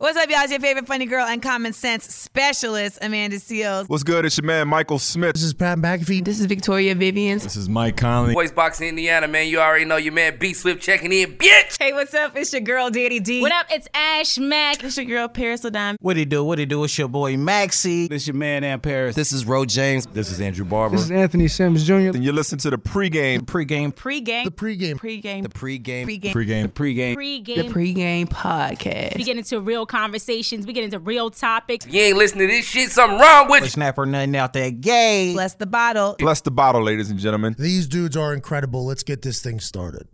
What's up, y'all? It's your favorite funny girl and common sense specialist, Amanda Seals. What's good? It's your man Michael Smith. This is Pat McAfee. This is Victoria Vivians. This is Mike Conley. Voice Box Indiana, man. You already know your man B Swift checking in, bitch. Hey, what's up? It's your girl, Daddy D. What up? It's Ash Mac. It's your girl, Paris Ladon. What do you do? What do you do? It's your boy Maxie. This your man, Ann Paris. This is Ro James. This is Andrew Barber. This is Anthony Sims Jr. And you listen to the pregame. Pre-game. Pre-game. The pregame. Pre-game. The pregame. Pre-game. Pre-game. Pre-game. Pre-game. The pregame podcast. We get into real conversations. We get into real topics. You ain't listening to this shit, something wrong with But you. snapper nothing out that gay. Bless the bottle. Bless the bottle, ladies and gentlemen. These dudes are incredible. Let's get this thing started.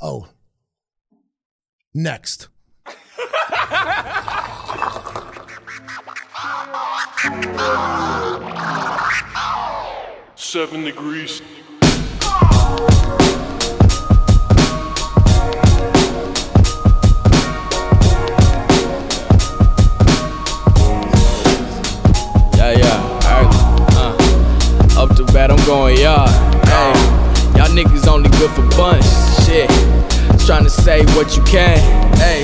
Oh. Next. Seven degrees. Yeah, yeah, alright. Uh, up to bat, I'm going yard. Hey, y'all niggas only good for bunch. Shit, tryna say what you can. Hey,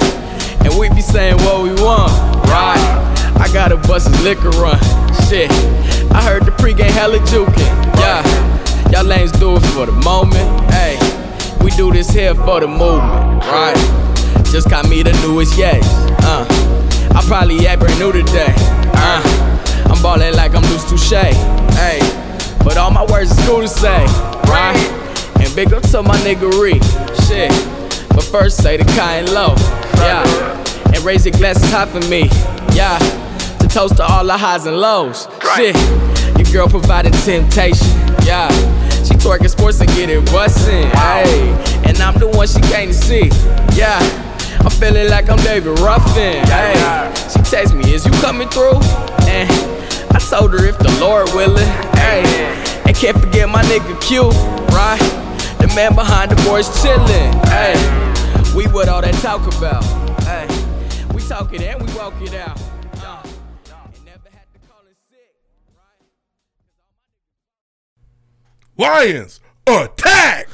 and we be saying what we want. Right, I got a bus's liquor run. Shit, I heard the pregame hella jukin'. Yeah, y'all lanes do it for the moment. Hey, we do this here for the movement. Right, just got me the newest yes. Uh, I probably act brand new today. Uh, I'm ballin' like I'm loose touche. Hey, but all my words is cool to say, right? And big up to my niggery, shit. But first say the kind low, yeah. And raise your glasses high for me, yeah. To toast to all the highs and lows, shit. Your girl providing temptation, yeah. She twerking sports and getting bustin', hey. And I'm the one she came to see, yeah. I'm feeling like I'm David Ruffin. Hey, she text me, is you coming through? And I told her if the Lord willing. Hey, and can't forget my nigga Q, right? The man behind the boys chillin'. Hey, we what all that talk about. Hey, we talk it and we walk it out. Yeah. And never had to call in sick, right? Lions attack.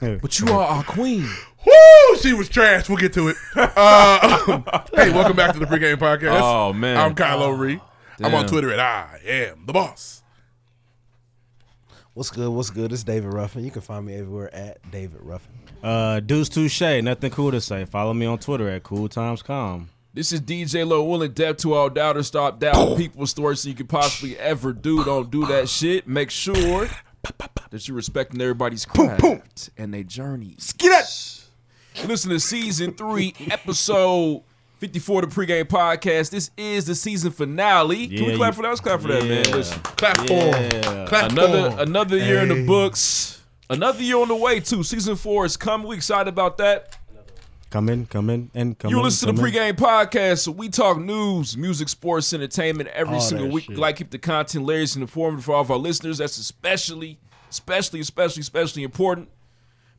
But you are our queen. Woo! She was trash. We'll get to it. Uh, hey, welcome back to the pregame podcast. Oh, man. I'm Kylo Ree. I'm on Damn. Twitter at I am the boss. What's good? What's good? It's David Ruffin. You can find me everywhere at David Ruffin. Uh, Deuce Touche, nothing cool to say. Follow me on Twitter at CoolTimesCom. This is DJ Low Willing Death to all doubters. Stop doubting people's stories you could possibly ever do. Don't do that shit. Make sure that you're respecting everybody's craft and their journeys. Listen to season three, episode 54 of the pregame podcast. This is the season finale. Can we Yeah, clap you- for that? Let's clap for that, man. Yeah. Listen, Clap Yeah. on. Clap another on. another year in the books. Another year on the way, too. Season four is coming. We excited about that. Come in, come in, and come in. You listen to the come in. pregame podcast. So we talk news, music, sports, entertainment every single week. We like to keep the content layers and informative for all of our listeners. That's especially, especially, especially, especially important.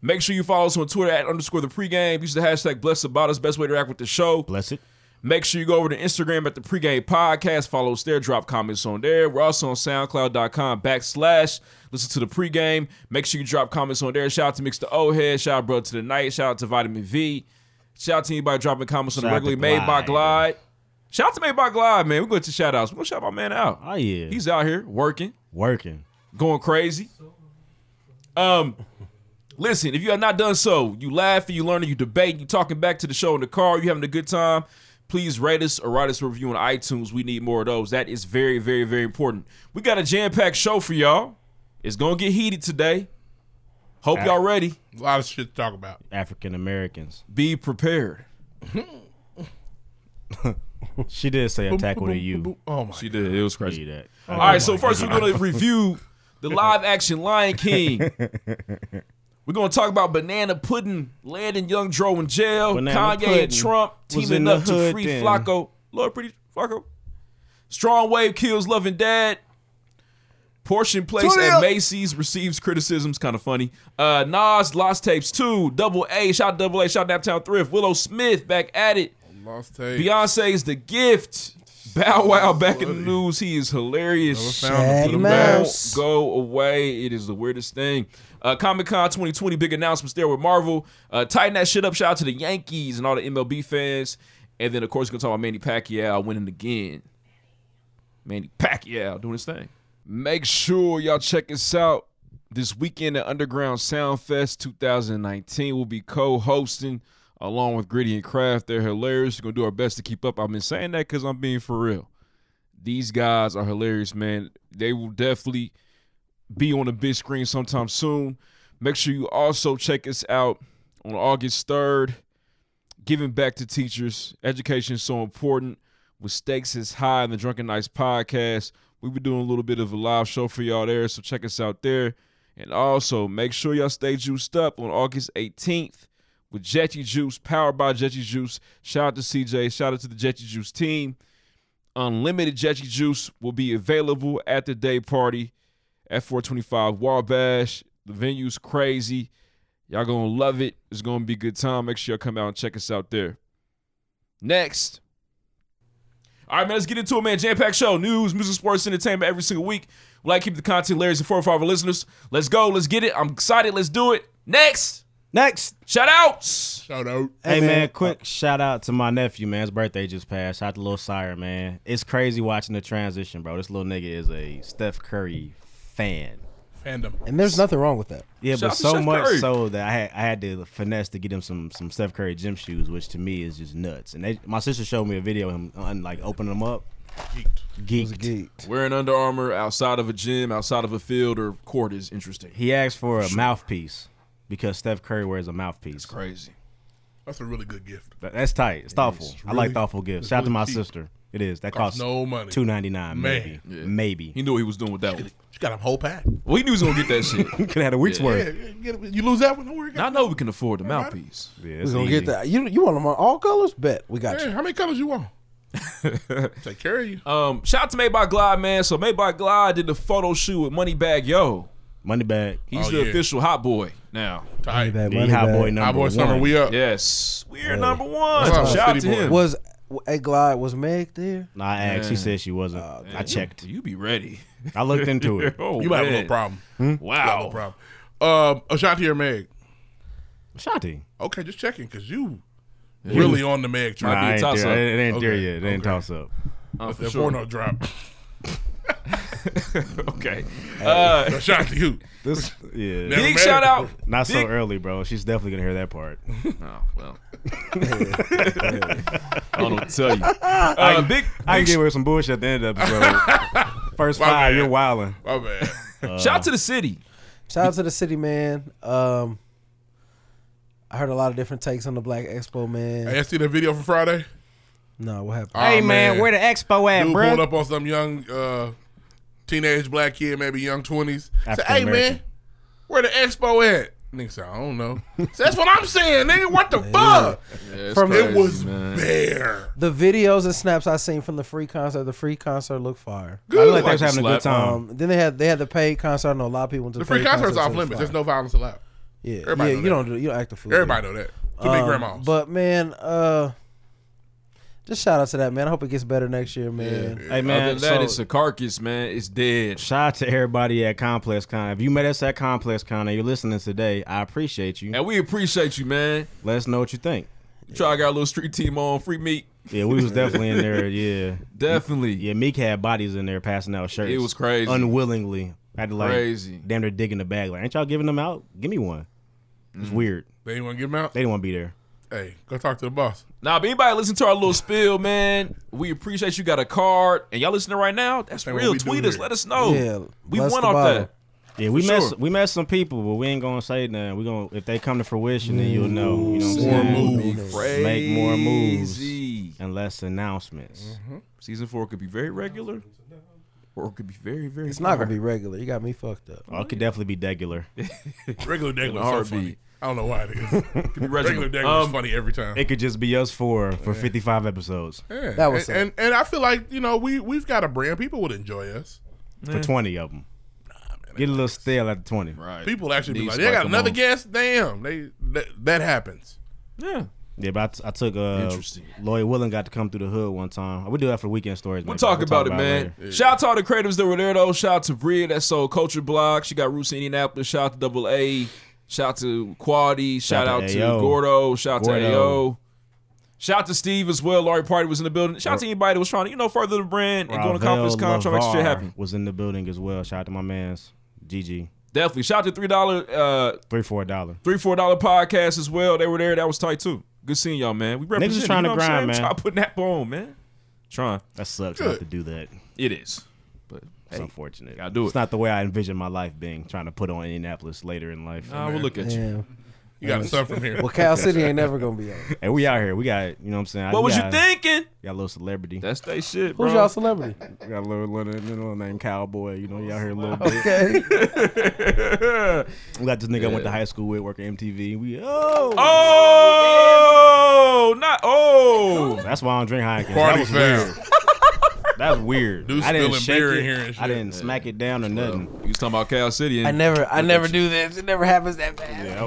Make sure you follow us on Twitter at underscore the pregame. Use the hashtag bless about us. Best way to interact with the show. Bless it. Make sure you go over to Instagram at the pregame podcast. Follow us there. Drop comments on there. We're also on soundcloud.com backslash listen to the pregame. Make sure you drop comments on there. Shout out to Mix the O Head. Shout out Bro to the Night. Shout out to Vitamin V. Shout out to anybody dropping comments on Shout the out regularly to made by Glide. Glide. Shout out to Made by Glide, man. We're going to shout outs. We're going to shout my man out. Oh yeah, he's He's out here working working. going crazy. Um, listen, if you have not done so, you laugh, you learn, you debate, you talking back to the show in the car, you having a good time. Please rate us or write us a review on iTunes. We need more of those. That is very, very, very important. We got a jam packed show for y'all. It's gonna get heated today. Hope y'all ready. A lot of shit to talk about. African Americans. Be prepared. She did say attack with a U. Oh my. She did. It was See crazy. that. All right, so first we're gonna review the live action Lion King. We're gonna talk about Banana Pudding, Landon Young Dro in jail, Banana Kanye and Puddin' Trump was teaming in the up to hood free then. Flocko. Lord pretty Flocko. Strong Wave kills Loving Dad. Portion Place Tune at up. Macy's receives criticisms, kind of funny. Uh, Nas Lost Tapes 2, Double A, Shot Double A, Shot Naptown Thrift, Willow Smith back at it. Lost tape. Beyonce's The Gift, Bow Wow back in the news. He is hilarious. Never found him. Shag Let him go- Mouse. Go away. It is the weirdest thing. Uh, Comic Con 2020, big announcements there with Marvel. Uh, tighten that shit up. Shout out to the Yankees and all the MLB fans. And then, of course, we're going to talk about Manny Pacquiao winning again. Manny Pacquiao doing his thing. Make sure y'all check us out this weekend at Underground Sound Fest 2019. We'll be co-hosting along with Gritty and Craft. They're hilarious. We're gonna do our best to keep up. I've been saying that because I'm being for real. These guys are hilarious, man. They will definitely be on the big screen sometime soon. Make sure you also check us out on August 3rd giving back to teachers. Education is so important. With stakes as high in the Drunken Nights podcast, we be doing a little bit of a live show for y'all there. So check us out there. And also make sure y'all stay juiced up on August 18th with Jetty Juice, powered by Jetty Juice. Shout out to CJ. Shout out to the Jetty Juice team. Unlimited Jetty Juice will be available at the day party at 425 Wabash. The venue's crazy. Y'all gonna love it. It's gonna be a good time. Make sure y'all come out and check us out there. Next. All right, man, let's get into it, man. Jam Pack Show, news, music, sports, entertainment every single week. We like to keep the content layers and four for our listeners. Let's go. Let's get it. I'm excited. Let's do it. Next. Next. Shout outs. Shout out. Hey, man, quick shout out to my nephew, man. His birthday just passed. Shout out to Lil Sire, man. It's crazy watching the transition, bro. This little nigga is a Steph Curry fan. Fandom. And there's nothing wrong with that. Yeah, Shout but out to so Steph much Curry. so that I had I had to finesse to get him some some Steph Curry gym shoes, which to me is just nuts. And they, my sister showed me a video of him un, like opening them up. He's Geeked. geeked. Wearing Under Armour outside of a gym, outside of a field or court is interesting. He asked for a mouthpiece because Steph Curry wears a mouthpiece. Crazy. That's a really good gift. That- That's tight. It's thoughtful. I really- like thoughtful gifts. it's Shout out to really my cheap. sister. It is. That Costs costs no money. Two ninety nine, maybe, Man. maybe. He knew what he was doing with that one. She got a whole pack. Well, he knew he was gonna get that shit. You could have had a week's Yeah, worth. you get it. you lose that one. Don't worry. Now I know we can afford the mouthpiece. Yeah, We're it's gonna easy. get that. You you want them on all colors? Bet we got Hey, you. how many colors you want? Take care of you. Um, shout out to Made by Glide, man. So Made by Glide did the photo shoot with Moneybag Yo. money back. He's Oh, the yeah. official hot boy now. Tight. That The money hot bag. boy Hot number boy one. summer. We up. Yes, we're number one. That's So right. shout out to City boy. him. Was hey Glide was Meg there? Nah, I asked. She said she wasn't. Oh, I checked. You be ready. I looked into it. Oh, You might have a man. little problem. Wow. Problem. Um, Ashanti or Meg? Shanti. Okay, just checking because you really on the Meg Nah, train. be a I ain't toss there- up. It ain't there Okay, yet. It ain't okay. toss up. Uh, for That sure. porno drop. okay. Uh, Ashanti, who? This, yeah. Never big met shout her. out. Not so Big- early, bro. She's definitely gonna hear that part. Oh well. I don't know what to tell you. Uh, big. I can big get with some bullshit at the end of the episode. First My five, bad. you're wilding. My bad. shout out to the city. Shout out to the city, man. Um, I heard a lot of different takes on the Black Expo, man. Hey, y'all see that video from Friday? No, what happened? Hey, man, man. where the expo Dude pulled up on some young uh, teenage black kid, maybe young twenties. Said, "Hey man, African-American. where the expo at?" Nigga said, "I don't know." Said, That's what I'm saying, nigga. What the fuck? From It was bare. the videos and snaps I seen from the free concert, the free concert looked fire. I look like they Like was having a slap. good time. Um, then they had they had the paid concert. I know a lot of people went to the, The free paid concert's concert, so off it was limits. fire. There's no violence allowed. yeah, everybody yeah. know You that. don't do you don't act the fool. Everybody know that. Too many Um, grandmas. But man, uh, just shout out to that man. I hope it gets better next year, man. Hey Other man, than that, so- it's a carcass, man. It's dead. Shout out to everybody at Complex Con. If you met us at Complex Con and you're listening today, I appreciate you. And we appreciate you, man. Let us know what you think. You try to get a little street team on free meat. Yeah, we was definitely in there. Yeah, Definitely. yeah. Meek had bodies in there passing out shirts. It was crazy. Unwillingly, I had to like Crazy. damn near dig in the bag. Like, ain't y'all giving them out? Give me one. Mm. It's weird. they ain't want to get him out. They didn't want to be there. Hey, go talk to the boss. Nah, but anybody listen to our little spill, man. We appreciate you got a card. And y'all listening right now? That's Hey, what real. we do Tweet us. here. Let us know. Yeah, we bless won the off bottle. that. Yeah, we For met sure. some- we met some people, but we ain't gonna say nothing. We gonna if they come to fruition, then you'll know. You know what More I'm saying? moves. Make more moves Crazy. and less announcements. Mm-hmm. Season four could be very regular, or it could be very, very. It's not gonna be regular. You got me fucked up. Or it could definitely be degular. Regular Dag was so heartbeat. funny. I don't know why it is. could be um, Regular Dag was funny every time. It could just be us four for 55 episodes Yeah. That was and, and and I feel like you know we we've got a brand. People would enjoy us. for 20 of them. Get a little stale at the 20. Right. People actually be These like, "They got them another on. guest." Damn, they that, that happens. Yeah. Yeah, but I, t- I took uh, Interesting. Lloyd Willing got to come through the hood one time. We do that for weekend stories. We'll man, talk but about it, man. later. Shout out to all the creatives that were there, though. Shout out to Bria, that sold Culture Block. She got Roots in Indianapolis. Shout out to Double A. Shout out to Quality. Shout, out to, AO. Gordo. Shout out to Gordo. AO. Shout out to Steve as well. Larry Party was in the building. Shout out to anybody that was trying to, you know, further the brand and going to accomplish Ravel con, trying to make shit Lavar happen. Was in the building as well. Shout out to my man's GG. Definitely. Shout out to three dollar uh Three for a dollar. three, four dollar podcast as well. They were there. That was tight too. Good seeing y'all, man. We Niggas represent is trying you know to what I'm grind, saying? man. Try putting that on, man. Trying. That sucks Good. not to do that. It is. But It's hey, unfortunate. gotta do It's it. not the way I envisioned my life being. Trying to put on Indianapolis later in life. Nah, we'll look at you. Damn. You gotta start from here. Well, Cal City ain't never gonna be on. Hey, we out here. We got, you know what I'm saying? What We was you got- thinking? Got a little celebrity. That's they shit, bro. Who's y'all celebrity? We got a little, little, little named Cowboy. You know, y'all here a little bit. Okay. We got this nigga I went to high school with, working MTV. We, oh! Oh, not oh. That's why I don't drink Heineken. Party that was weird. foul. That's weird. Dude I didn't spilling shake beer it. in here and I shit. didn't smack it down or nothing. You was talking about Cal City. I And, never, I never do this. It never happens that bad. Yeah, that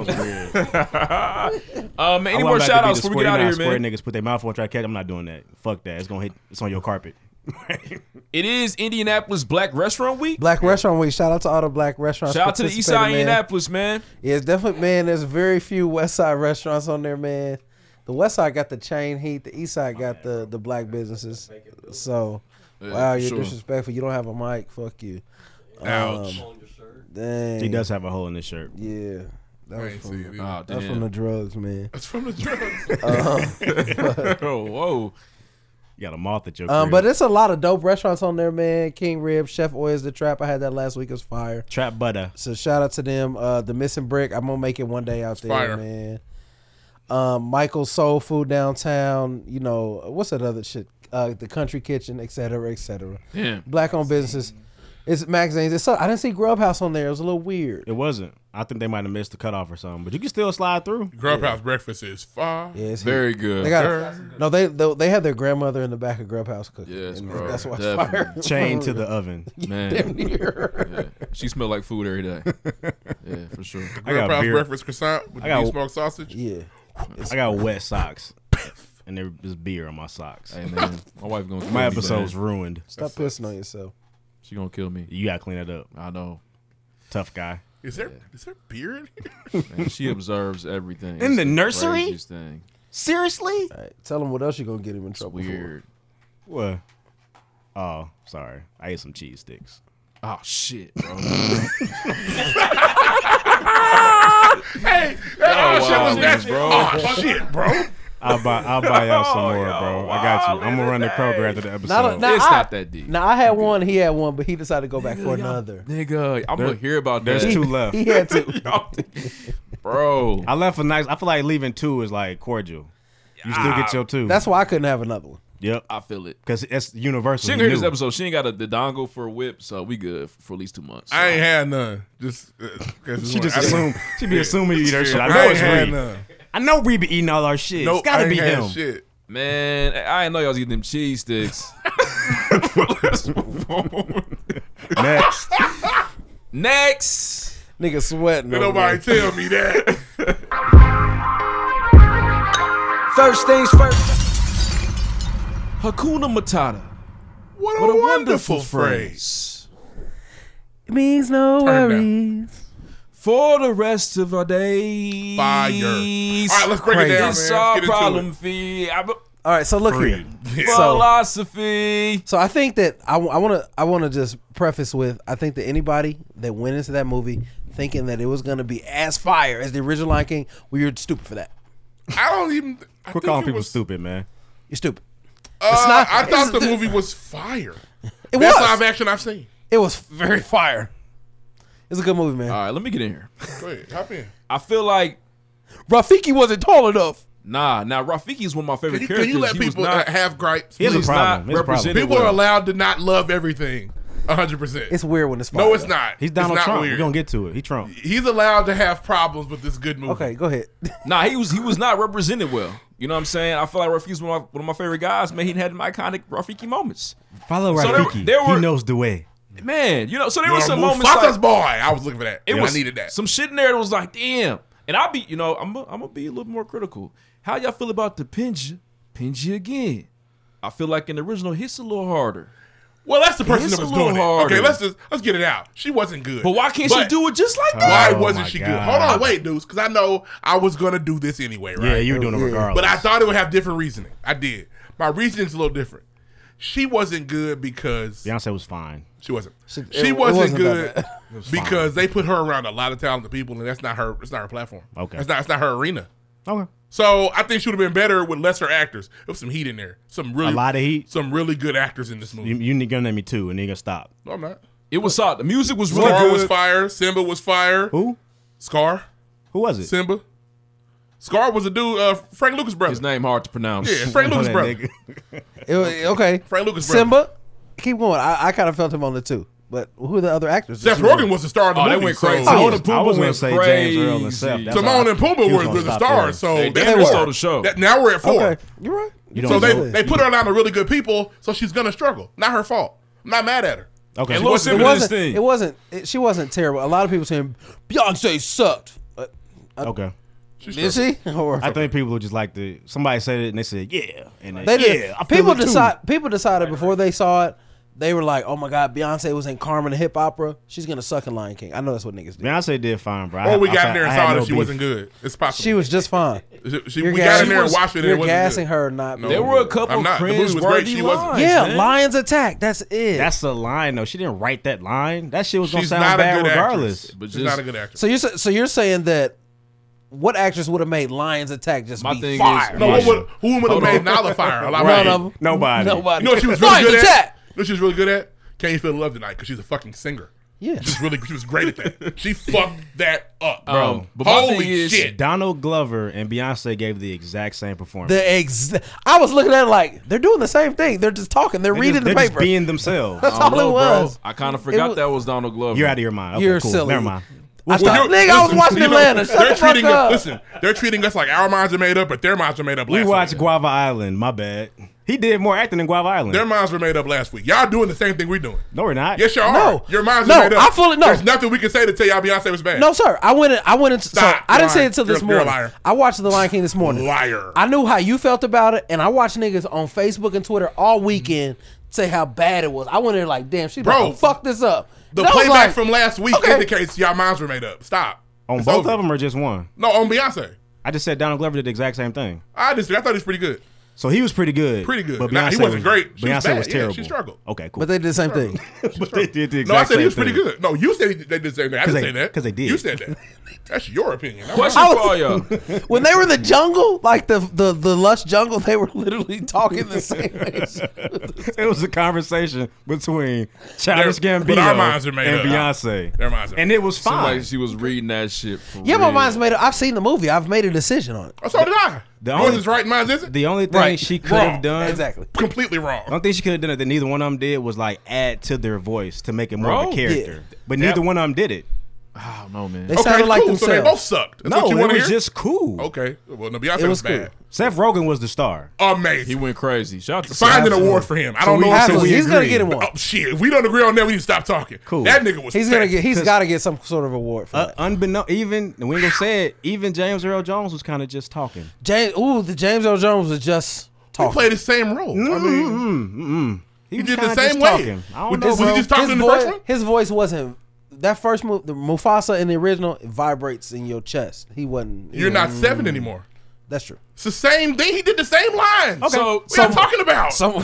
was weird. uh, man, any I more want back to shout be outs the before we get out of square- nah, here, man? Square niggas put their mouth on try to catch. I'm not doing that. Fuck that. It's gonna hit. It's on your carpet. It is Indianapolis Black Restaurant Week. Black Restaurant Week. Shout out to all the black restaurants. Shout out to the East Side of participating, man. Indianapolis, man. Yeah, it's definitely man. There's very few West Side restaurants on there, man. The West Side got the chain heat. The East Side got the the black businesses. So, wow, for you're sure. disrespectful. You don't have a mic. Fuck you. Oh, Ouch. Dang. he does have a hole in his shirt. Yeah, that I was ain't see from, it. either. Oh, that's from the damn. drugs, man. That's from the drugs. Uh-huh. Whoa. You got a moth at your. Um, crib. but it's a lot of dope restaurants on there, man. King Rib, Chef Oils, The Trap. I had that last week. It was fire. trap butter. So shout out to them. Uh, the Missing Brick. I'm gonna make it one day out there, fire. man. Um, Michael's Soul Food downtown. You know what's that other shit? Uh, the Country Kitchen, et cetera, et cetera. Damn. Black owned businesses. It's magazines. It's so, I didn't see Grub House on there. It was a little weird. It wasn't. I think they might have missed the cutoff or something. But you can still slide through. Grub House breakfast is fire. Yeah, it's Very They good. got no. They, they they had their grandmother in the back of Grub House cooking. Yes, And bro. That's why it's Definitely. fire. Chain to the oven. Man. Yeah. She smelled like food every day. Yeah, for sure. I Grub got House beer. breakfast croissant with I the got- beef smoked sausage. Yeah. I got wet socks, and there was beer on my socks. Hey man, my wife gonna kill My me, episode's man. ruined. Stop pissing on yourself. She gonna kill me. You gotta clean that up. I know. Tough guy. Is there is there beer in here? Man, she observes everything. In It's the nursery? craziest Thing. Seriously? All right. Tell him what else you gonna get him in trouble for. Weird. What? Oh, sorry. I ate some cheese sticks. Oh shit. Bro. hey, Oh, that shit was that bro. Oh shit, bro. I'll buy I'll buy y'all some Oh, more, yo, bro. I got you. wow, I'm gonna run to man. Kroger after the episode. Not a- not- Now it's I- not that deep. Now I had one, he had one, but he decided to go back for another. Nigga, I'm gonna hear about There's that. two left. He had to. bro. I left a nice. I feel like leaving two is like cordial. You still get your two. That's why I couldn't have another one. yep. I feel it. Because it's universal. She ain't You gonna hear this knew. episode. She ain't got a, the dongle for a whip, so we good f- for at least two months. I ain't had none. Just uh, 'cause it's She one- just I didn't- assumed. She be assuming you eat her shit. I I, know ain't it's had Reed. none. I know Reed be eating all our shit. Nope, it's gotta I be ain't had him. Shit. Man, I, I didn't know y'all was eating them cheese sticks. Next. Next. Nigga sweating. Did over nobody there. tell me that. First things first. Hakuna Matata. What a, What a wonderful, wonderful phrase. phrase. It means no Turn it worries. For the rest of our days. Fire. All right, let's break it down, It's man. Let's our get into problem it. fee. I'm a- All right, so look here. So, Philosophy. so I think that I want to I want to just preface with I think that anybody that went into that movie thinking that it was gonna be as fire as the original Lion King, we were stupid for that. I don't even. I Quit think calling it people was- stupid, man. You're stupid. Uh, not- I thought it's- the movie was fire. It Best was. live action I've seen. It was very fire. It's a good movie, man. All right, let me get in here. Go ahead, hop in. I feel like Rafiki wasn't tall enough. nah. Now Rafiki is one of my favorite Can you, can characters. you let He was people not, uh, have gripes? He has a please? he's not problem. He's a problem. represented. People are well. allowed to not love everything. hundred percent. It's weird when it's fire. No, it's not. He's Donald it's not Trump. Weird. We're gonna get to it. He Trump. He's allowed to have problems with this good movie. Okay, go ahead. Nah, he was he was not represented well. You know what I'm saying? I feel like Rafiki's one of my, one of my favorite guys. Man, he had my iconic Rafiki moments. Follow So there- Rafiki. there were- he knows the way. Man, you know. So there You're were some Mufasa's moments. Like, boy. I was looking for that. it Yeah, was I needed that. some shit in there that was like, damn. And I'll be, you know, I'm i I'm gonna be a little more critical. How y'all feel about the Pinja? Pinja again. I feel like in the original hits a little harder. Well, that's the person It's that a was little doing harder. it. Okay, let's just let's get it out. She wasn't good. But why can't she do it just like that? Why Oh, wasn't my she God. good? Hold on, wait, dudes, because I know I was gonna do this anyway, right? Yeah, you were doing it Yeah. regardless. But I thought it would have different reasoning. I did. My reasoning's a little different. She wasn't good because Beyonce was fine. She wasn't. She, it- it wasn't, wasn't that good bad. It was fine. because they put her around a lot of talented people, and that's not her. That's not her platform. Okay. that's not. That's not her arena. Okay. So I think she would have been better with lesser actors. There was some heat in there. Some really a lot of heat. Some really good actors in this movie. You, you gonna name me two, and then you gonna stop. No, I'm not. It was solid. The music was really Scar good. was fire. Simba was fire. Who? Scar. Who was it? Simba. Scar was a dude. Uh, Frank Lucas brother. His name hard to pronounce. Yeah, Frank Lucas brother. It was- okay. Frank Lucas brother. Simba. Keep going. I, I kind of felt him on the two, but who are the other actors? Seth Rogen was the star of the Oh, movie. they went so- crazy. Oh, Timon yeah. and Pumbaa I was gonna went say James Earl and crazy. Seth. That's Timon all. and Pumbaa He was were, gonna were the stop stars. there. So They that's- damn near stole the show. That, now we're at four. Okay, you're right. You So don't they know. they put her around a really good people, so she's gonna struggle. Not her fault. I'm not mad at her. Okay. And It Lil it Simba did his wasn't. thing. It wasn't. It, she wasn't terrible. A lot of people saying Beyonce sucked. Uh, Okay. She Did struggled. she? Or, I think people would just like to. Somebody said it and they said yeah, and they, they did. yeah. I feel people it too." decide. People decided before they saw it. They were like, "Oh my God, Beyonce was in Carmen the Hip Opera. She's gonna suck in Lion King." I know that's what niggas do. Beyonce did fine, bro. I- Or we I- got I- in there and I had saw that no she beef. wasn't good. It's possible. She was just fine. She- she- You're we got in gassing- there and watched it. and You're it wasn't gassing good. her, not No, being There were a good. couple I'm not. The movie was cringe great. worthy She wasn't- lines. Yeah, man. Lions Attack. That's it. That's the line though. She didn't write that line. That shit was gonna She's not sound a bad good regardless. actress. But She's just- not a good actress. so you're sa- so you're saying that what actress would have made Lions Attack just My Oh, be thing fire? is, No, Yeah. who would who would have Hold made on. Nullifier? A lot Right. right. None of them. Nobody. Nobody. You know what she was really Lions good at? Attack. You know what she was really good at? Can you feel the love tonight? Because she's a fucking singer. Yeah. She's really she was great at that. She fucked that up, bro. Um, but my Holy thing is- Um, shit. Donald Glover and Beyonce gave the exact same performance. The ex. I was looking at it like they're doing the same thing. They're just talking. They're, They're reading just, the they're paper. just being themselves. That's I don't all it know, was. Bro. I kind of forgot was- that was Donald Glover. You're out of your mind. Okay, You're cool. silly. Never mind. I What's up? thought, nigga, I was watching You know, Atlanta. Shut they're the fuck treating up. us, listen, they're treating us like our minds are made up, but their minds were made up We last watched week. Guava Island. My bad. He did more acting than Guava Island. Their minds were made up last week. Y'all doing the same thing we're doing. no, we're not. Yes, y'all No. are. Your minds No, are made up. I fully- no. There's nothing we can say to tell y'all Beyonce was bad. No, sir. I went. In, I went. In, so Stop I didn't say lying. it till this You're- you're a morning. liar. I watched The Lion King this morning. Liar. I knew how you felt about it, and I watched niggas on Facebook and Twitter all weekend say how bad it was. I went in there like, damn, she Bro, Bro, fuck this up. The And I was playback like, from last week okay. indicates y'all minds were made up. Stop. On It's both over. of them or just one? No, on Beyonce. I just said Donald Glover did the exact same thing. I just I thought he was pretty good. So he was pretty good. Pretty good. But Nah, Beyonce he wasn't was, great. She Beyonce was bad. was, Yeah, terrible. she struggled. Okay, cool. But they did the same thing. but they did the exact No, I said he was same pretty thing. good. No, you said he, they did the same thing. I 'Cause didn't they- say that. 'cause they did. You said that. That's your opinion. That Question wasn't- was- for all y'all. When they were in the jungle, like the the the lush jungle, they were literally talking the same way. it was a conversation between Childish Their- Gambino but our minds are made and up. Beyonce. Their minds are and made it was Seemed fine. like she was reading that shit. For yeah, my real. mind's made up. I've seen the movie. I've made a decision on it. Oh, so did I. The Yours only- is right, mine isn't. The only thing Right. she could Wrong. have done, Exactly. Completely wrong. I don't think she could have done it that neither one of them did was like add to their voice to make it more of Bro. a character. But neither one of them did it. I don't know, man. They sounded like cool. So they both themselves. sucked. That's no, what you it want to was hear? Oh. just cool. okay. Well, no, Beyonce It was was cool. bad. Seth Rogen was the star. Uh. He Amazing. went crazy. Shout out to Find an Seth. award for him. I don't we- know. if so it Absolutely, was- we he's gonna agree. get him one. Oh shit! If we don't agree on that, we need to stop talking. Cool. That nigga was. He's gonna get. He's Because- got to get some sort of award for Uh, that. unbeknown, even we ain't gonna say it. Even James Earl Jones was kind of just talking. James. Ooh, the James Earl Jones was just He talking. played the same role. I mean, Mm-hmm. He, he was did the kinda same just way. Talking. I don't Was- know, was bro. he just talking in the voice, first one? his voice wasn't that first move. The Mufasa in the original it vibrates in your chest. He wasn't. You're not seven anymore. That's true. It's the same thing. He did the same lines. Okay. So what So- are you talking about? Some, the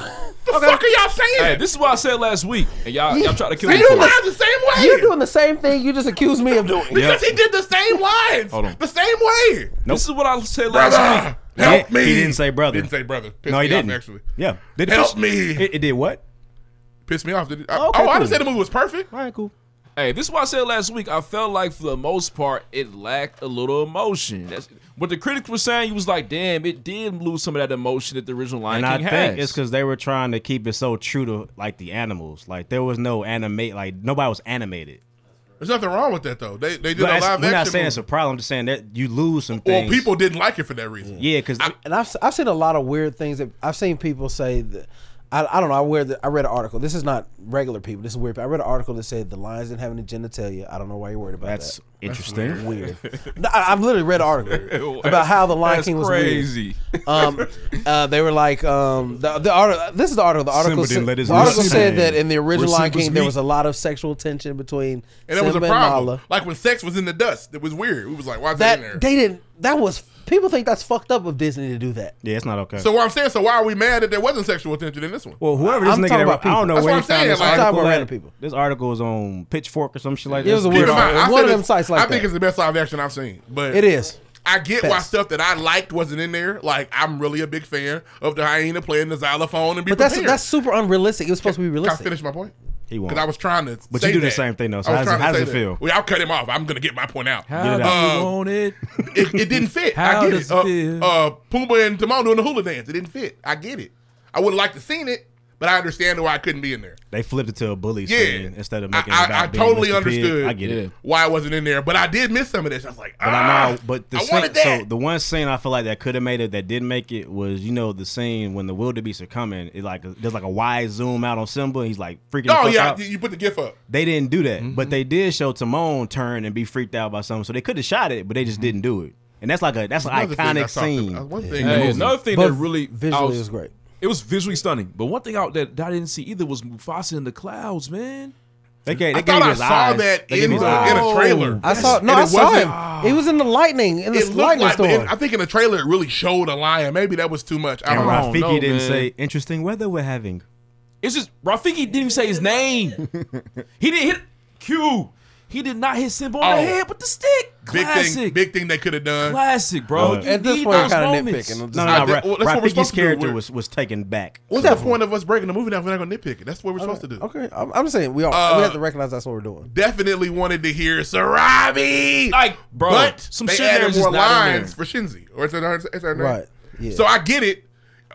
fuck are y'all saying? Hey, this is what I said last week, and y'all y'all try to kill me. They for do it. lines the same way. you're doing the same thing you just accused me of doing. because he did the same lines. Hold on. The same way. This is what I said last week. Brother, help He- me. he didn't say brother. Didn't say brother. Pissed No, he me off, didn't. actually. Yeah, did it Help piss- me. It, it did what? Pissed me off. Did it? I, Okay, oh, I cool. didn't say the movie was perfect. All right, cool. Hey, this is what I said last week. I felt like for the most part, it lacked a little emotion. That's what the critics were saying. You was like, damn, it did lose some of that emotion that the original Lion And I King think has. it's because they were trying to keep it so true to like the animals. Like there was no animate. Like nobody was animated. There's nothing wrong with that though. They they did But a that's- live we're not action. saying movie. it's a problem. I'm just saying that you lose some well, things. people didn't like it for that reason. yeah, because And I've I've seen a lot of weird things that I've seen people say that I, I don't know. I wear the, I read an article. This is not regular people. This is weird. people. I read an article that said the Lions didn't have an genitalia. I don't know why you're worried about That's that. interesting. That's weird. No, I, I've literally read an article about how the Lion That's King was crazy. Weird. Um, uh, they were like um, the the article. This is the article. The article, Simba didn't said- let his the article nuts said hang. that in the original Where Lion Simba's King there meat. was a lot of sexual tension between And that Simba was a and problem. Nala. Like when sex was in the dust, it was weird. We was like, why is that, in That there? they didn't. That was people think that's fucked up of Disney to do that. Yeah, it's not okay. So what I'm saying, so why are we mad that there wasn't sexual attention in this one? well, whoever this I'm nigga talking that about wrote, I don't know people. where he That's what I'm found saying, this like- I'm talking article. about at. random people. This article is on Pitchfork or some shit like It that. was a Keep weird in mind, It's I one of said them it's- sites like I think that. it's the best live action I've seen. But It is. I get why Best. stuff that I liked wasn't in there. Like I'm really a big fan of the hyena playing the xylophone and be But that's prepared. that's super unrealistic. It was supposed to be Can I realistic. finish my point? He won't. Because I was trying to. But say you do the that. same thing, though, so I was how trying does- to how does say it that. feel? Well, I'll cut him off. I'm gonna get my point out. Get it out. Um, want it? it, it didn't fit. How I get does it. Uh, it feel? uh, Pumbaa and Timon doing the hula dance. It didn't fit. I get it. I would have liked to seen it, but I understand why I couldn't be in there. They flipped it to a bully Yeah, scene instead of making I, it I- about I being totally Mr. Pig. understood. I get it. why it wasn't in there, but I did miss some of this. I was like, But ah, I know, but the I scene, wanted that. so the one scene I feel like that could have made it that didn't make it was you know the scene when the wildebeest are coming. It like there's like a wide zoom out on Simba. And he's like freaking. oh the fuck yeah, out. you- you put the gif up. They didn't do that, but they did show Timon turn and be freaked out by something. So they could have shot it, but they just didn't do it. And that's like a that's an Another thing I iconic talked scene. about- One thing, Hey, another thing But that really visually I it was great. It was visually stunning. But one thing out that, that I didn't see either was Mufasa in the clouds, man. They, gave, I they gave thought him I his saw eyes. that they gave in, his the- eyes. in a trailer. I saw And no, it I saw wasn't- him. He was in the lightning in the It looked lightning like, but storm. it, I think in the trailer it really showed a lion. Maybe that was too much. I And don't know. Ralph- Rafiki know, didn't man. say interesting weather we're having. It's just Rafiki didn't even say his name. he didn't hit Q. He did not hit Simba on Oh. the head with the stick. Big Classic. thing, big thing Uh-huh. they could have done. Classic, bro. What? You At this need point, I'm those kind of moments. nitpicking. I'm No, just- no, I no. did- Ra- well, that's what we're Rafiki's supposed to do. character We're- was was taken back. What's that point of us breaking the movie down if we're not gonna nitpick it? That's what we're supposed to do. Okay, I'm, I'm saying we all we Uh, have to recognize that's what we're doing. Definitely wanted to hear Sarabi. Like, bro, but some they shit added there is more just not in lines for there. Shinzi, or it's her, it's her name. Right, yeah. So I get it.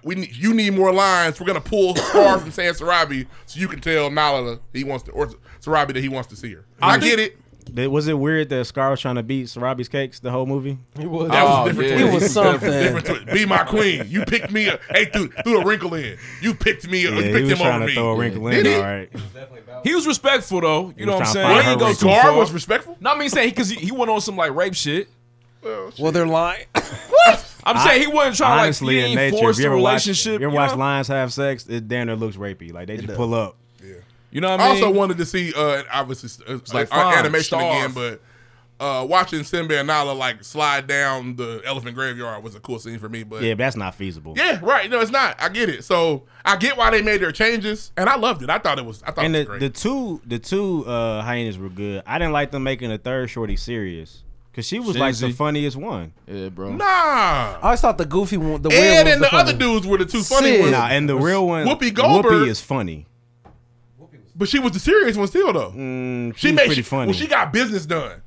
We need, you need more lines. We're gonna pull Scar from saying Sarabi, so you can tell Nala that he wants to, or Sarabi that he wants to see her. I, get it. Th- Was it weird that Scar was trying to beat Sarabi's cakes the whole movie? That Oh, was a different yeah. twist. It was something. Different twist. Be my queen. You picked me. Up. Hey, threw, threw a wrinkle in. You picked me. Up. Yeah, you he picked was him trying over to me. throw a wrinkle in. Did he? All right. He was respectful though. You know what I'm was trying saying? He to didn't find her go too reason. Scar far. was respectful. No, I mean saying because he, he went on some like rape shit. Well, they're lying. I'm saying he wasn't trying to like Honestly, he in ain't nature, if force you the ever watch, if relationship. you ever you watch know? lions have sex, it damn near looks rapey. Like they just pull up. You know what I I mean? also wanted to see, uh, obviously, uh, like like, fine, animation starve. again, but uh, watching Simba and Nala like slide down the elephant graveyard was a cool scene for me. But Yeah, yeah, but that's not feasible. right. No, it's not. I get it. So I get why they made their changes, and I loved it. I thought it was. I thought And it the, was great. the two the two uh, hyenas were good. I didn't like them making the third shorty serious because she was like the Shinzy. funniest one. yeah, bro. I nah, always thought the goofy one, the weird Ed one, and the, other dudes were the two funny Sid. ones, Nah, and the real one, Whoopi Goldberg- Whoopi is funny. but she was the serious one still though. Mm, she she's made pretty she, funny. Well, she got business done.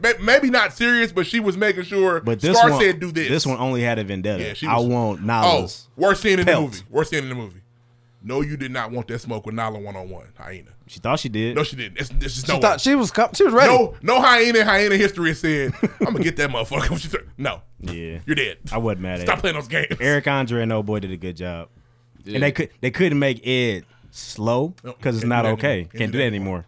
May- Maybe not serious, but she was making sure. but this Scar one, said, "Do this." one only had a vendetta. Yeah, she I was- want Oh, Nala's. worst scene in the Pelt. movie. Worst scene in the movie. No, you did not want that smoke with Nala one on one hyena. She thought she did. No, she didn't. It's, it's just She no. thought she was com- she was ready. no, no hyena. in Hyena history said, "I'm gonna get that motherfucker." What you say? no, yeah, you're dead. I wasn't mad at Stop it. playing those games. Eric Andre and old boy did a good job, and they could they couldn't make Ed slow Nope, because it's can't not do that okay. anymore. Can't do that anymore.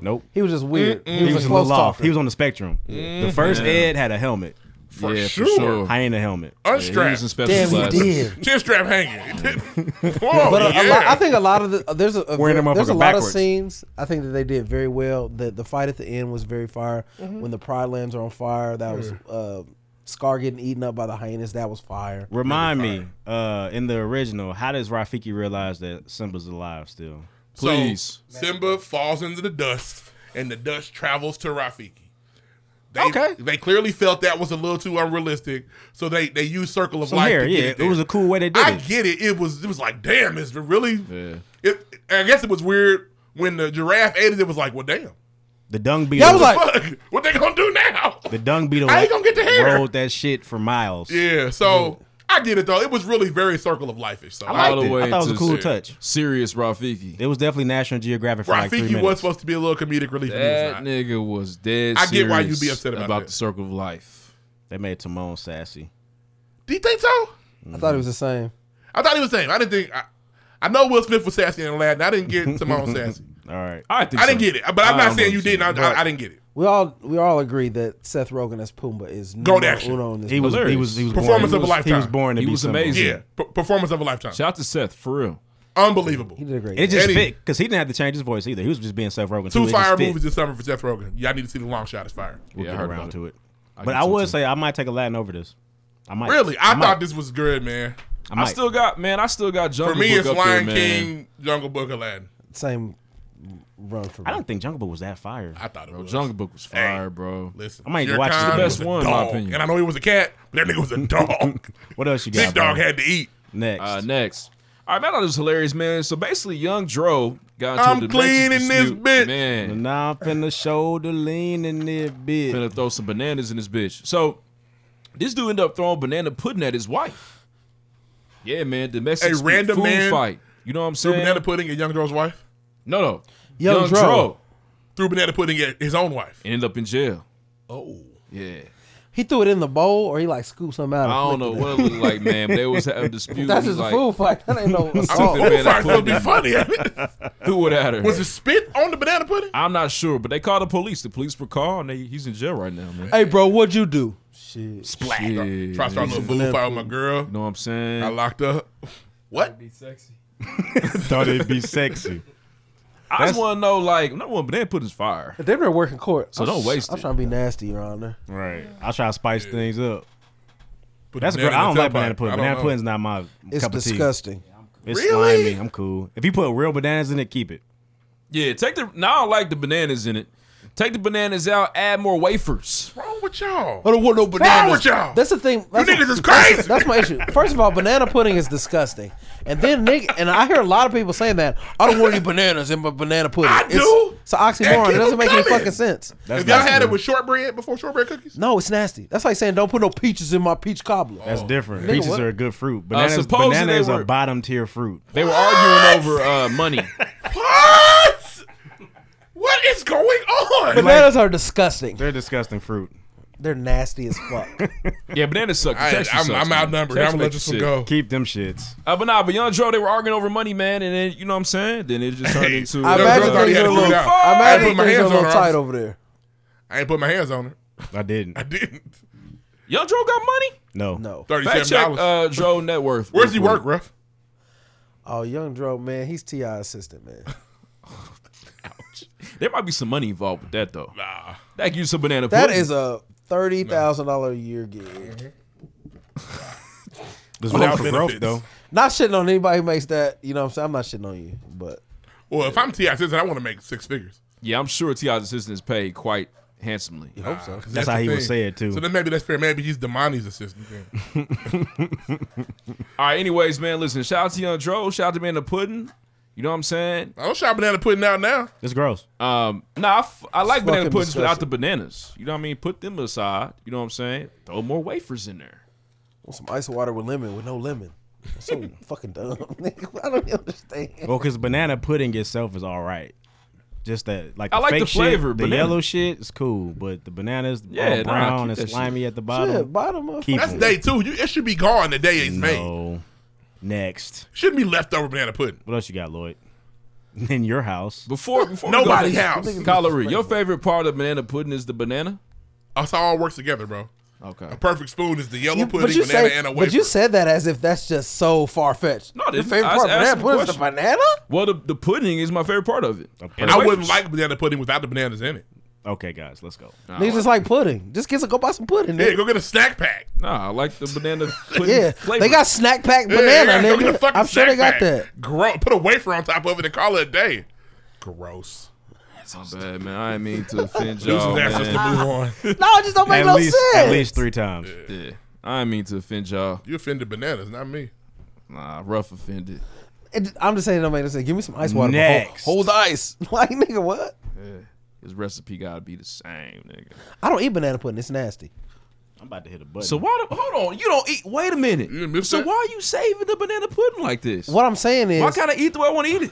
Nope. He was just weird. He He was, was, a a little close off. talker. He was on the spectrum. The first Ed had a helmet, for yeah, sure. for sure. Yeah, hyena helmet. he was Unstrapped, in special Damn, we classes. did. chin strap hanging. Whoa, But uh, a, a yeah. lot, I think a lot of the uh, there's a, a Wearing them there's a motherfucker lot of backwards. scenes I think that they did very well. The the fight at the end was very fire. When the pride lambs are on fire, that was Mm. uh, Scar getting eaten up by the hyenas. That was fire. Remind me, uh, in the original, how does Rafiki realize that Simba's alive still? So, Please. Simba falls into the dust, and the dust travels to Rafiki. They, Okay. They clearly felt that was a little too unrealistic, so they they used Circle of Some Life. hair, to get yeah. it, It was a cool way they did I it. get it. It was it was like, damn, is it really? It, I guess it was weird when the giraffe ate it. It was like, well, damn, The dung beetle. Yeah, I was like, fuck, what they gonna do now? the dung beetle. I ain't gonna get the hair. Rolled that shit for miles. Yeah, so I get it though. It was really very Circle of Lifeish. So I liked All the it. way I thought it was a to cool Syria. touch. Serious Rafiki. It was definitely National Geographic for like three Rafiki minutes. was supposed to be a little comedic relief. and he was That not. nigga was dead. I get why you serious be upset about that. the circle of life. they made Timon sassy. Do you think so? I thought it was the same. I thought he was saying. I didn't think. I, I know Will Smith was sassy in Aladdin. I didn't get Simone sassy. All right. I, didn't get it, but I'm not saying you didn't. I, I, I didn't get it. We all we all agree that Seth Rogen as Pumbaa is Goat numero action. uno in this He was- movie. he was- he was Performance of born- a he was- lifetime. he was born to He be was somebody. amazing. Yeah, per- performance of a lifetime. Shout out to Seth for real. Unbelievable. He did a great. And it just Eddie. fit because he didn't have to change his voice either. He was just being Seth Rogen. too. It Two just fire fit. movies this summer for Seth Rogen. Y'all need to see the long shot. It's fire. We'll Yeah, I get heard around about to it. get But I you would too. say I might take Aladdin over this. I might Really, I, might. thought this was good, man. I I might. still got man. I still got Jungle For me, Book it's up Lion there, man. King, Jungle Book, Aladdin. Same run for me. I don't think Jungle Book was that fire. I thought it Bro, was Jungle Book was fire, bro. Listen, I might Shere watch Khan the was best a one, in my dog. opinion. And I know he was a cat, but that nigga was a dog. What else you got? Big dog bro? had to eat. next. Uh, next. All right, man, I thought it was hilarious, man. So basically, young Dro got into I'm a domestic cleaning this dispute. bitch. Man, now I'm finna shoulder lean in there, bitch. finna throw some bananas in this bitch. So this dude ended up throwing banana pudding at his wife. Yeah, man, domestic A dispute, random food man fight. You know what I'm Threw saying? banana pudding at Young Girl's wife. no, no, Young young Dro. Dro Threw banana pudding at his own wife. ended up in jail. Oh. Yeah, He threw it in the bowl, or he like scooped something out. and I don't flicked know it. what it looked like, man. But they was having a dispute. That's He just like, a food fight. That ain't no assault. Banana Food fight would pudding. Oh, be funny. Threw it at her. was it spit on the banana pudding? I'm not sure, but they called the police. The police were called, and they, he's in jail right now, man. hey, bro, what'd you do? Shit. Splat. Try to start a little food fight with my girl. You know what I'm saying? I locked up. What? thought it'd be sexy. I just want to know, like, number one, banana pudding's fire. They better work in court. So don't waste I'm it. trying to be nasty, Your Honor. Right. I'll try to spice things up. Put That's the great. I in don't the like tailpipe. banana pudding. I don't Banana know. pudding's not my It's cup of tea. disgusting. It's Really? slimy. I'm cool. If you put real bananas in it, keep it. Yeah, take the. Now I don't like the bananas in it. Take the bananas out. Add more wafers. What's wrong with y'all? I don't want no bananas. with y'all? That's the thing. That's niggas is crazy. That's my issue. First of all, banana pudding is disgusting, and then nigga, and I hear a lot of people saying that I don't want any bananas in my banana pudding. I it's, do. It's an oxymoron. And It people doesn't make any come in. fucking sense. That's If y'all not had it good. with shortbread before shortbread cookies, No, it's nasty. That's like saying don't put no peaches in my peach cobbler. Oh. That's different. Nigga, Peaches what? are a good fruit. Uh, Bananas, supposedly banana they is were- a bottom tier fruit. They were arguing over uh, money. what? What is going on? Bananas are disgusting. They're disgusting fruit. They're nasty as fuck. Yeah, bananas suck. The I, texture I'm, sucks, I'm man. outnumbered. Texture I'm gonna let this makes you one go. sick. Keep them shits. Uh, but nah, but Young Dro, they were arguing over money, man, and then you know what I'm saying. Then it just turned into. I Yo, imagine Joe thought he things had are a to little, do it out. I I put my imagine things are a hands on little her. tight over there. I ain't put my hands on her. I didn't. I didn't. Young Dro got money. No. No. Fact Thirty-seven check dollars. uh, Dro net worth. Where's he real work, quick. ref? Oh, Young Dro, man, he's Ti assistant, man. There might be some money involved with that though. Nah, Ah, that gives some banana. That pudding. is a thirty thousand dollar a year gig. There's Without room for growth benefits. though. Not shitting on anybody who makes that. You know what I'm saying? I'm not shitting on you, but Well, if I'm Ti Citizen, I want to make six figures. Yeah, I'm sure Ti's assistant is paid quite handsomely. I hope so. That's, how the he would thing. say it too. So then maybe that's fair. Maybe he's Damani's assistant. Then. All right, anyways, man, listen, shout out to Young Dro, shout out to Man the Pudding. You know what I'm saying? I don't shop banana pudding out now. it's gross. Um, nah, I, f- I like banana fucking puddings without the disgusting. bananas. You know what I mean? Put them aside. You know what I'm saying? Throw more wafers in there. Want some ice water with lemon with no lemon. That's so fucking dumb. nigga. I don't understand. Well, because banana pudding itself is all right. Just that, like the I like fake the flavor, shit, the banana. yellow shit is cool, but the bananas Yeah, nah, all brown keep that and shit. slimy at the bottom. Shit, bottom up. Keep That's it. day two. You, it should be gone the day it's made. no. Next, Shouldn't be leftover banana pudding. what else you got, Lloyd? In your house, Before, before Nobody we go, house. Kylery, your favorite part of banana pudding is the banana? That's how it all works together, bro. Okay. A perfect spoon is the yellow You- pudding, but you banana, say, and a wafer. but you said that as if that's just so far fetched. No, I your didn't. favorite I part of asked banana a pudding is the question. banana. Well, the, the pudding is my favorite part of it. and I wouldn't wafers. like banana pudding without the bananas in it. okay, guys, let's go. Niggas just like pudding. Just get some, go buy some pudding. Yeah, Nigga. go get a snack pack. Nah, I like the banana pudding Yeah, flavor. they got snack pack Yeah, banana. go get a nigga. fucking I'm sure they snack pack. got that. Gro- put a wafer on top of it and call it a day. Gross. My bad, man. I didn't mean to offend Losing y'all, that just to man. move on. No, it just don't make at no least, sense. at least three times. Yeah, I didn't mean to offend y'all. You offended bananas, not me. Nah, rough offended. It- I'm just saying it don't make no sense. Give me some ice water. but Next. Hold, hold the ice. like nigga, what? His recipe gotta be the same, nigga. I don't eat banana pudding. It's nasty. I'm about to hit a button. So why? The, hold on, you don't eat. Wait a minute. You missed So that? why are you saving the banana pudding like this? What I'm saying is Why can't I eat the way I want to eat it?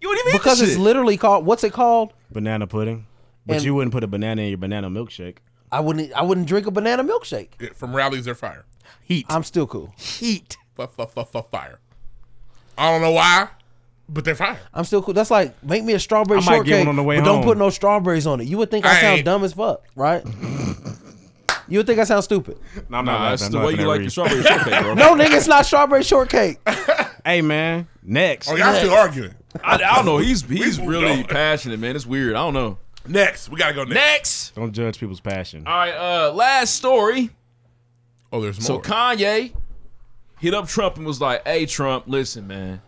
You don't even because eat the it's shit. literally called what's it called? banana pudding, but And- you wouldn't put a banana in your banana milkshake. I wouldn't I wouldn't drink a banana milkshake. Yeah, From rallies, they're fire. I'm still cool. Heat. F- f- f- f- fire. I don't know why, but they're fire. I'm still cool. That's like make me a strawberry I might get shortcake, one on the way but don't home. put no strawberries on it. You would think I, I sound ain't- dumb as fuck, right? you would think I sound stupid. No, I'm Nah, not that's laughing. the I'm way laughing you at like Reed. the strawberry shortcake, bro. No, nigga, it's not strawberry shortcake. Hey man, next. Oh, y'all still arguing. I, I don't know. He's he's really passionate, man. It's weird. I don't know. Next, we gotta go next. Next. Don't judge people's passion. All right. Uh, last story. Oh, there's So more. Kanye hit up Trump and was like, "Hey, Trump, listen, man,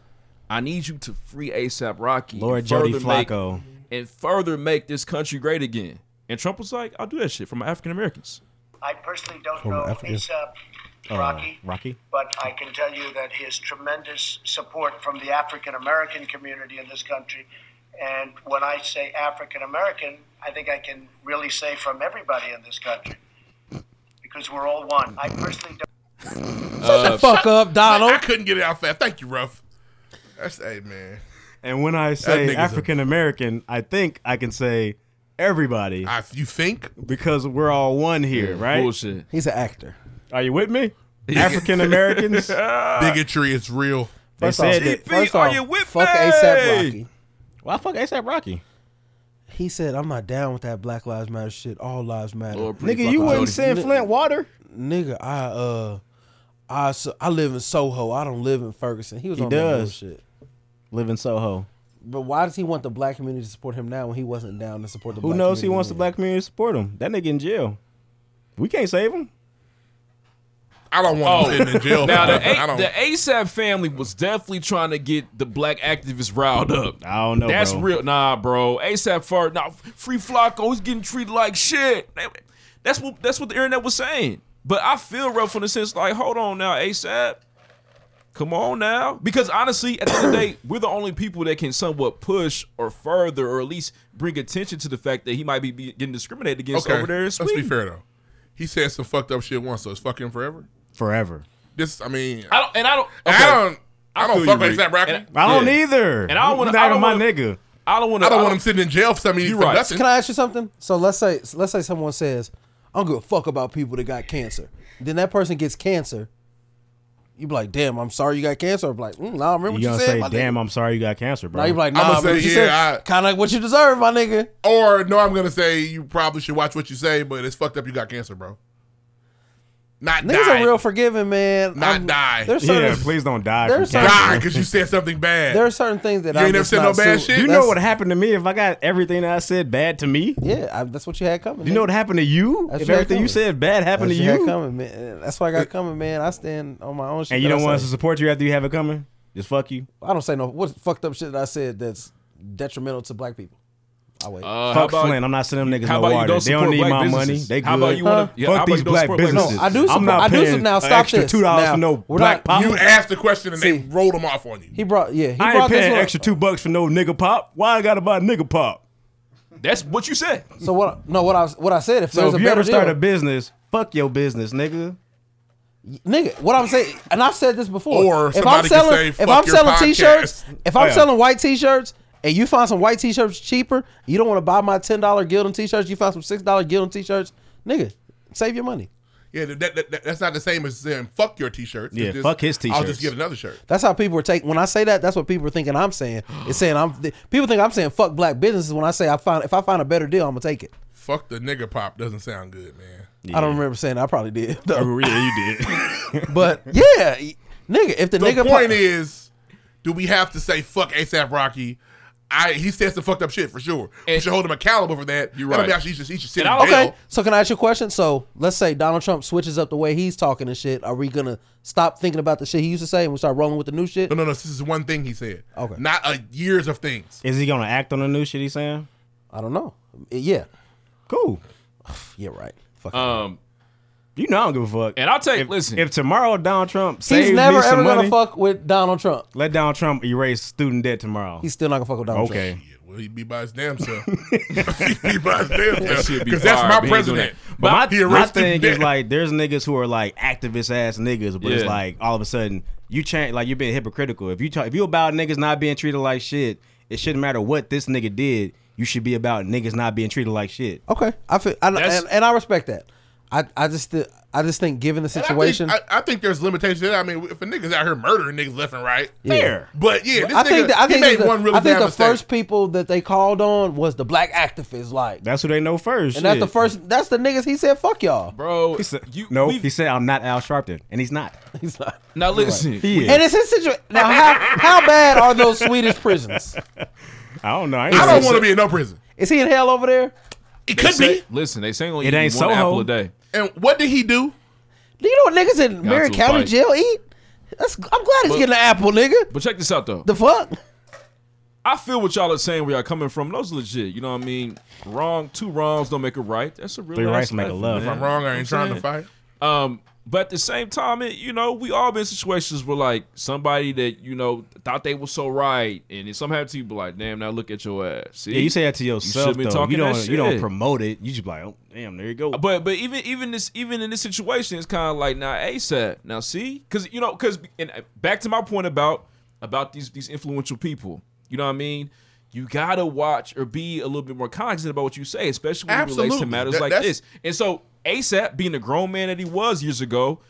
I need you to free ASAP Rocky, and Lord Jody further make- Flacco. and further make this country great again." And Trump was like, "I'll do that shit for my African Americans." I personally don't From know Africa? ASAP Uh, Rocky, Rocky. but I can tell you that he has tremendous support from the African American community in this country. And when I say African American, I think I can really say from everybody in this country because we're all one. I personally don't. Shut the fuck up, Donald. I couldn't get it out fast. Thank you, Ruff. That's hey man. And when I say nigga's a- African American, I think I can say everybody I, you think? because we're all one here, right? Bullshit. He's an actor. Are you with me? African Americans. Bigotry is real. They First off, said that. first are off, you with fuck me? ASAP Rocky. Why fuck ASAP Rocky? He said, "I'm not down with that Black Lives Matter shit. All lives matter." Lord, please Nigga, fuck you off, wouldn't Jody. send Flint water. Nigga, I uh, I so- I live in Soho. I don't live in Ferguson. He was He on that does. bullshit. Live in Soho. But why does he want the black community to support him now when he wasn't down to support the? Who black knows? He community wants the then? black community to support him. That nigga in jail. We can't save him. I don't want him sitting in jail. Oh. Now for the, nothing. I a- don't. the ASAP family was definitely trying to get the black activists riled up. I don't know. That's bro. real, nah, bro. ASAP fart, nah. Free Flocko, he's getting treated like shit. That's what that's what the internet was saying. But I feel rough in the sense like, hold on now, ASAP, come on now, because honestly, at the end of the day, we're the only people that can somewhat push or further or at least bring attention to the fact that he might be, be getting discriminated against okay, over there in let's Sweden. be fair though. He said some fucked up shit once, so it's fucking forever. Forever. This, I mean, I don't, and I don't, I okay. don't, I feel don't you, fuck like Rick. that, Rocky. And- I don't Yeah. either. And I don't wanna- Not I don't my wanna- nigga. I don't want I don't want him sitting in jail for something. He You're for right. nothing. Can I ask you something? So let's say let's say someone says, "I don't give a fuck about people that got cancer." Then that person gets cancer. You be like, "Damn, I'm sorry you got cancer." Or be like, mm, "Nah, remember You what gonna you said." say, my nigga." damn, I'm sorry you got cancer, bro. Now you be like, I'ma "Nah, remember say, what you yeah, I- said." Kind of like what you deserve, my nigga. Or no, I'm gonna say you probably should watch what you say, but it's fucked up. You got cancer, bro. Not Niggas die. are real forgiving, man. Not I'm- die. There's certain, yeah, please don't die. there's from certain- die cancer. because you said something bad. there are certain things that You I'm ain't never just said no not bad su- shit? You that's- know what happened to me if I got everything that I said bad to me? Yeah, I, that's what you had coming. Do you know nigga. what happened to you? That's if what everything you happened. said bad happened That's to what you, I got coming, man. That's what I got coming, man. I stand on my own shit. and you that I don't want us say. to support you after you have it coming, just fuck you. I don't say no. What fucked up shit that I said that's detrimental to black people? I wait. Uh, how Fuck about- Flynn. I'm not sending them niggas how no about you water. don't They don't support need black my money. businesses? They good. How about you wanna- Huh? yeah, how Fuck about these you wanna black support black businesses? businesses? No, I do I'm support- not I do paying some- now, an stop extra this. two dollars for Now, no we're black not- pop. you asked the question and they rolled them off on you. he brought yeah. He I ain't brought this paying one. extra two bucks for no nigga pop. Why I gotta buy nigga pop? That's what you said. So what? No, what I was, what I said. If So there's if a you better ever start deal, a business, fuck your business, nigga. nigga, what I'm saying, and I've said this before. Or if I'm somebody could selling, say, if "Fuck I'm your selling podcast." t-shirts, if Oh, I'm yeah. selling white t-shirts, and you find some white t-shirts cheaper, you don't want to buy my ten dollar Gildan t-shirts. You find some six dollar Gildan t-shirts, nigga, save your money. Yeah, that, that, that- that's not the same as saying fuck your t-shirt. It's Yeah, fuck his I'll t-shirts. just get another shirt. That's how people are taking. When I say that, that's what people are thinking. I'm saying it's saying I'm. th- people think I'm saying fuck black businesses. When I say I find if I find a better deal, I'm gonna take it. Fuck the nigga pop doesn't sound good, man. I don't remember saying that. I probably did, though. Yeah, you did. but yeah, y- nigga, if the, The nigga point po- is, do we have to say fuck ASAP Rocky? I he said some fucked up shit for sure. we And- should hold him accountable for that. You're That don't right. mean I should- He should, he should sit And in I- jail. okay, so can I ask you a question? So let's say Donald Trump switches up the way he's talking and shit. Are we gonna stop thinking about the shit he used to say and we start rolling with the new shit? No, no, no. This is one thing he said. Okay. Not a years of things. Is he gonna act on the new shit he's saying? I don't know. Yeah, Cool. yeah, right. Fuck. Uh, Um, You know I don't give a fuck. and I'll take if, listen. if tomorrow Donald Trump saves he's never me some ever gonna money, fuck with Donald Trump. let Donald Trump erase student debt tomorrow. He's still not gonna fuck with Donald Trump. okay. Yeah, well, he be by his damn self. he be by his damn self. shit be Because that's fire, my but he ain't doing president. that. But He my, my arrested thing dead. is like, there's niggas who are like activist ass niggas, but it's Yeah. like all of a sudden you change, like you're being hypocritical. If you talk, if you about niggas not being treated like shit, it shouldn't matter what this nigga Oh. did. You should be about niggas not being treated like shit. Okay, I feel, I, That's- and, and I respect that. I, I just th- I just think given the And I think- situation, I, I think there's limitations. I mean, if a nigga's out here murdering niggas left and right, Yeah. Fair. But yeah, this I nigga, think the, I he think made the, one really I think bad the mistake. first people that they called on was the black activists, like, That's who they know first. and that's the shit. first. That's the niggas he said, "Fuck y'all." bro. He said, no, he said I'm not Al Sharpton, and he's not. He's not. Now listen, He is. And it's his situation. Now, how how bad are those Swedish prisons? I don't know. I, I don't want to be in no prison. Is he in hell over there? It could be. Listen, they say only It eat ain't one Soho. apple a day. And what did he do? Do you know what niggas in Mary to a County fight. Jail eat? That's, I'm glad he's But- getting an apple, nigga. But check this out though. The fuck? I feel what y'all are saying where y'all coming from. Those legit. You know what I mean? Wrong, two wrongs don't make a right. That's a real Three ass rights make a lesson, man. love. If I'm wrong, I ain't You know what trying to I'm fight. Um, but at the same time, it, you know, we all been in situations where like somebody that you know thought they was so right, and then somehow to you be like, "Damn, now look at your ass." See? Yeah, you say that to shouldn't yourself. be though. talking You that don't. You don't shit. promote it. You just be like, oh, damn, there you go. But but even even this even in this situation, it's kind of like now ASAP. Now see, because you know, because and uh, back to my point about about these these influential people. You know what I mean? You gotta watch or be a little bit more cognizant about what you say, especially when it relates to Absolutely. matters That- like that's- this. And so ASAP, being the grown man that he was years ago.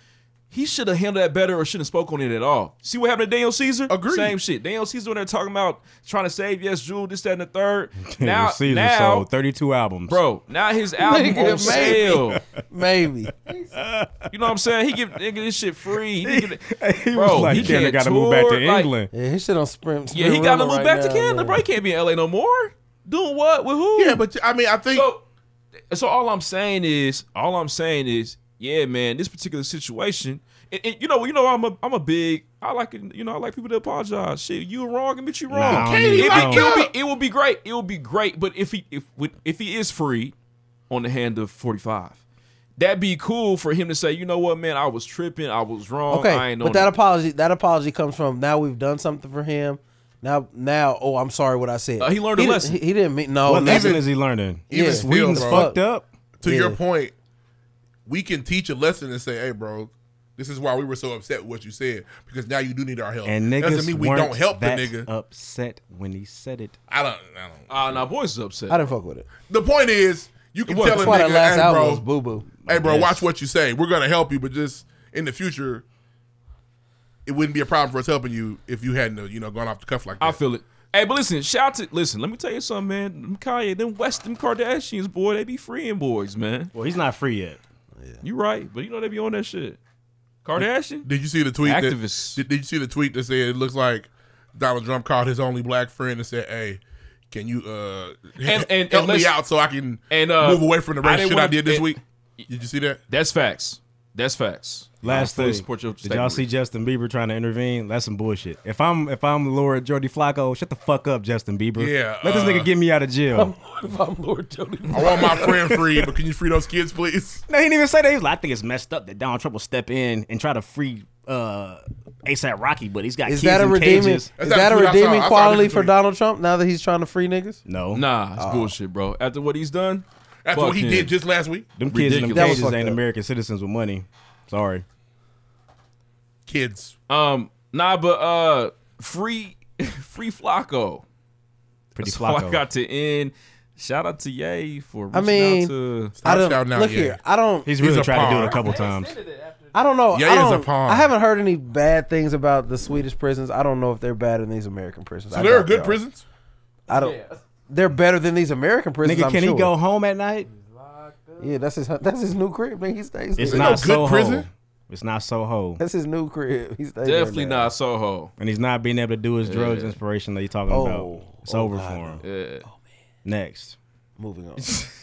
He should have handled that better, or shouldn't have spoke on it at all. See what happened to Daniel Caesar? Agreed. Same shit. Daniel Caesar, when they're talking about trying to save yes, Jewel, this, that, and the third. now, Now, Caesar now, sold 32 albums, bro, now his album Nigga, on sale. Maybe. You know what I'm saying? He give nigga this shit free. He, give it- he bro, was like, he damn, can't I gotta move back to tour, like- England. Yeah, his shit on Sprint. yeah, he got to move back to Canada, bro. He can't be in LA no more. Doing what with who? Yeah, but I mean, I think so, so all I'm saying is, all I'm saying is, yeah, man, this particular situation, and, and you know, you know, I'm a, I'm a big, I like, it, you know, I like people to apologize. Shit, you were wrong, admit you wrong. Nah, I don't Can't need- he I like don't- you? It would be, it would be great. It would be great. But if he, if with- if he is free, on the hand of 45, that'd be cool for him to say, you know what, man, I was tripping, I was wrong. I Okay, ain't but know that apology that apology comes from now we've done something for him. Now, now, oh, I'm sorry what I said. Uh, he learned a di- lesson. He, he didn't mean no. what Oh, nigga. lesson is he learning? Yeah. Even still, Sweden's bro. fucked up. to your Yeah. point, we can teach a lesson and say, "Hey, bro, this is why we were so upset with what you said because now you do need our help." And That niggas doesn't mean we weren't don't help the that nigga. upset when he said it. I don't. I don't. Ah, now boys is upset. I didn't fuck with it. The point is, you can Well, tell a That's why nigga, that last "Hey, album bro, was boo boo. hey, bro, Yes. watch what you say. We're gonna help you, but just in the future." It wouldn't be a problem for us helping you if you hadn't, uh, you know, gone off the cuff like that. I feel it. Hey, but listen, shout to listen. Let me tell you something, man. Them Kanye, them West, them Kardashians, boy, they be freeing boys, man. Well, he's not free yet. You right, but you know they be on that shit. Kardashian, Did you see the tweet? Activists. That, did, did you see the tweet that said it looks like Donald Trump called his only black friend and said, "Hey, can you uh And- and- help and me let's- out so I can and, uh, move away from the I race didn't shit I wanna- did this and- week"? Did you see that? that's facts. That's facts. Last I fully thing, support your did y'all see statement. Justin Bieber trying to intervene? That's some bullshit. If I'm if I'm Laura Jordy Flacco, shut the fuck up, Justin Bieber. Yeah, let this uh, nigga get me out of jail. If I'm Lord Jody, I want my friend free, but can you free those kids, please? No, he didn't even say that. He was like, I think it's messed up that Donald Trump will step in and try to free uh, ASAP Rocky, but he's got is kids that a in redeeming? Is cages. That's that not a a tweet I saw. I redeeming saw a quality different for tweet. Donald Trump now that he's trying to free niggas? No, Nah, it's bullshit, bro. After what he's done, That's fuck what he him. did just last week. them kids in them Ridiculous. That was cages fucked ain't up. American citizens with money. Sorry. Kids, Um, nah, but uh, free, free Flacco. Pretty That's all I Flacco. got to end. Shout out to Ye for reaching I mean, out to. I don't shouting out look Ye. here. I don't. He's really a tried to do it a pawn. couple times. I don't know. Ye I is a don't, pawn. I haven't heard any bad things about the Swedish prisons. I don't know if they're better than these American prisons. so I there are doubt they good prisons. I don't. They're better than these American prisons. Nigga, I'm can sure. he go home at night? Yeah, that's his. That's his new crib. Man, he stays. It's there. not no good Soho. prison? It's not Soho. That's his new crib. He stays there Definitely now. not Soho. And he's not being able to do his drugs inspiration that he's talking Oh. about. It's Oh, over God, for him. Yeah. Next. Moving on.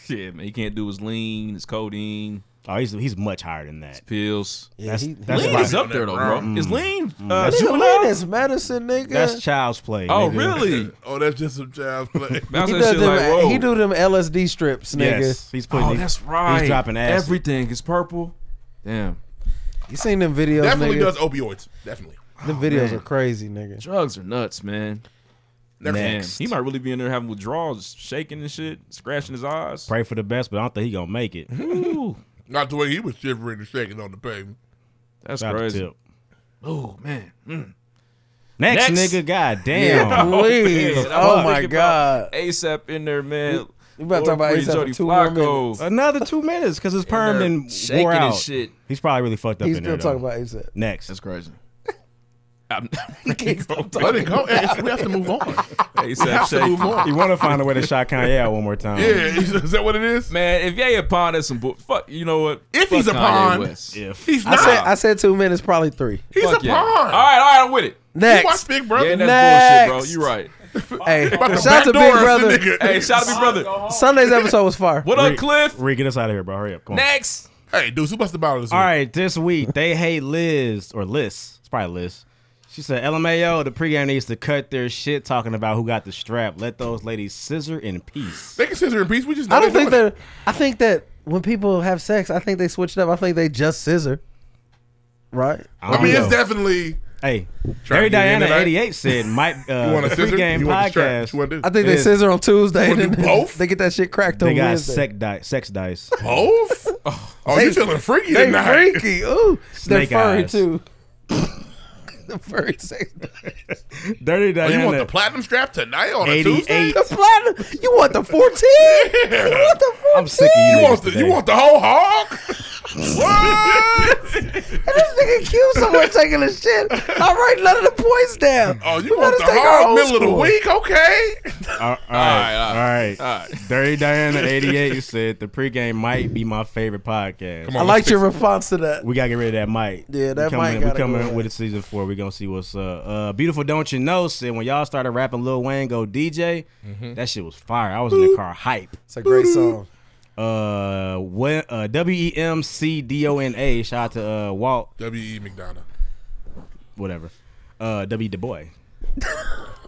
Yeah, man, he can't do his lean, his codeine, Oh, he's he's much higher than that. pills. Yeah, That's- he, that's lean why- is up there though, bro. Is lean? Uh, Nigga, juvenile? lean is medicine, nigga. That's child's play. oh, nigga. really? Oh, that's just some child's play. Bounce he, that does shit them, like, whoa. he do them LSD strips, nigga. Yes, he's putting. oh, these- that's right. He's dropping acid. Everything is purple. Damn, You seen them videos, definitely nigga? does opioids. Definitely. Them videos man. are crazy, nigga. drugs are nuts, man. Never Man, Next. he might really be in there having withdrawals, shaking and shit, scratching his eyes. Pray for the best, but I don't think he gonna make it. Ooh, Not the way he was shivering and shaking on the pavement. that's Shout out to crazy. Tip. Oh man. Mm. Next, Next. nigga, god damn. Please. man, I Oh was my thinking god. about ASAP in there, man. You about to talk about Free ASAP Jody for two more Flacco. minutes. Another two minutes because his perm they're and shaking wore and out. shit. He's probably really fucked up. He's in still there, though. talking about ASAP. Next. That's crazy. Let it go. Hey, we have to move on. we He have to move on. You want to find a way to shock Kanye out one more time? Yeah, is is that what it is? Man, if Ye a pawn, that's some bull. Fuck, you know what? If he's a Fuck Kanye pawn, West. yeah. he's I said, I said two minutes, probably three. He's Fuck a yeah. pawn. All right, all right, I'm with it. Next. You watch Big Brother. Yeah, and Next. that's bullshit, bro. You're right. Hey, About shout out to Big Brother. Hey, shout out to Big Brother. Sunday's episode was fire. What up, Cliff? Reed, get us out of here, bro. Hurry up. Come on. Next. Hey, dude, who bust the bottle this All week? right, this week they hate Liz or Liz. It's probably Liz. She said, "LMAO, the pregame needs to cut their shit talking about who got the strap. Let those ladies scissor in peace." They can scissor in peace. We just know I don't they're think doing that. I think that when people have sex, I think they switch it up. I think they just scissor, right? it. I mean, it's definitely. Hey, Try to get Mary in Diana tonight. eighty eight said, "Might You uh, want the a scissor? pregame You want the strap? podcast." What you want to do? I think they Is- scissor on Tuesday. Wanna do and then both? They get that shit cracked They on got Wednesday. sex, di- sex dice. Both? Oh, you feeling freaky They tonight? freaky. Ooh, they're Snake furry eyes. too. the furry sex. Dirty Oh, you want the Diana, platinum strap tonight on a 88. Tuesday? The platinum. You want the fourteen? You want the fourteen? I'm sick of you. You niggas want the you today. want the whole hog? what? This nigga killed someone taking a shit. I write none of the points down. Oh, you Let want us the take our hog old middle of the score. week? Okay. uh, All right, all right, all right. Dirty Diana eighty eight said the pregame might be my favorite podcast. Come I on, liked let's your fix response to that. We gotta get rid of that mic. Yeah, We that coming mic in- gotta We coming go in with a season four. We gonna see what's up. Uh, Beautiful, don't you know? Said when y'all started rapping Lil Wayne go DJ, Mm-hmm. that shit was fire. I was in the car hype. It's a great song. Uh, when, uh, W E M C D O N A. Shout out to uh, Walt, W. E. McDonough. whatever. Uh, W Du Bois.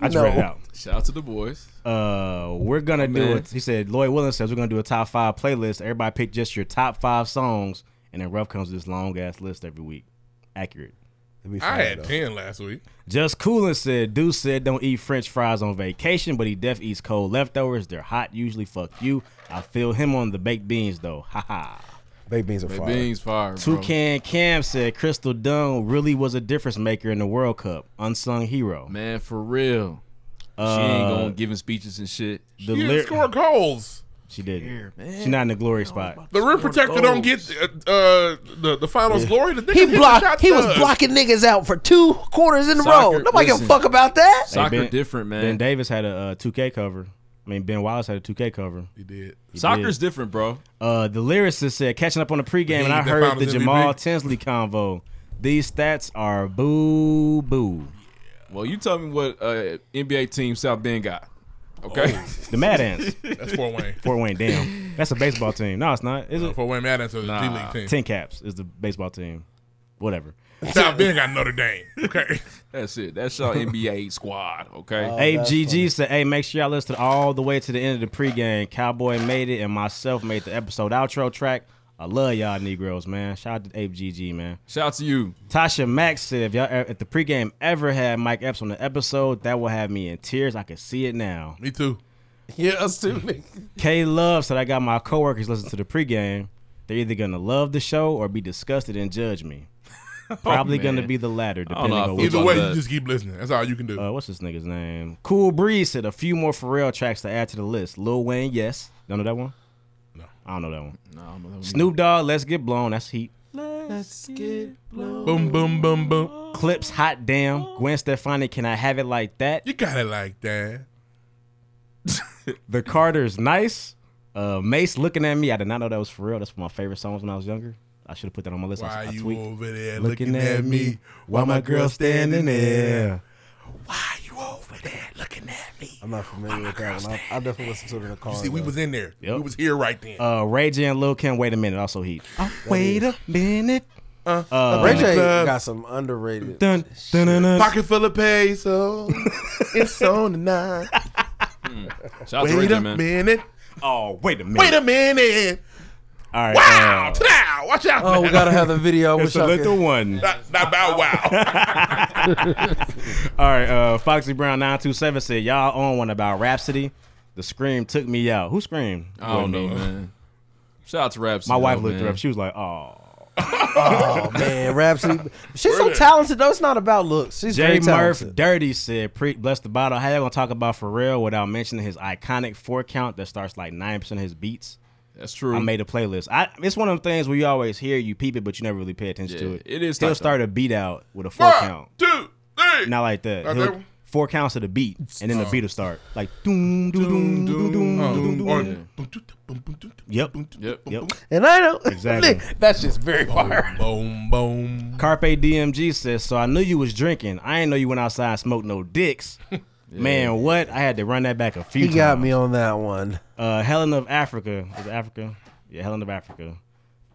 I just No. read it out. Shout out to the boys. Uh, we're gonna do man. it. He said Lloyd Willis says we're gonna do a top five playlist. Everybody pick just your top five songs, and then Ruff comes with this long ass list every week. Accurate. It'd be I fire, had though. ten last week. Just Coolin said, Deuce said, don't eat French fries on vacation, but he def eats cold leftovers. They're hot, usually. Fuck you. I feel him on the baked beans, though. Ha ha. Baked beans are fire. Beans fire, bro. Toucan Cam said, Crystal Dunn really was a difference maker in the World Cup. Unsung hero. Man, for real. she ain't going to giving speeches and shit. Uh, The You lyric- didn't score goals. She didn't. She's not in the glory spot. The rim protector don't get uh, uh, the the finals glory. The nigga He hit the shot blocked. He was does. blocking niggas out for two quarters in a row. Soccer, Nobody give a listen. fuck about that. Hey, Soccer Ben- different, man. Ben Davis had a uh, 2K cover. I mean, Ben Wallace had a 2K cover. He did. Soccer's different, bro. Uh, the lyricist said, catching up on the pregame, and I that heard the finals Jamal MVP. Tinsley convo. These stats are boo boo. Well, you tell me what uh, NBA team South Bend got. Okay. The Mad Ants. That's Fort Wayne. Fort Wayne, damn. That's a baseball team. No, it's not. Is it? Fort Wayne Madden to the G League team. Ten Caps is the baseball team. Whatever. South Bend got Notre Dame. Okay. That's it. That's your NBA squad, okay? Abe GG said, hey, make sure y'all listen all the way to the end of the pregame. Cowboy made it, and myself made the episode outro track. I love y'all Negroes, man. Shout out to Abe GG, man. Shout out to you. Tasha Max said, if y'all if the pregame ever had Mike Epps on the episode, that will have me in tears. I can see it now. Me too. Yeah, us too. nigga. K Love said, I got my coworkers listening to the pregame. They're either gonna love the show or be disgusted and judge me. Probably man. gonna be the latter, don't depending know. I on feel which Either about way, that? you just keep listening. That's all you can do. uh, what's this nigga's name? Cool Breeze said a few more Pharrell tracks to add to the list. Lil Wayne, yes. Don't know that one? No. I don't know that one. Nah, I'm- I'm- Snoop Dogg, Let's Get Blown. That's heat. boom, boom, boom, boom. Clips, Hot Damn. Gwen Stefani, Can I Have It Like That? You got it like that. The Carters, Nice. Uh, Mace, Looking At Me. I did not know that was Pharrell. That's one of my favorite songs when I was younger. I should have put that on my list. I- Why I, you tweaked. over there looking, at, me? Why my girl standing there? Why you over there looking at me? I'm not familiar with that one. I, I definitely listen to it in the car. See, we though. was in there. Yep. We was here right then. Uh, Ray J and Lil Kim, Wait a Minute, also heat. Ah, wait a minute. Ray J club. got some underrated. Dun, dun, dun, dun. Pocket full of pesos. it's on tonight. Shout out to Wait Ray, a man. minute. Oh, wait a minute. Wait a minute. All right. Wow. uh, Tlow. Watch out. Oh, we man. gotta have the video. I it's wish a I could. little one. Not, not about wow. All right, uh, Foxy Brown nine two seven said y'all on one about Rhapsody. The scream took me out. Who screamed? I don't Wasn't know, me. man. Shout out to Raps. My wife looked her up. She was like, "Oh, oh man, Rhapsody. She's so talented though. It's not about looks. She's Jay very talented. Murph Dirty said, Pre- bless the bottle. How y'all gonna talk about Pharrell without mentioning his iconic four count that starts like nine percent of his beats? That's true. I made a playlist. I it's one of them things where you always hear you peep it, but you never really pay attention to Yeah, it. it is He'll like start a beat out with a four One, count. Two, three. Not like that. Not He'll- that one? four counts of the beat, and then the Oh. beat will start like doom doom doom doom doom oh, doom. doom, doom. Yep. Yep. Oh. Yep. And I know exactly. That's just very fire. Boom, boom. Carpe DMG says, "So I knew you was drinking. I ain't know you went outside and smoked no dicks." Man, what? I had to run that back a few He times. got me on that one. Uh, Helen of Africa. Is it Africa? Yeah, Helen of Africa.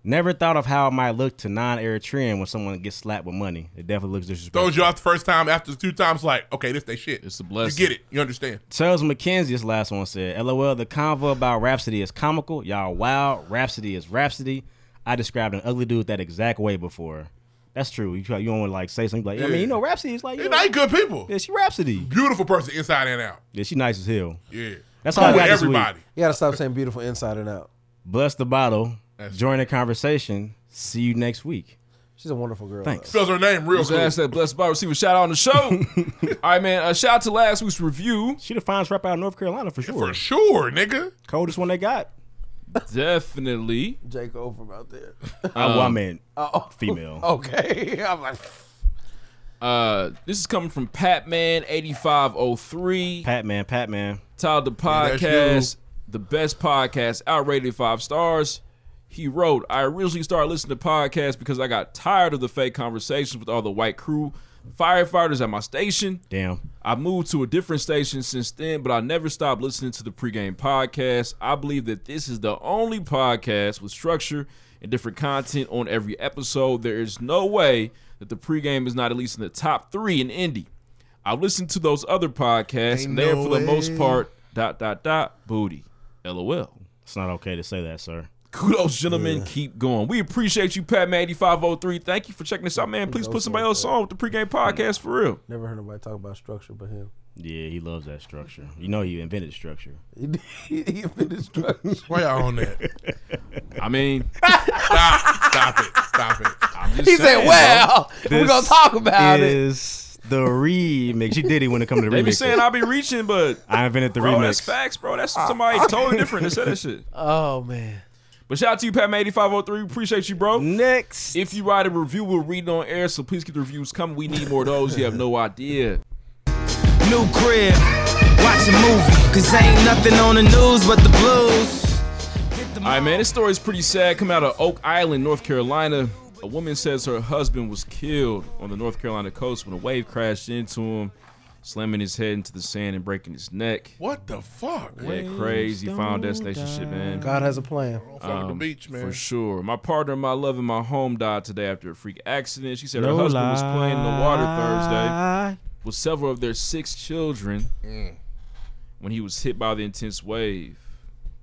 Never thought of how it might look to non-Eritrean when someone gets slapped with money. It definitely looks disrespectful. Throws you off the first time. After the two times, like, okay, this they shit. It's a blessing. You get it. You understand. Charles McKenzie, this last one said, LOL, the convo about Rhapsody is comical. Y'all wild. Rhapsody is Rhapsody. I described an ugly dude that exact way before. That's true. You, try- you don't want to like say something like, I mean, you know, Rhapsody is like, you They know, ain't good people. Yeah, she Rhapsody. Beautiful person inside and out. Yeah, she nice as hell. Yeah. That's Come all I with got This everybody. week. You gotta stop saying beautiful inside and out. Bless the bottle. join the conversation. See you next week. She's a wonderful girl. Thanks. Spells her name real Just cool. ask that blessed by receiver shout out on the show. All right, man. Uh, shout out to last week's review. She the finest rapper out of North Carolina for sure. For sure, nigga. Coldest one they got. Definitely. Jake Over out there. I, well, I Um, meant Oh. female. Okay. I'm like, Uh, this is coming from Patman8503. Patman, Patman. Titled the Yeah, podcast, that's you. the best podcast, outrated five stars. He wrote, I originally started listening to podcasts because I got tired of the fake conversations with all the white crew firefighters at my station. Damn. I moved to a different station since then, but I never stopped listening to the pregame podcast. I believe that this is the only podcast with structure and different content on every episode. There is no way that the pregame is not at least in the top three in Indy. I've listened to those other podcasts, Ain't and they are no for the most way. part dot dot dot booty. LOL. It's not okay to say that, sir. Kudos, gentlemen. Keep going. We appreciate you, Pat Man 8503. Thank you for checking us out, man. Please put somebody else on with the pregame podcast for real. Never heard nobody talk about structure but him. Yeah, he loves that structure. You know, he invented structure. He, he invented structure. Why y'all on that? I mean, Stop. Stop it. Stop it. I'm just He said, saying, "Well, bro. we're gonna talk about it." is the remix. She did it when it comes to the They remix. be saying I be reaching, but I invented the bro, that's remix. facts, bro. That's somebody totally different that said that shit. Oh man. But shout out to you, Pat eighty five oh three. Appreciate you, bro. Next, if you write a review, we'll read it on air. So please keep the reviews coming. We need more of those. You have no idea. New crib, watch a movie, cause ain't nothing on the news but the blues. All right, man. This story is pretty sad. Coming out of Oak Island, North Carolina, a woman says her husband was killed on the North Carolina coast when a wave crashed into him, slamming his head into the sand and breaking his neck. What the fuck? Yeah, crazy final destination shit, man. God has a plan. Don't fuck with the Um, beach, man. For sure. My partner, my love, and my home died today after a freak accident. She said her No husband was playing in the water lie. Thursday with several of their six children when he was hit by the intense wave.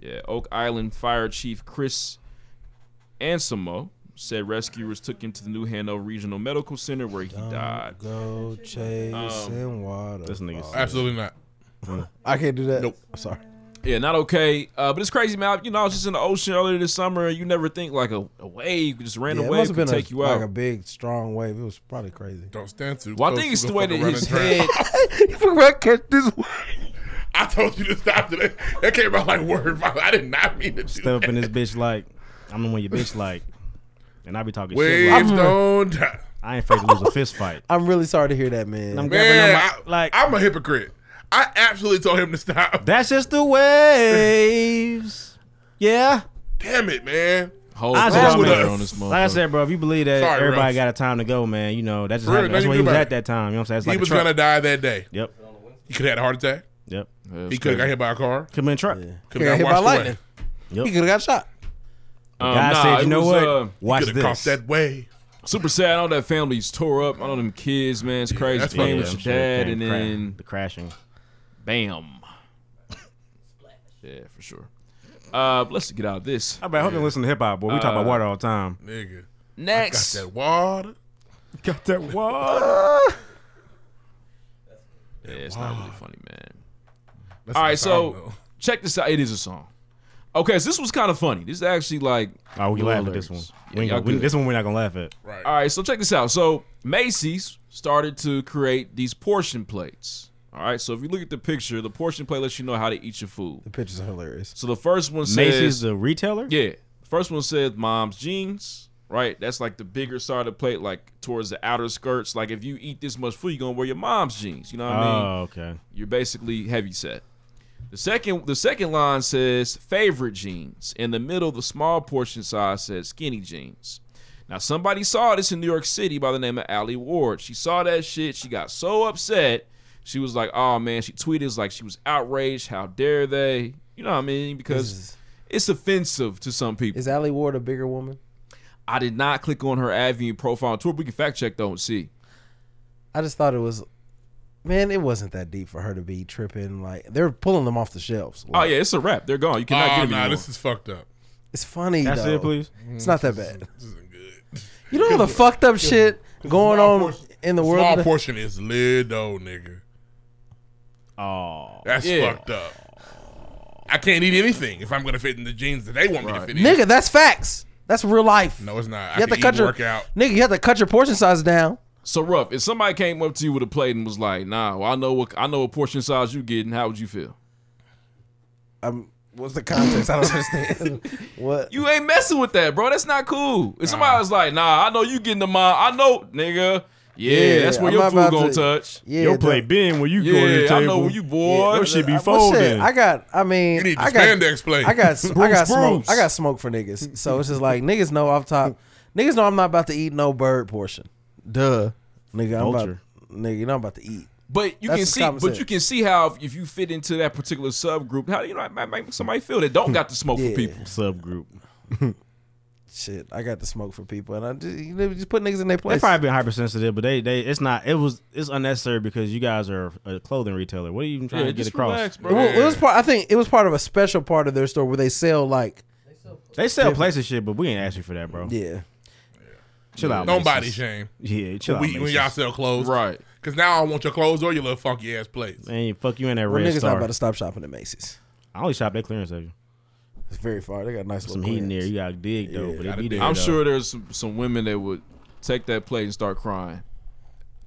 Yeah, Oak Island Fire Chief Chris Ansimo said rescuers took him to the New Hanover Regional Medical Center where he died. Go chasing water. This nigga. Absolutely not. I can't do that. Nope. I'm sorry. Yeah, not okay. Uh, but it's crazy, man. You know, I was just in the ocean earlier this summer, and you never think like a, a wave, just a random Yeah, it must wave, have could been take a, you out. like a big, strong wave. It was probably crazy. Don't stand too Well, I close think it's to the way fuck that around his and drown. head. you forgot catch this wave. I told you to stop today. That came out like word vomit. I did not mean to do Step up that. in this bitch like, I'm the one your bitch like. And I be talking shit like, Waves don't die. I ain't afraid to lose a fist fight. I'm really sorry to hear that, man. I'm grabbing on Man, my, I, I'm a hypocrite. I absolutely told him to stop. That's just the waves. Yeah. Damn it, man. Hold I on, said, What's man, with us? on this motherfucker. Like I said, bro, if you believe that Sorry, everybody Russ. got a time to go, man, you know, that's just Real, how, that's nothing where to he do was about at it. that time. You know what I'm saying? It's He like a was truck. gonna die that day. Yep. He could have had a heart attack. Yep. He could have got hit by a car. Could have been a truck. Could Got have hit got by washed away. lightning. Yep. He could have got shot. Um, Guy nah, said, it you know was, what? uh, Watch Could have this. crossed that way. super sad. All that family's tore up. I know them kids, man. It's crazy. that's Playing fucked with up. your dad, Shit, damn, and cra- then the crashing. bam. yeah, for sure. Uh, let's get out of this. I, mean, I hope you listen to hip hop, boy. We talk about Uh, water all the time. Nigga. Next, Got that water. Got that yeah, it's not really funny, man. That's All the right, song, so though. check this out. It is a song. Okay, so this was kind of funny. This is actually like. Oh, we laugh at this one. We ain't gonna- we- this one we're not gonna laugh at. Right. All right, so check this out. So Macy's started to create these portion plates. All right, so if you look at the picture, the portion plate lets you know how to eat your food. The pictures are hilarious. So the first one says Macy's the retailer. Yeah, first one says mom's jeans. Right, that's like the bigger side of the plate, like towards the outer skirts. Like if you eat this much food, you're gonna wear your mom's jeans. You know what I mean? Oh, okay. You're basically heavy set. The second the second line says favorite jeans. In the middle, the small portion size says skinny jeans. Now somebody saw this in New York City by the name of Allie Ward. She saw that shit. She got so upset. She was like, "Oh man!" She tweeted it was like she was outraged. How dare they? You know what I mean? Because it's offensive to some people. Is Allie Ward a bigger woman? I did not click on her Avian profile on Twitter. We can fact check though and see. I just thought it was, man, it wasn't that deep for her to be tripping. Like they're pulling them off the shelves. Oh yeah, it's a wrap. They're gone. You cannot Oh, get them nah, anymore. this is fucked up. It's funny. That's though. it, please? It's not that bad. You know all the fucked up shit going Small on portion- in the small world. today? portion is little, nigga. Oh, that's Yeah. fucked up. I can't eat anything if I'm gonna fit in the jeans that they want me to fit in. Nigga, that's facts. That's real life. No, it's not. I You have can to cut eat your work out. nigga. You have to cut your portion size down. So rough. If somebody came up to you with a plate and was like, "Nah, well, I know what I know what portion size you getting. How would you feel?" Um, what's the context? I don't understand. what? You ain't messing with that, bro. That's not cool. If somebody was like, "Nah, I know you getting the mine. I know, nigga. Yeah, Yeah, that's where I'm your not food about gonna to- touch. yeah, Your plate dog. been where you go yeah, to the I know table. where you boy. Yeah, Your shit be Well, shit, uh, I got. I mean, You need the I got, spandex plate. I got. I Spruce, got smoke. spruce. I got smoke for niggas. So it's just like niggas know off top. Niggas know I'm not about to eat no bird portion. Duh, nigga. I'm Vulture. about. Nigga, you know I'm about to eat. But That's you can just see, common but sense. you can see how if, if you fit into that particular subgroup, how you know it might make somebody feel that don't got the smoke Yeah. for people. Subgroup. Shit, I got the smoke for people, and I just, you know, just put niggas in their They place. probably been hypersensitive, but they they it's not it was it's unnecessary because you guys are a clothing retailer. What are you even trying Yeah, to get just across? relax, It wa- it was, part. I think it was part of a special part of their store where they sell like. They sell places shit, but we ain't asking for that, bro. Yeah. Chill out. Don't body Macy's. shame. Yeah, chill when, out. we- when y'all Macy's. sell clothes, right? Because now I don't want your clothes or your little funky ass plates. Man, you- fuck you in that Well, red niggas star. not about to stop shopping at Macy's. I only shop at clearance section. It's very far. They got nice Some little heat in there. clearance. You got dig though, but it gotta be dig. there. I'm though. sure there's some, some women that would take that plate and start crying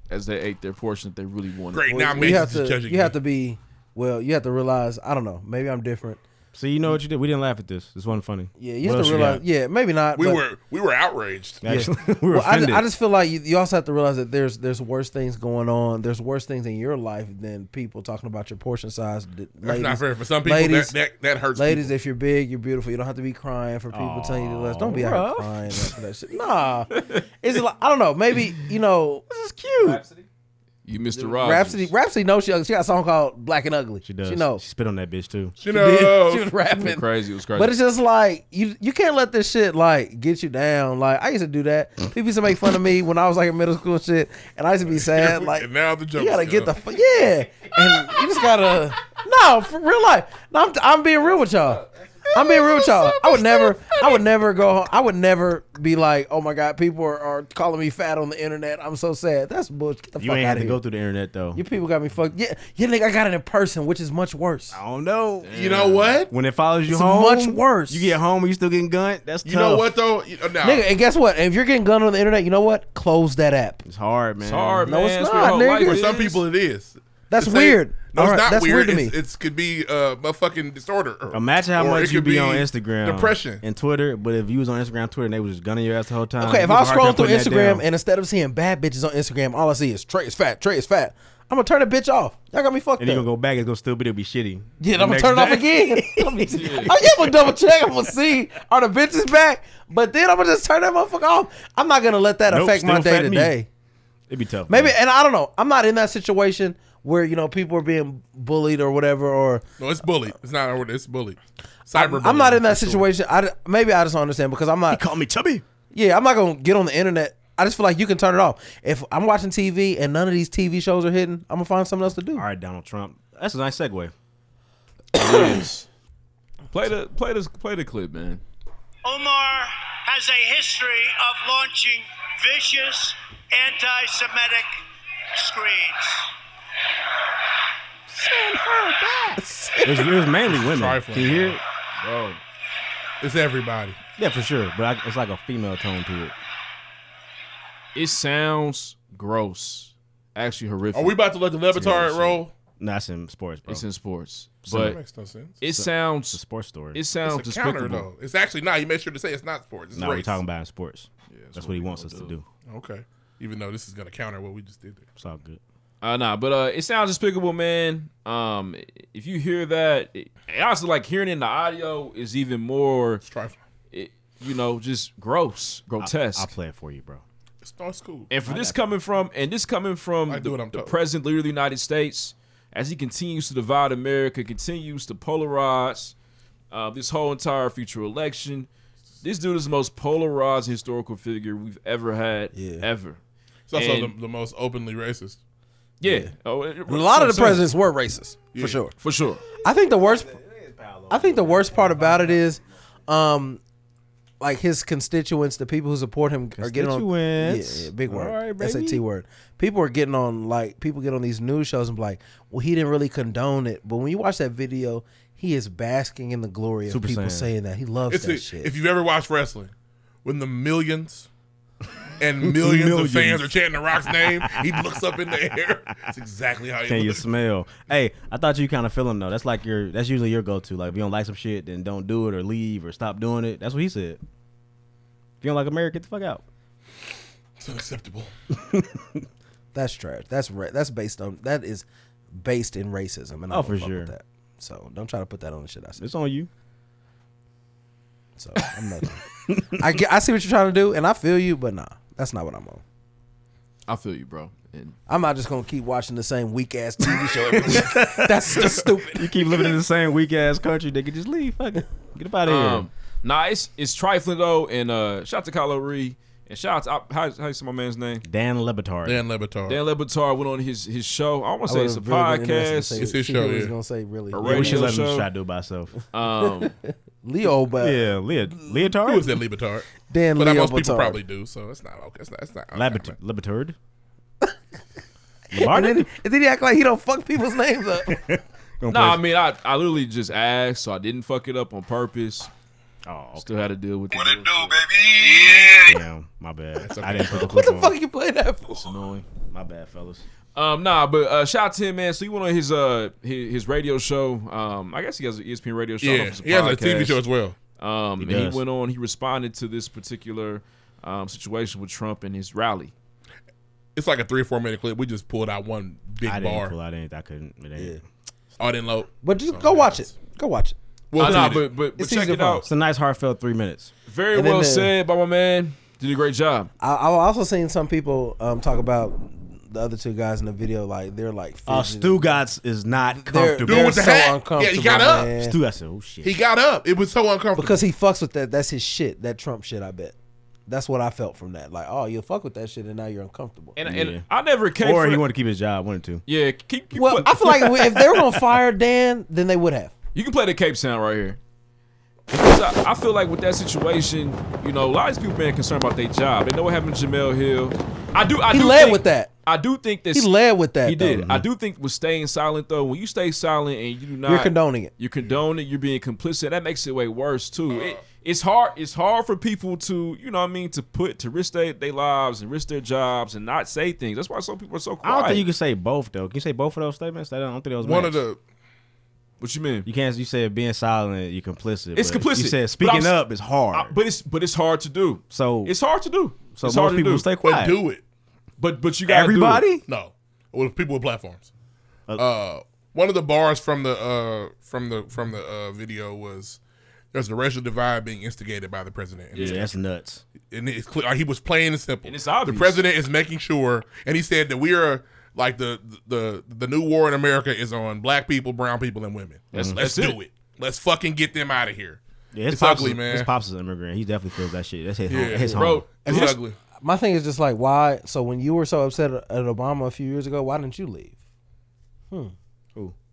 as they ate their portion that they really wanted. Well, you have to, You have to be. Well, you have to realize. I don't know. Maybe I'm different. See, you know what you did? We didn't laugh at this. This wasn't funny. Yeah, you What have else to realize. got? Yeah, maybe not. We but- were we were outraged. Yeah. Actually, we were Well, I, ju- offended. I just feel like you, you also have to realize that there's there's worse things going on. There's worse things in your life than people talking about your portion size. That's not fair. For some people, that- that- that hurts Ladies, people. if you're big, you're beautiful. You don't have to be crying for people telling you to less. Don't be out here crying for that shit. Nah, it's like I don't know. Maybe you know this is cute. Rhapsody, You, Mr. Rogers. Rhapsody, Rhapsody knows she she got a song called Black and Ugly. She does. She knows. She spit on that bitch too. She did. knows. She was rapping. It was crazy. It was crazy. But it's just like you you can't let this shit like get you down. Like I used to do that. Mm. People used to make fun of me when I was like in middle school and shit, and I used to be sad. Like and now the joke. you gotta get the fu- yeah, and you just gotta no for real life. No, I'm I'm being real with y'all. I'm being real with y'all. I would never, I would never go. Home. I would never be like, oh my god, people are, are calling me fat on the internet. I'm so sad. That's bullshit. Get the You fuck ain't out had to here. go through the internet though. You people got me fucked. Yeah, yeah, nigga, I got it in person, which is much worse. I don't know. You know what? When it follows you It's home, much worse. You get home, and you still getting gunned. That's You tough. know what though? You- uh, now- Nigga, and guess what? If you're getting gunned on the internet, you know what? Close that app. It's hard, man. It's hard, No, man. it's That's not, what life nigga. For some people, it is. That's It's weird. Like, no, All it's right, not that's weird. weird to It's, me. it's could be uh, a fucking disorder. or- Imagine how or it much could you be, be on Instagram, depression. and Twitter. But if you was on Instagram, Twitter, and they was just gunning your ass the whole time. Okay, if you I was hard scroll time through putting that Instagram down. and instead of seeing bad bitches on Instagram, all I see is Trey is fat, Trey is fat. I'm gonna turn the bitch off. Y'all got me fucked and you up. gonna go back, it's gonna still be it'll be shitty. yeah, The I'm gonna next turn it off day. again. I'm gonna double check. I'm gonna see are the bitches back, but then I'm gonna just turn that motherfucker off. I'm not gonna let that Nope, affect my still day fat to me. day. It'd be tough. Maybe, and I don't know. I'm not in that situation where you know people are being bullied or whatever. Or No, it's bullied. It's not over. It's bullied. Cyber. I'm, I'm not in that situation. I d- maybe I just don't understand because I'm not. He called me chubby. Yeah, I'm not gonna get on the internet. I just feel like you can turn it off. If I'm watching TV and none of these TV shows are hitting, I'm gonna find something else to do. All right, Donald Trump. That's a nice segue. play the play this play the clip, man. Omar has a history of launching vicious anti Semitic screeds. It was, it was mainly women. Trifling. Can you hear it? Bro. It's everybody. Yeah, for sure. But I, it's like a female tone to it. It sounds gross. Actually horrific. Are we about to let the Levitard roll? No, that's in sports, bro. It's in sports. So- But makes no sense. it So- sounds it's a sports story. It sounds it's a counter despicable. though. It's actually not. You make sure to say it's not sports. It's No, we're race. talking about in sports. that's, what, he wants us to do. Okay. Even though this is gonna counter what we just did there. It's all good. Uh, nah, but uh, it sounds despicable, man. Um, if you hear that, it, and honestly, like hearing it in the audio is even more, it, you know, just gross, grotesque. I'll play it for you, bro. It's, no, it's cool. And for this coming from, and this coming from I do what the, I'm the told. president leader of the United States, as he continues to divide America, continues to polarize uh, this whole entire future election. This dude is the most polarized historical figure we've ever had, ever. It's also And- the, the most openly racist. yeah. Oh, it- A lot of the so- presidents were racist, Yeah. for sure. For sure. I think the worst. I think the worst part about it is, um, like his constituents, the people who support him are getting on. Yeah, Constituents. yeah, big All right, word. baby. SAT word. People are getting on like people get on these news shows and be like, well, he didn't really condone it. But when you watch that video, he is basking in the glory of Super people Saiyan. saying that he loves It's that a- shit. If you've ever watched wrestling, when the millions and millions, Millions. of fans are chanting The Rock's name, he looks up in the air. That's exactly how he Can you looks. smell? Hey, I thought you kind of feel him though. That's like your. That's usually your go-to. Like if you don't like some shit, then don't do it or leave or stop doing it. That's what he said. If you don't like America, get the fuck out. It's unacceptable. that's trash. That's ra- that's based on that is based in racism. And I Oh, don't for fuck with sure. that. So don't try to put that on the shit I said. It's on you. So I'm not. I get, I see what you're trying to do, and I feel you, but nah, that's not what I'm on. I feel you, bro. And I'm not just gonna keep watching the same weak ass TV show every week. that's just stupid. You keep living in the same weak ass country, nigga. Just leave. Fuck it. Get up out of Um, nah, it's, it's trifling though, and uh, shout out to Kylo Ree, and shout out to how, how you say my man's name? here. Dan Lebitard. Dan Lebatard. Dan Lebatard went on his his show. I want Oh. I to say it's a would've really been interested to podcast. say- It's his see show, who he's yeah. gonna say really. A yeah, we radio should let him show. shot do it by himself. Um, Leo, but yeah, Leo, Who Leotard. is Uh, that Lebatard? Dan But Leo most people Batard. probably do, so it's not okay. It's not. It's not okay. Labit- Lebitard. And Lebitard. then, and then he act like he don't fuck people's names up. Gonna No, play- I mean I, I literally just asked, so I didn't fuck it up on purpose. Oh, okay. Still had to deal with it. Damn, my bad. That's I didn't put the what clip the on. fuck you play that for? It's annoying. My bad, fellas. Um, nah, but uh, shout out to him, man. So he went on his uh his, his radio show. Um, I guess he has an ESPN radio show. I Yeah, don't know if it's he has a podcast. TV show as well. Um, He and does. he went on. He responded to this particular um, situation with Trump and his rally. It's like a three or four minute clip. We just pulled out one big I didn't bar. Oh, pull out anything. I couldn't. It ain't. I didn't load. But just go watch it. Go watch it. We'll Nah, nah, tweet it. but but, but It's check easy it to follow. out. It's a nice, heartfelt three minutes. Very And then well the- said by my man. Did a great job. I, I've also seen some people um, talk about the other two guys in the video, like they're like Oh, Uh, fidgeting. Stu Gotts is not They're, comfortable. they're with the so hat. uncomfortable. Yeah, he got up. man. Stu Gotts said, "Oh shit." He got up. It was so uncomfortable. because he fucks with that. That's his shit. That Trump shit. I bet. That's what I felt from that. Like, oh, you fuck with that shit, and now you're uncomfortable. And, uh, Yeah. and I never came. or for he that- wanted to keep his job. Wanted to. Yeah, keep, keep well, play- I feel like if they were gonna fire Dan, then they would have. You can play the Cape sound right here. Because I, I feel like with that situation, you know, a lot of these people being concerned about their job. They know what happened to Jamel Hill. I do. I He do led think- with that. I do think that He led with that. He did. though. I do think with staying silent though, when you stay silent and you do not, You're condoning it. You're condoning. You're being complicit. That makes it way worse too. It, it's hard. It's hard for people to, you know, what I mean, to put to risk their, their lives and risk their jobs and not say things. That's why some people are so I quiet. don't think you can say both though. Can you say both of those statements? I don't I don't think that was one of matched. the What you mean? You can't. You said being silent, you're complicit. It's but complicit. You said But speaking I'm s- up is hard. I- but it's but it's hard to do. so It's hard to do. so it's hard to most people do. stay but quiet. do it. But but you got Everybody. No, with people with platforms. Uh, one of the bars from the uh, from the from the uh, video was there's a racial divide being instigated by the president, and, Yeah, it's, that's nuts. and it's clear like, he was plain and simple. And it's obvious. The president is making sure, and he said that we are like the the the new war in America is on black people, brown people, and women. That's- Let's that's do it. Let's fucking get them out of here. Yeah, it's pops ugly, is, man. His pops is an immigrant. He definitely feels that shit. That's his home. yeah, His home. bro. it's his- ugly. My thing is just like, why? So when you were so upset at Obama a few years ago, why didn't you leave? Who?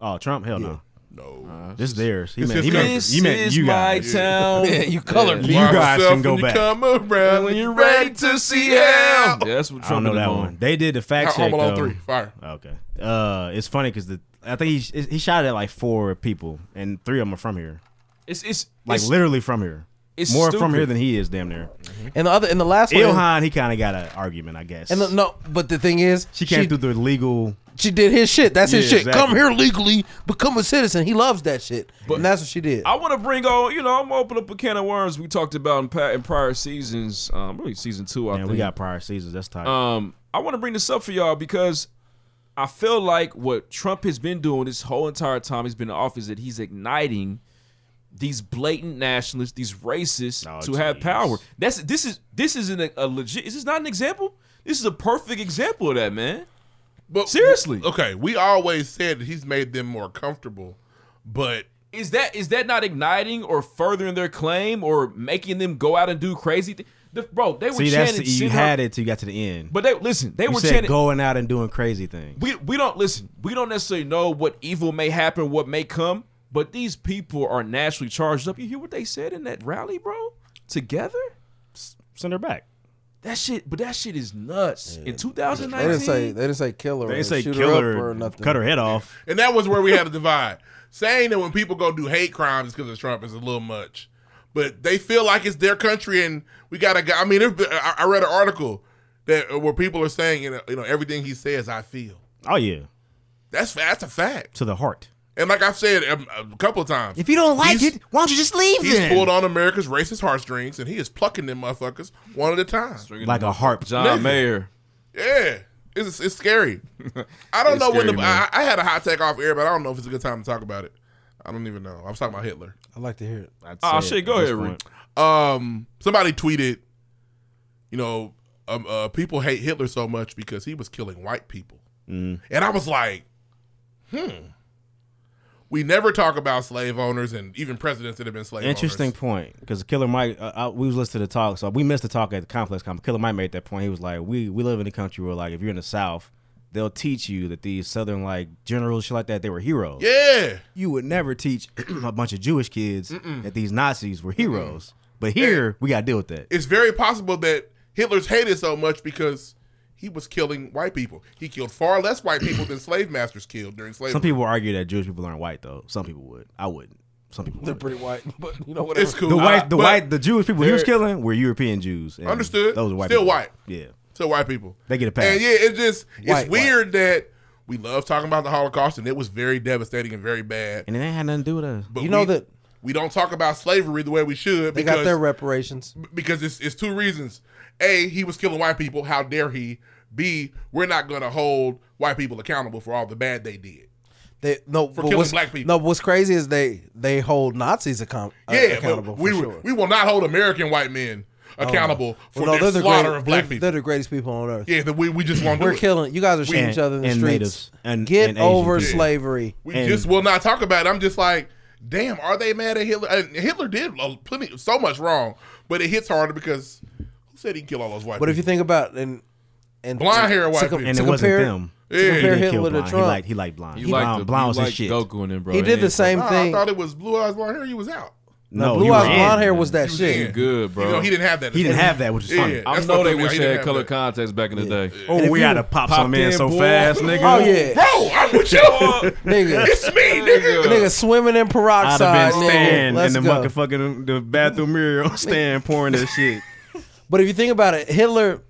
Oh, Trump? Hell no. No, This is theirs. He It's meant, he his meant, country. you meant you guys. town. you colored You By guys yourself can go when you back. Come around when you're ready to see hell. Yeah, that's what I don't Trump know is that on. one. They did the fact check Home Alone though. three, fire. Okay. Uh, it's funny because the I think he he shot at like four people and three of them are from here, It's it's like it's, literally from here. It's more from stupid. here than he is, damn near. And the other, and the last one- Ilhan, he kind of got an argument, I guess. And the, no, but the thing is, she came through the legal. She did his shit. That's his Yeah, shit. exactly. Come here legally, become a citizen. He loves that shit, and that's what she did. I want to bring on, you know, I'm gonna open up a can of worms we talked about in, pa- in prior seasons, um, really season two. I Man, think we got prior seasons. That's tight. Um, I want to bring this up for y'all because I feel like what Trump has been doing this whole entire time he's been in office that he's igniting these blatant nationalists, these racists Oh, to have power. That's this is this isn't a, a legit. Is this not an example? This is a perfect example of that, man. But seriously, okay, we always said that he's made them more comfortable, but is that is that not igniting or furthering their claim or making them go out and do crazy? Th- the, bro, they were See, that's chanting. you "Sit had down." it till you got to the end. But they listen. They You were said chanting. going out and doing crazy things. we we don't listen. We don't necessarily know what evil may happen, what may come, but these people are naturally charged up. You hear what they said in that rally, bro? Together, send her back. That shit, but that shit is nuts. In They 2019, didn't say they didn't say kill her. They or say shoot kill her, up her, or nothing. cut her head off. And that was where we had a divide. Saying that when people go do hate crimes because of Trump is a little much, but they feel like it's their country and we got to. I mean, if, I I read an article that uh, where people are saying you know, you know everything he says, I feel. Oh yeah, That's that's a fact. to the heart. And like I've said um, a couple of times, If you don't like it, why don't you just leave? he's then? pulled on America's racist heartstrings and he is plucking them motherfuckers one at a time. like a harp. John Nigga. Mayer. Yeah, it's it's scary. I don't It's know when scary, the man. I, I had a hot take off air, but I don't know if it's a good time to talk about it. I don't even know. I was talking about Hitler. I'd like to hear it. Oh, say it shit, go at this ahead, Rick. Um, somebody tweeted, you know, um, uh, people hate Hitler so much because he was killing white people, Mm. and I was like, hmm. We never talk about slave owners and even presidents that have been slave Interesting point because Killer Mike, uh, I, we was listening to the talk, so we missed the talk at the complex. Con. Killer Mike made that point. He was like, "We we live in a country where like if you're in the South, they'll teach you that these Southern like generals, shit like that, they were heroes. Yeah, you would never teach a bunch of Jewish kids that these Nazis were heroes. But here we got to deal with that. it's very possible that Hitler's hated so much because he was killing white people. He killed far less white people than slave masters killed during slavery. Some people argue that Jewish people aren't white though. Some people would. I wouldn't. Some people. They're would. pretty white, but you know what? It's cool. The Uh, white, the but white, the Jewish people he was they're- killing were European Jews. and Understood. Those are white. Still people. white. Yeah. to white people. They get a pass. And yeah, it just it's White, weird that we love talking about the Holocaust and it was very devastating and very bad. And it ain't had nothing to do with us. But You know we- that- we don't talk about slavery the way we should They because got their reparations. because it's it's two reasons. A, he was killing white people. How dare he? B, we're not going to hold white people accountable for all the bad they did. They no For but killing what's- black people. No, what's crazy is they they hold Nazis account, uh, Yeah, accountable. but we for will- sure. we will not hold American white men Oh. accountable for Well, no, their they're slaughter great- of black they're- people. They're the greatest people on earth. Yeah, that we, we just won't do We're it. killing. You guys are shooting And- each other in the and streets. natives. And- Get and Asian over people. slavery. We just will not talk about it. I'm just like, damn, are they mad at Hitler? And Hitler did a- plenty, so much wrong, but it hits harder because who said he killed all those white But if you people? think about and and Blonde to- hair white to com- people. And to it wasn't compare- them. to Yeah. He compare didn't kill Hitler to blonde. He Trump. liked- he liked blonde. You He like blonde- the, blonde was you his like shit. Goku in it, bro. He It did the ain't- same Nah, I thing. thought it was blue eyes, blonde hair. You was out. No, No, blue you eyes, were in. blonde hair was that You shit. in. Good, bro. You know, he didn't have that. He didn't have that, which is funny. Yeah. I That's know what they they- wish he they didn't had have color that. context back in the day. Oh, if we you- gotta pop some Popped in so boy. fast, nigga. Oh yeah, Bro, I'm with you. nigga, it's me, nigga. nigga swimming in I'd peroxide. have been nigga. Stan in Let's the go. motherfucking the bathroom mirror on Stan pouring this shit. But if you think about it, Hitler.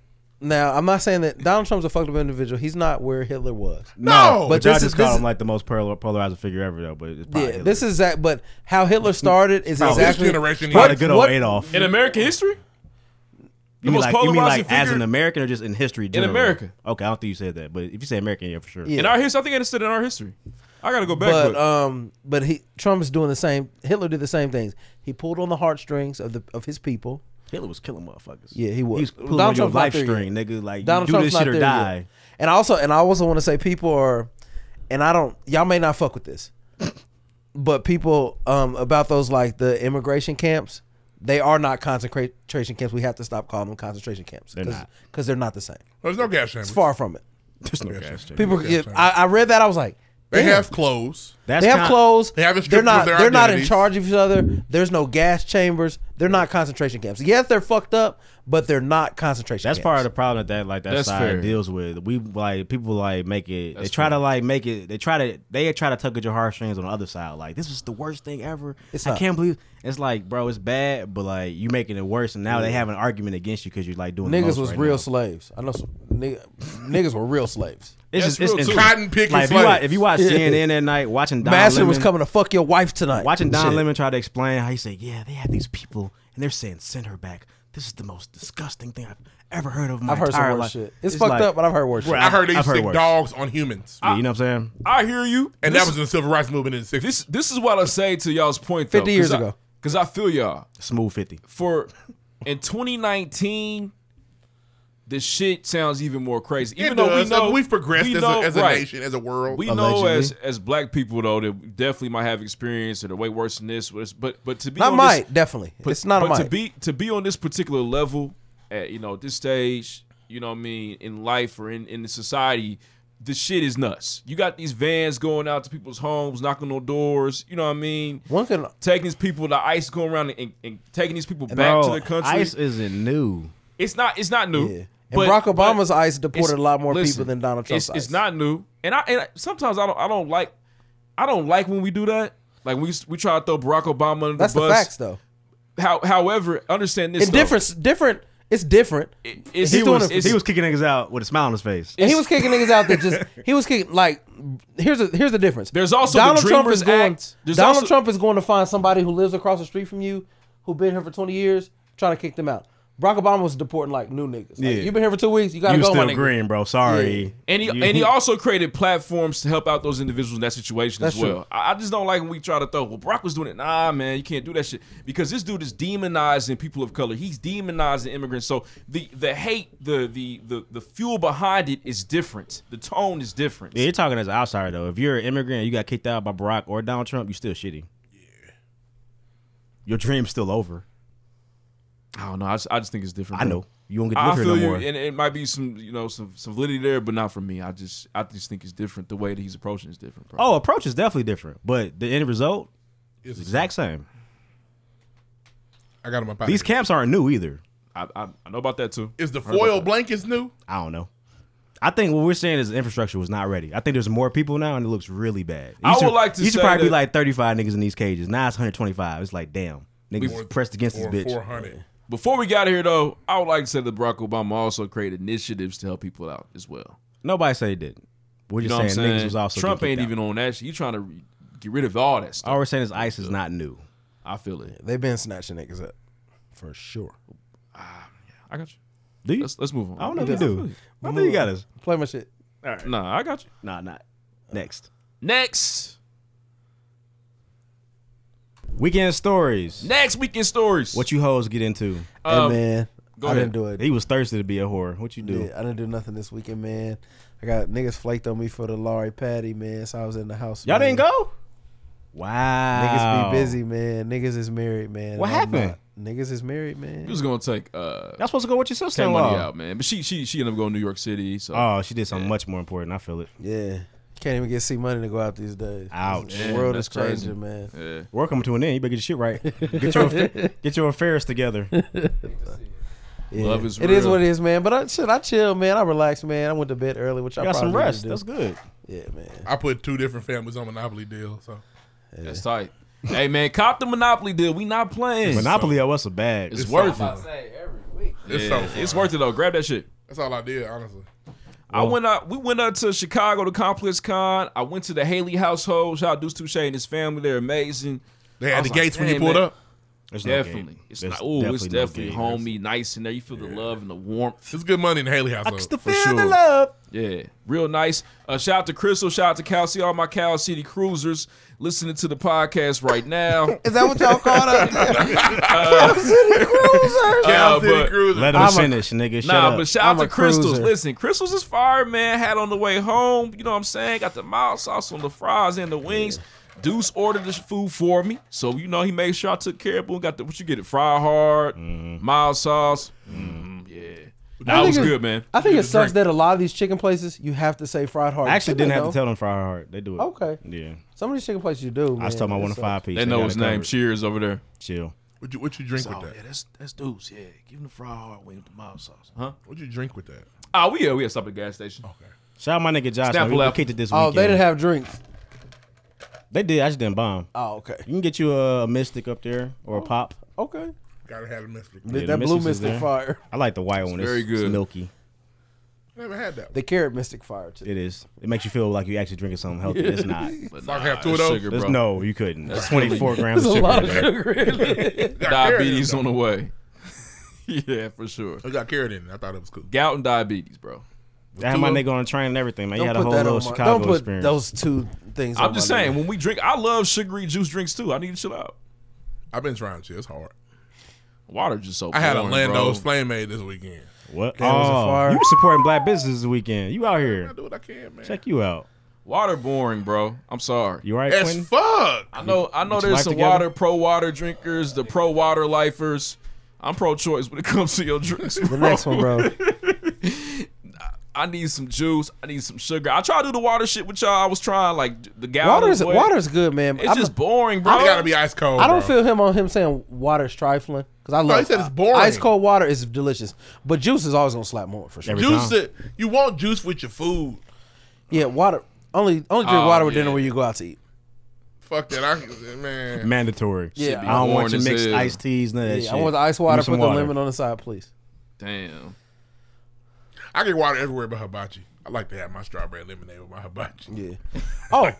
Now, I'm not saying that Donald Trump's a fucked up individual. He's not where Hitler was. No, but But y'all this just is- called this him is- like the most polar, polarizing figure ever, though. But it's probably Yeah, Hitler. this is that. But how Hitler started is Probably. exactly This generation, probably what- good old oh. what- Adolf. In American history, You mean most like, you mean polarizing like as figure- an American or just in history? Generally? America. Okay, I don't think you said that, but if you say American, yeah, for sure. Yeah. in our history, I think it stood in our history. I gotta go back. but, But, um, but he Trump's doing the same. Hitler did the same things. He pulled on the heartstrings of the of his people. Hitler was killing motherfuckers. Yeah, he was. He was pulling Donald on your Trump's not life there string, yet. nigga. Like, Donald you do Trump's this not shit or there yet. die. And also, and I also want to say, people are, and I don't, y'all may not fuck with this, but people um, about those like the immigration camps, they are not concentration camps. We have to stop calling them concentration camps They're not. because they're not the same. There's no gas chambers. It's far from it. There's no gas station. People, Okay, yeah, so- I, I read that I was like, They damn. have clothes. That's they have kind- clothes. They haven't They're stripped not. of their they're not in identities. charge of each other. There's no gas chambers. They're not concentration camps. Yes, they're fucked up, but they're not concentration. That's camps. part of the problem that like that That's side fair. deals with. We like people like make it. That's they try fair. to like make it. They try to they try to tug at your heartstrings on the other side. Like this is the worst thing ever. It's I not. can't believe it's like bro, it's bad, but like you making it worse, and now they have an argument against you because you're like doing the Niggas most was right real now. slaves. I know some nigga, niggas were real slaves. It's just- it's insane. Like, if you watch, if you watch CNN at night, watching Don Master Lemon, was coming to fuck your wife tonight. watching and Don Uh, shit. Lemon try to explain how he said, yeah, they have these people, and they're saying send her back. This is the most disgusting thing I've ever heard of. In my I've heard some entire worse life. shit. It's fucked up, but I've heard worse shit. I heard they I've used to stick worse. dogs on humans. Yeah, you know what I'm saying? I hear you. And This that was in the civil rights movement in the 60s. This this is what I say to y'all's point though. 50 years ago. Because I feel y'all. Smooth fifty. For in 2019, the shit sounds even more crazy. It Even though does. we know We've progressed we as a- know- as a nation, as a world. We know Allegedly. as as black people though that we definitely might have experience that are way worse than this. But but to be Not on this- might, definitely. It's not a but to might. be to be on this particular level at you know this stage, you know what I mean, in life or in in the society, the shit is nuts. You got these vans going out to people's homes, knocking on doors. You know what I mean? One can taking these people to ICE, going around and, and taking these people back Bro, to the country. Ice isn't new. It's not. It's not new. And Barack Obama's ICE deported it's- a lot more listen, people than Donald Trump's It's, it's ICE. not new. And I and I- sometimes I don't. I don't like. I don't like when we do that. Like we we try to throw Barack Obama under That's the the bus. facts, though. How, however, understand this. And different, different. It's different. it's- He's he, doing was, it for- he was kicking niggas out with a smile on his face. And he was kicking niggas out that just he was kicking like here's a here's the difference. There's also the Dreamers going Act. There's Donald also- Trump is going to find somebody who lives across the street from you who been here for 20 years trying to kick them out. Barack Obama was deporting like new niggas. Like, Yeah. You've been here for two weeks. You You gotta go, still my nigga. green, bro. Sorry. And he, You- and he also created platforms to help out those individuals in that situation That's as well. true. I I just don't like when we try to throw, well, Brock was doing it. Nah, man, you can't do that shit. Because this dude is demonizing people of color. He's demonizing immigrants. So the the hate, the the the, the fuel behind it is different. The tone is different. Yeah, you're talking as an outsider though. If you're an immigrant and you got kicked out by Barack or Donald Trump, you still shitty. Yeah. Your dream's still over. I don't know. I just, I just think it's different. I know. You won't get to I live here feel no you, more. and it might be some, you know, some some validity there, but not for me. I just, I just think it's different. The way that he's approaching is different. Bro. Oh, approach is definitely different, but the end result is exact same. I got in my pocket. These camps aren't new either. I, I, I know about that too. Is the I heard about foil that. blankets new? I don't know. I think what we're saying is the infrastructure was not ready. I think there's more people now, and it looks really bad. It I used would like to It used say probably be that- like 35 niggas in these cages. Now it's 125. It's like damn, niggas Before- pressed against this Or bitch. 400. Before we got here, though, I would like to say that Barack Obama also created initiatives to help people out as well. Nobody say it didn't. We're You just know what saying, I'm niggas was also Trump getting ain't kicked out. even on that shit. You trying to re- get rid of all that stuff. All we're saying is ICE is not new. I feel it. They've been snatching niggas up for sure. I got you. Do you? Let's, let's move on. I don't know if you do. I think you got us. Play my shit. All right. Nah, I got you. Nah, not next. Next, Weekend stories. next weekend stories. What you hoes get into? Um, hey man, go I ahead. didn't do it. He was thirsty to be a whore. What you do? Uh, Yeah, I didn't do nothing this weekend, man. I got niggas flaked on me for the Laurie Patty, man. So I was in the house. Y'all man. didn't go? Wow. Niggas be busy, man. Niggas is married, man. What and I'm happened? not. Niggas is married, man. You was gonna take uh, Y'all supposed to go with your K money sister-in-law. out, man. But she she she ended up going to New York City. So Oh, she did something much more important. I feel it. Yeah. Can't even get see money to go out these days. Ouch. The Yeah, world that's is crazy. changing, man. Yeah. We're coming to an end. You better get your shit right. Get your affa- get your affairs together. Yeah. Love is It is real. what it is, man. But I shit, I chill, man. I relax, man. I went to bed early, which I You got probably some need to rest. do. That's good. Yeah, man. I put two different families on Monopoly deal. So That's tight. hey man, cop the Monopoly deal. We not playing. Monopoly, I was a bag. It's worth so it. Say every week. It's Yeah, so fun. it's worth it though. Grab that shit. That's all I did, honestly. I went out. We went out to Chicago to Complex Con. I went to the Haley household. Shout out Deuce Touche and his family. They're amazing. They had I was the gates when you "Damn, pulled man." up. There's no gate. Definitely, it's There's not. Oh, it's definitely no definitely gate. homey, nice in there. You feel the love and the warmth. It's good money in the Haley household. For sure. Yeah, real nice. Uh, shout out to Crystal. Shout out to Cal City. All my Cal City cruisers listening to the podcast right now. Is that what y'all called up? Cal Uh, City but- Cruiser. Let him I'm a- finish, nigga. Shut nah, up. but shout out I'm to a Crystals. cruiser. Listen, Crystals is fire, man. Had on the way home. You know what I'm saying? Got the mild sauce on the fries and the wings. Deuce ordered this food for me. So, you know, he made sure I took care of it. Got the, what you get it? Fry hard, mild sauce. Mm, yeah. That was good, man. I think Get it the sucks drink. that a lot of these chicken places you have to say fried hard. I actually chicken, didn't have to though. tell them fry hard. They do it. Okay. Yeah. Some of these chicken places you do. I just told them them I want a five piece. They know got his it name. covered. Cheers over there. Oh, Chill. What you what you drink with that? Yeah, that's that's dudes. Yeah, give him the fried hard wing with the mild sauce. Huh? What'd you drink with that? Ah, we yeah, we had stopped at the gas station. Okay. Shout out my nigga Josh. man. Snapple We- We left. kicked it this Oh, weekend. they didn't have drinks. They did. I just didn't buy 'em. Oh, okay. You can get you a mystic up there or a pop. Okay. Gotta have a mystery. Yeah, the that blue Mystic's is mystic there. fire. I like the white one. It's very very good. good. It's milky. Never had that. The carrot mystic fire too. It is. It makes you feel like you actually drinking something healthy. It's not. But If I could have two of those. sugar, There's- bro. no, you couldn't. That's That's 24 grams of There's sugar. a lot in of there. sugar in there. Diabetes though. on the way. yeah, for sure. I got carrot in it. I thought it was cool. Gout and diabetes, bro. I had my nigga on the train and everything, man. You Don't had a put whole that little on my- Chicago don't put experience. those two things. I'm on just my saying, nigga. when we drink, I love sugary juice drinks too. I need to chill out. I've been trying to. It's hard. Water just so. I had a boring, Lando's bro. flame aid this weekend. What? That was a Oh, fire. you were supporting black businesses this weekend. You out I here. do what I can, man. Check you out. Water boring, bro. I'm sorry. You all right, As Quentin? fuck. I know. I know. Get your There's life some together. water pro water drinkers, the pro water lifers. I'm pro-choice when it comes to your drinks. the Bro. next one, bro. I need some juice. I need some sugar. I try to do the water shit with y'all. I was trying like the gallon. Water's way. water's good, man. It's I'm- just boring, bro. I gotta be ice cold. I don't bro. feel him on him saying water's trifling because I love. he said it's boring. Ice cold water is delicious, but juice is always gonna slap more for sure. Every juice. time. It. You want juice with your food? Yeah, water. Only only drink Oh, water with dinner yeah. where you go out to eat. Fuck that. I man. Mandatory. Yeah. I don't Boring want your as mixed hell. iced teas, none of that Yeah, shit. I want the ice water. Give me Put some the lemon on the side, please. Damn. I get water everywhere but hibachi. I like to have my strawberry lemonade with my hibachi. Yeah. Oh,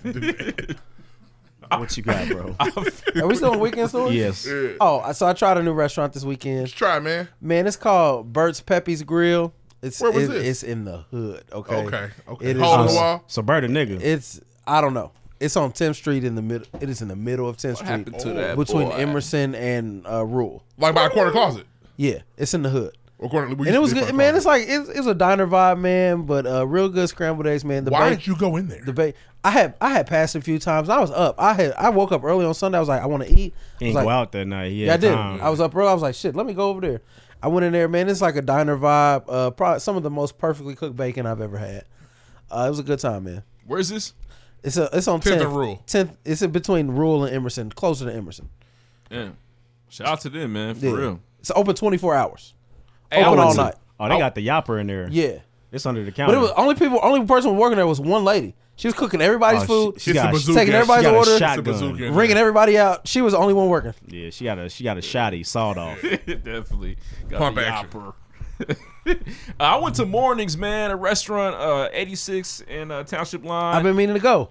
What you got, bro? are we still on weekend stories? yes. Uh, Oh, I- so I tried a new restaurant this weekend. Just try, man. Man, it's called Bert's Pepe's Grill. It's Where was it- this? it's in the hood. Okay. Okay, okay. It is, Hole in the on- wall? So, Bird a nigga. It's I don't know. It's on 10th Street in the middle. It is in the middle of 10th Street happened to that between boy? oh, Emerson and uh, Rule. Like by a corner closet. Yeah, it's in the hood. Or corner, we used And to it was be a good, corner man. closet. It's like it's, it's a diner vibe, man. But uh, real good scrambled eggs, man. The why bacon- did you go in there? the ba- I had I had passed a few times. I was up. I had I woke up early on Sunday. I was like, I want to eat. I He was didn't like, go out that night. He yeah, I had did. time. I was up early. I was like, shit, let me go over there. I went in there, man. It's like a diner vibe. Uh, probably some of the most perfectly cooked bacon I've ever had. Uh, it was a good time, man. Where's this? It's a it's on 10th and 10th, Rule. 10th. It's in between Rule and Emerson, closer to Emerson. Yeah. Shout out to them, man. For Yeah. real. It's open 24 hours. Hey, I open went all to- night. Oh, they got the yopper in there. Yeah. It's under the But counter. it was only people only person working there was one lady. She was cooking everybody's Oh, food, she, she It's got a a, bazooka. she taking She everybody's got a order, It's a bazooka. shotgun. ringing everybody out. She was the only one working. Yeah, she got a she got a shotty sawed off. Definitely. Got Pump the action. yopper. Uh, I went to Mornings, man, a restaurant, uh, 86 in uh, Township Line. I've been meaning to go.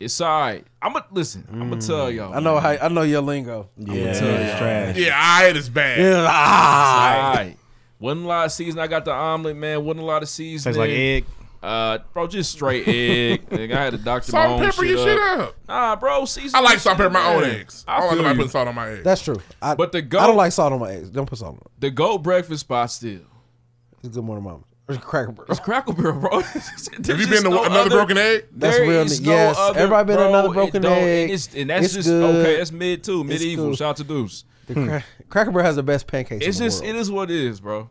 it's all right. I'm gonna listen. I'm gonna tell y'all. Hmm. I know how I know your lingo. Yeah, it's trash. yeah, I it is bad. All right. Wasn't a lot of season. I got the omelet, man. Wasn't a lot of season. Tastes like egg. Uh, bro, just straight egg. Nigga, I had a doctor. Salt and pepper your shit up. Nah, bro, season. I like salt and pepper my own eggs. I, I don't like feel nobody you. putting salt on my eggs. That's true. I, But the I goat- don't like salt on my eggs. Don't put salt on it. The goat breakfast spot still. It's good morning, mama. Or Cracker Barrel. It's Cracker Barrel, bro. Have you been to another broken egg? That's There real is ni- no yes, other- everybody been to bro, another it broken don't- egg. And, it's, and that's It's just good. okay. That's mid too, medieval. cool. Shout out to Deuce. The Hmm. cra- Cracker Barrel has the best pancakes. It's in the just it world. is what it is, bro.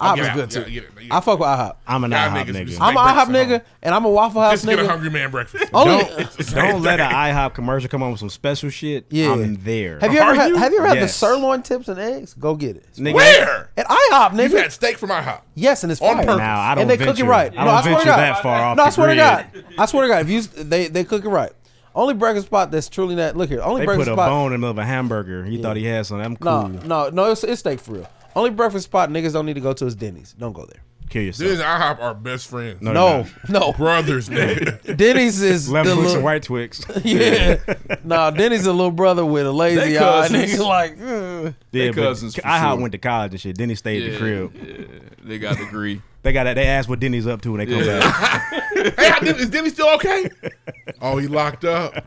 IHOP Yeah, is good yeah, too. yeah, yeah. I fuck with IHOP. I'm an Y'all IHOP niggas be nigga. sick. I'm an Make IHOP breakfast nigga, and I'm a Waffle House Just get a nigga. hungry man breakfast. Only- Don't let an IHOP commercial come on with some special shit. Yeah. I'm there. Have you ever Are had, you? have you ever had the Yes. sirloin tips and eggs? Go get it. Nigga, Where? At IHOP, You've nigga. had steak from IHOP. yes, and it's On fire. purpose. Now I don't. and they venture, cook it right. I no, don't I swear to venture God. that far off. no, I the swear grid. to God. I swear to God. If you they they cook it right. Only breakfast spot that's truly not. Look here. Only They breakfast put a spot. bone in the middle of a hamburger. He thought he had some. I'm No, cool. no, no. It's, it's steak for real. Only breakfast spot niggas don't need to go to is Denny's. Don't go there. Kill This yourself. and IHOP are best friends. No, No, no. Brothers, nigga. Denny's is Left the Twix little, and right Twix. Yeah. nah, Denny's a little brother with a lazy They eye. cousins. Nigga like, "Ugh." yeah, but cousins for IHOP sure. went to college and shit. Denny stayed at the crib. They got to agree. They got that. They asked what Denny's up to when they come back. hey, I did, is Denny still okay? Oh, he locked up.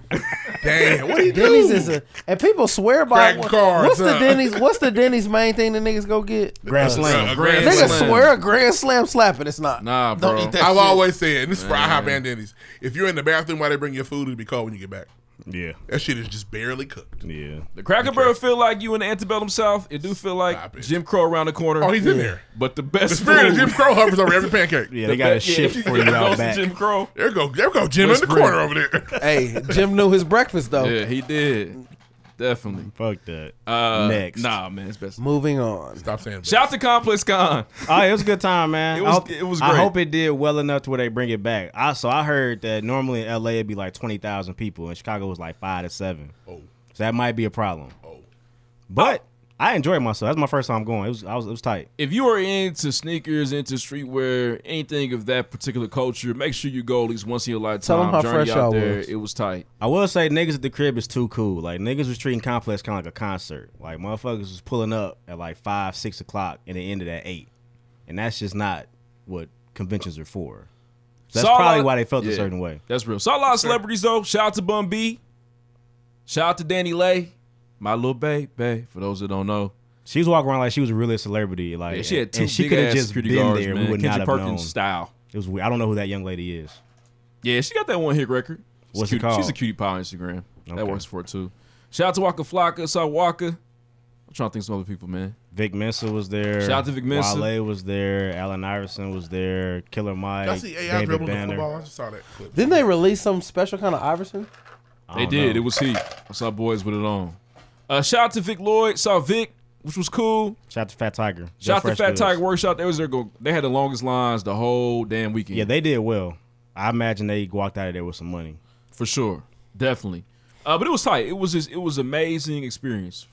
Damn, what he do? Denny's is a and people swear by Crack cards, what's the huh? Denny's what's the Denny's main thing that niggas go get? Grand Uh, slam. a grand Niggas slam. swear a grand slam slapping. It's not. Nah, Don't bro. eat that I've shit. always said, and this is for IHOP and Denny's. If you're in the bathroom while they bring your food, it'll be cold when you get back. Yeah, That shit is just barely cooked. yeah. The Cracker Barrel feel like you in the antebellum South. It do feel Stop like it. Jim Crow around the corner. Oh, he's in there. but the The best spirit of food- Jim Crow hovers over every pancake. Yeah, they got a Yeah, shift for you gotta go out to back. Jim Crow. There go, there go Jim in the Whispering. corner over there. Hey, Jim knew his breakfast though. Yeah, he did. Definitely. Fuck that. Uh, Next. Nah, man, it's best. Moving on. Stop saying that. Shout out to Complex Con. All right, it was a good time, man. It was- I hope, it was I great. hope it did well enough to where they bring it back. I so I heard that normally in LA it'd be like twenty thousand people, and Chicago was like five to seven. Oh. So that might be a problem. Oh. But I enjoyed myself. That's my first time going. It was I was it was tight. If you are into sneakers, into streetwear, anything of that particular culture, make sure you go at least once in your lifetime. Tell 'em how Journey fresh out y'all there. was. It was tight. I will say niggas at the crib is too cool. Like niggas was treating complex kind of like a concert. Like motherfuckers was pulling up at like five, six o'clock, and it ended at eight, and that's just not what conventions are for. So that's Saw a probably lot- why they felt a Yeah, certain way. That's real. Saw a lot of celebrities though. Shout out to Bun B. Shout out to Danny Lay, my little babe. babe, For those that don't know, she was walking around like she was really a celebrity. Like Yeah, she had two and she big could have ass just security been guards, there. man. We would Kendra not have Perkins known. style. It was weird. I don't know who that young lady is. Yeah, she got that one hit record. She's What's it cute- called? She's a cutie pie on Instagram. Okay. That works for it too. Shout out to Waka Flocka. Saw Waka. I'm trying to think of some other people, man. Vic Mensa was there. Shout out to Vic Mensa. Wale was there. Allen Iverson was there. Killer Mike. I see AI David dribbling the Banner. football. I just saw that clip. Didn't they release some special kind of Iverson? Oh, They did. It was heat. I saw boys with it on. Uh, shout out to Vic Lloyd. Saw Vic, which was cool. Shout out to Fat Tiger. Shout out Just to Fresh Fat Goods. Tiger Workshop. They was there. Go. They had the longest lines the whole damn weekend. Yeah, they did well. I imagine they walked out of there with some money. For sure. Definitely. Uh, but it was tight. It was just, it was amazing experience,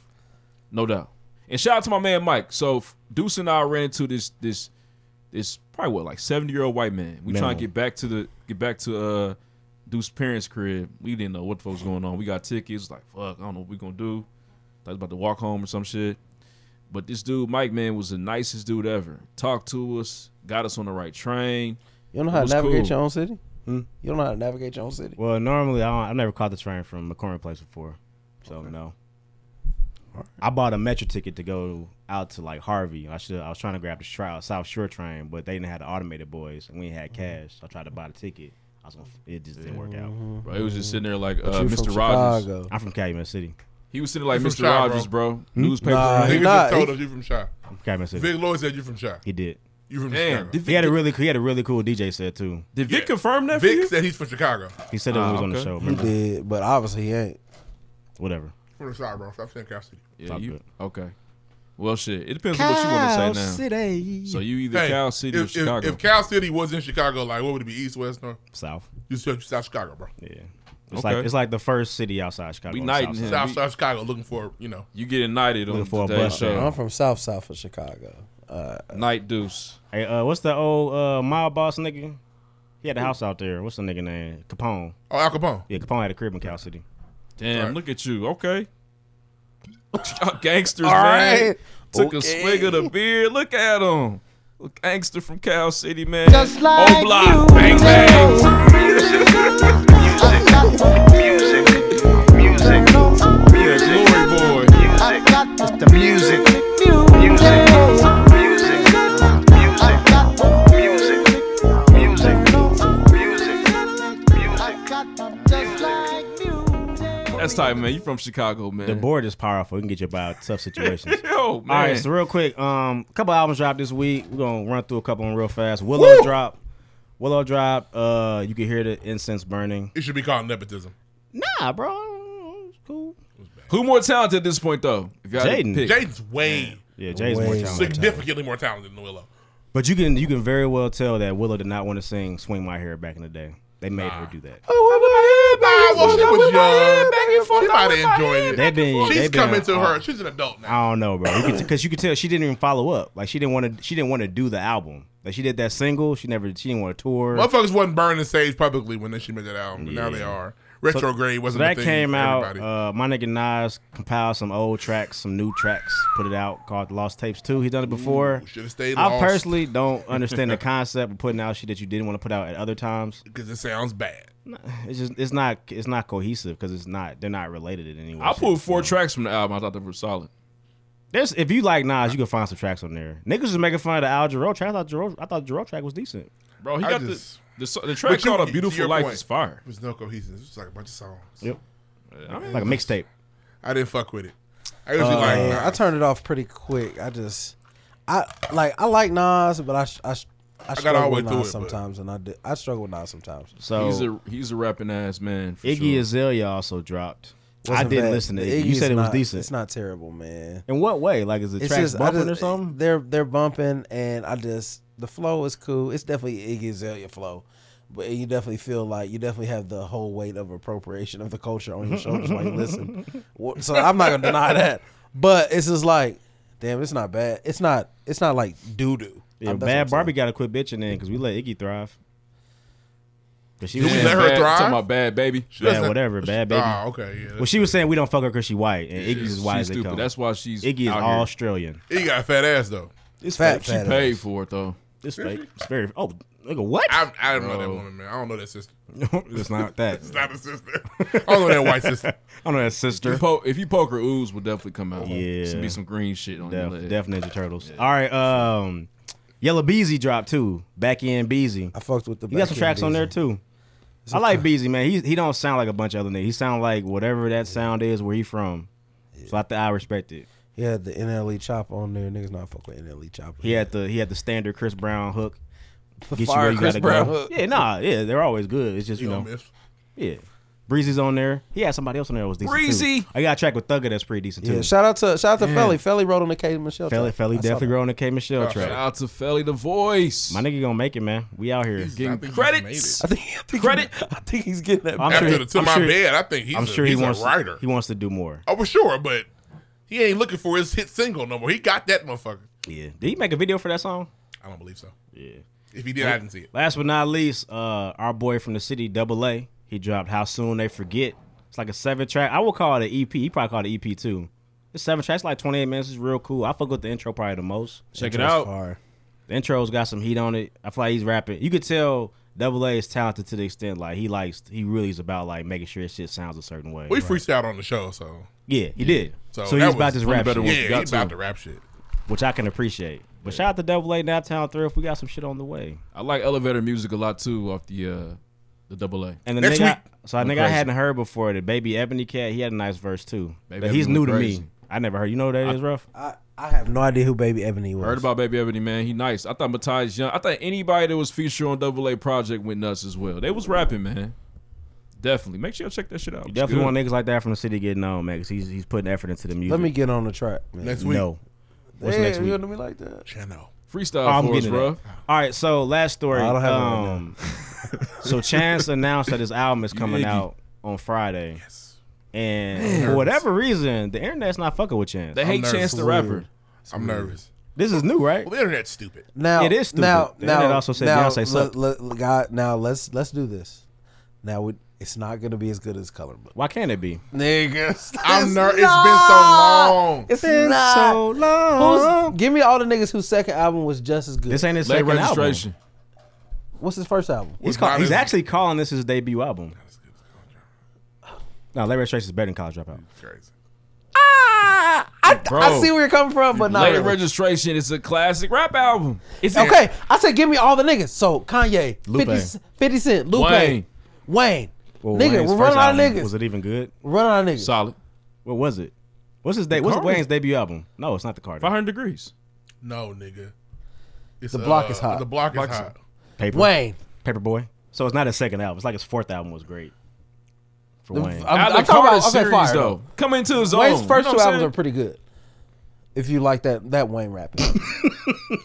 no doubt. And shout out to my man Mike. So F- Deuce and I ran into this this this probably what like seventy year old white man. We trying Minimum. to get back to the get back to uh Deuce's parents' crib. We didn't know what the fuck was going on. We got tickets. Like fuck, I don't know what we gonna do. Thought I was about to walk home or some shit. But this dude Mike man was the nicest dude ever. Talked to us, got us on the right train. You don't know It how to was navigate cool. your own city? You don't know how to navigate your own city. Well, normally I don't, I've never caught the train from McCormick Place before, so no. I bought a metro ticket to go out to like Harvey. I should I was trying to grab the Shroud- South Shore train, but they didn't have the automated boys, and we ain't had cash. So I tried to buy the ticket. I was gonna, it just didn't work out. Bro, he was just sitting there like But uh, you Mr. from Rogers. Chicago. I'm from Calumet City. He was sitting like You from Chi, Mr. bro. Rogers, bro. Hmm? Newspaper. Nah, Niggas he just not. told He- us you from Shy. I'm from Calumet City. Vic Lloyd said you from Shy. He did. You from Damn, Chicago. He had a really he had a really cool DJ set too. Did Vic confirm that? Vic said he's from Chicago. He said it Ah, was on the okay. show. He remember? did, but obviously he ain't. Whatever. From the side, bro. Stop saying Cal City. Yeah, Fuck you, it. okay. Well, shit. It depends on what you Oh, want to say now. City. So you either Hey, Cal City if, or Chicago. If, if Cal City was in Chicago, like what would it be? East, west, north? South. You said South Chicago, bro. Yeah. It's Okay. like it's like the first city outside Chicago. We on the knighting south him. side. South, we- South Chicago, looking for you know. you getting knighted on Looking for a today's bus, man. show. I'm from South South of Chicago. Uh, Night Deuce. Hey, uh, what's the old uh, mob boss nigga? He had a house out there. What's the nigga name? Capone. Oh, Al Capone. Yeah, Capone had a crib in Cal City. Damn, Right. look at you. Okay. Y'all gangsters, All man. right. Took a Okay. swig of the beer. Look at him. Look, gangster from Cal City, man. Just like O block. you Bang, do. bang. Glory boy. The music, music, music, music, That's tight, man. You from Chicago, man. The board is powerful. You can get you by tough situations. Yo, man. All right, so real quick, um, couple albums dropped this week. We're gonna run through a couple of them real fast. Willow drop. Willow drop. Uh, you can hear the incense burning. It should be called nepotism. Nah, bro. It's cool. Who more talented at this point, though? If you had to Jaden. pick. Jaden's way Yeah, Jay's more Way talented. significantly more talented than Willow. But you can you can very well tell that Willow did not want to sing "Swing My Hair" back in the day. They made her do that. Oh, Nah, well, she was young. She might my have enjoyed They've it. been She's they've been- coming to uh, her. She's an adult now. I don't know, bro. Because you could tell she didn't even follow up. Like she didn't want to. She didn't want to do the album. Like she did that single. She never. She didn't want to tour. Motherfuckers wasn't burning the stage publicly when they she made that album. but Now they are. Retrograde wasn't So a that thing came for out. everybody. Uh, my nigga Nas compiled some old tracks, some new tracks, put it out called Lost Tapes Two. He done it before. should've stayed I lost. personally don't understand the concept of putting out shit that you didn't want to put out at other times. because it sounds bad. It's just it's not it's not cohesive because it's not they're not related in any way. I pulled shape, four form. tracks from the album. I thought they were solid. There's if you like Nas, you can find some tracks on there. Niggas was making fun of the Al Jarreau track. I thought Jarreau, I thought Jarreau track was decent. Bro, he I got just- the, the the track But you- called "A to Beautiful your Life" point, is fire. There's no cohesiveness. It's just like a bunch of songs. Yep, I mean, like a mixtape. I didn't fuck with it. I Uh, usually like. Man, nah. I turned it off pretty quick. I just, I like, I like Nas, but I, sh- I, sh- I, got struggle all the with way through Nas it, but- sometimes, and I, did, I struggle with Nas sometimes. So he's a he's a rapping ass man. For Iggy sure. Azalea also dropped. I Wasn't didn't bad. listen to The it. You Iggy's said it was not- decent. It's not terrible, man. In what way? Like, is it It's tracks just- I bumping or just- something? They're they're bumping, and I just the flow is cool. It's definitely Iggy Azalea flow, but you definitely feel like you definitely have the whole weight of appropriation of the culture on your shoulders while you listen. Wha- So I'm not gonna deny that, but it's just like, damn, it's not bad. It's not it's not like doo doo. Yeah, bad Barbie got to quit bitching then because we let Iggy thrive. 'Cause She Do we saying let her bad- thrive? Talking about bad baby. She Bad, doesn't- whatever, bad baby. Ah, okay, yeah, well, she was saying we don't fuck her because she white, and Iggy's as white she's as they stupid. come. That's why she's Iggy is out all here. Australian. He got a fat ass though. It's fat, She fat paid ass. for it though. It's fake. It's very. Oh, nigga, what? I, I don't know that Bro. woman, man. I don't know that sister. it's not that. it's not a sister. I don't know that white sister. I know that sister. If you, po- if you poke her, ooze will definitely come out. Yeah. Should be some green shit on your Def, leg. Def Ninja Turtles. All right, um, Yellow Beezy dropped too. Back in Beezy. I fucked with the. You got some Back End tracks on Beezy. there too. It's I like okay. Beezy, man. He he don't sound like a bunch of other niggas. He sound like whatever that sound is where he from. So I, th- I respect it. He had the NLE chop on there. Niggas not fuck with NLE chop. He had the he had the standard Chris Brown hook. The fire Chris Brown hook. Yeah, nah, yeah, they're always good. It's just you, You know, don't miss. yeah. Breezy's on there. He had somebody else on there that was decent. too. Breezy! I got a track with Thugga that's pretty decent too. Yeah, shout out to shout out to Yeah. Felly. Felly wrote on the K Michelle. Felly, track. Felly I saw definitely that. growing the K Michelle Oh, track. shout out to Felly the Voice. My nigga gonna make it, man. We out here Getting credits. I think, credit. I think he's getting that. I'm After sure- the To I'm My sure- Bed, I think he's I'm a- sure he's he a wants writer. He wants to do more. Oh, for sure, but he ain't looking for his hit single no more. He got that motherfucker. Yeah. Did he make a video for that song? I don't believe so. Yeah. If he did, I didn't see it. Last but not least, uh, our boy from the city, Double A, he dropped "How Soon They Forget." It's like a seven track. I would call it an EP. He probably called it EP too. It's seven tracks, like twenty eight minutes. It's real cool. I fuck with the intro probably the most. Check it Intro's out. The intro's got some heat on it. I feel like he's rapping. You could tell Double A is talented to the extent like he likes. He really is about like making sure his shit sounds a certain way. We freestyled on the show, so Yeah, he did. So, he's that about was this rap better shit. than what we got to. which I can appreciate. But shout out to Double A Naptown Thrift. We got some shit on the way. I like elevator music a lot too off the uh the double A. And the nigga, so I think I hadn't heard before the baby Ebony Cat. He had a nice verse too, Baby but he's Ebony new went to crazy. me. I never heard. You know who that is, rough. I, I have no idea who Baby Ebony was. Heard about Baby Ebony, man. He nice. I thought Matthias Young. I thought anybody that was featured on Double A Project went nuts as well. They was rapping, man. Definitely. Make sure y'all check that shit out. You It's good. definitely want niggas like that from the city getting on, man. Because he's he's putting effort into the music. Let me get on the track, man. Next week. No. What's Hey, next week? You do me like that? Channel. freestyle Oh, I'm for us, getting to bro. that. All right, so last story. I don't have it right um, so Chance announced that his album is coming Iggy. out on Friday. Yes. And Man. for whatever reason, the internet's not fucking with Chance. They hate Chance the Rapper. I'm nervous. This is new, right? Well, the internet's stupid. Now it is stupid. Now, the now, internet also said now, Beyonce le- sucked. le- le- God, now let's let's do this. Now we, it's not gonna be as good as Color Book. Why can't it be? Niggas, I'm ner- it's been so long. It's been not. so long. Who's, give me all the niggas whose second album was just as good. This ain't his Late second registration. album. What's his first album? He's, call, he's actually calling this his debut album. No, Late Registration is better than College Dropout. Crazy. Bro. I see where you're coming from, but not Late really. registration is a classic rap album. It's okay, I said give me all the niggas. So Kanye, Lupe. 50, 50 Cent, Lupe, Wayne. Wayne, Well, nigga, Wayne's we're first running out of album, niggas. Was it even good? We're running out of niggas. solid. What was it? What's his day? The What's Carter. Wayne's debut album? No, it's not the Carter. 500 degrees. No, nigga. It's, The block is hot. The block, Block is is hot. Paper. Wayne. Paperboy. So it's not his second album. It's like his fourth album was great. For The- I'm- Out Wayne. of I'm the talking Carter about- okay, series, fire, though. Come into his own. Wayne's you first know two what I'm albums saying? are pretty good. If you like that that Wayne rapping,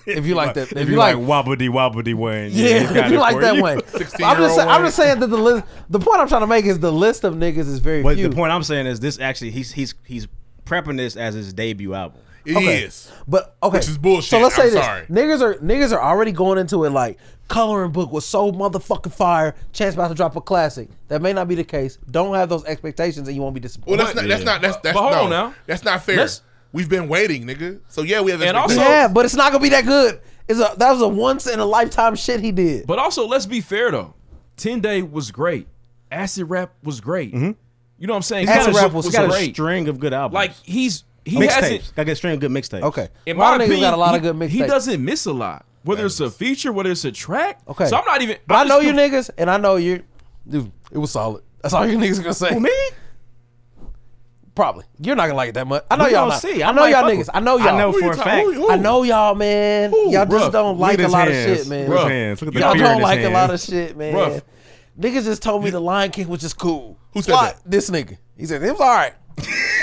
if you like that, if, you, like, Wobbly Wobbly Wayne. yeah, you got if you it like for that you. Wayne, I'm just sa- I'm just saying that the list. The point I'm trying to make is the list of niggas is very But few. the point I'm saying is this actually he's he's he's prepping this as his debut album. It Okay. is. But okay, Which is bullshit. So let's say I'm this: sorry. niggas are niggas are already going into it like coloring book was so motherfucking fire. Chance about to drop a classic. That may not be the case. Don't have those expectations, and you won't be Well, disappointed. that's not. That's Yeah. not. That's that's But hold no. on now. That's not fair. Let's- We've been waiting, nigga. So yeah, we have. And also- expectations. yeah, but it's not gonna be that good. It's a that was a once in a lifetime shit he did. But also, let's be fair though. Ten Day was great. Acid Rap was great. You know what I'm saying? Mm-hmm. Acid College Rap Rap was He's got a great. string of good albums. Like he's he hasn't. mixtapes. Got a string of good mixtapes. okay, In Lot my of niggas opinion, got a lot of he- good mixtapes. He doesn't miss a lot. Whether it's a feature, whether it's a track. Okay, So I'm not even. But I'm I know just you conf- niggas, and I know you. Dude, it was solid. That's all you niggas gonna say. Who, me? Probably. You're not gonna like it that much. I know We y'all. gonna Not. see. I, I know might y'all fuck niggas. with- I know I y'all. know for a fact. I know y'all, man. y'all Ruff. just don't Look like at a his lot hands. of shit, man. Look at his hands. Look at the y'all fear in don't his like a hands. lot of shit, man. Ruff. Niggas just told me the Lion King was just cool. Who said Why? This nigga. He said it was all right.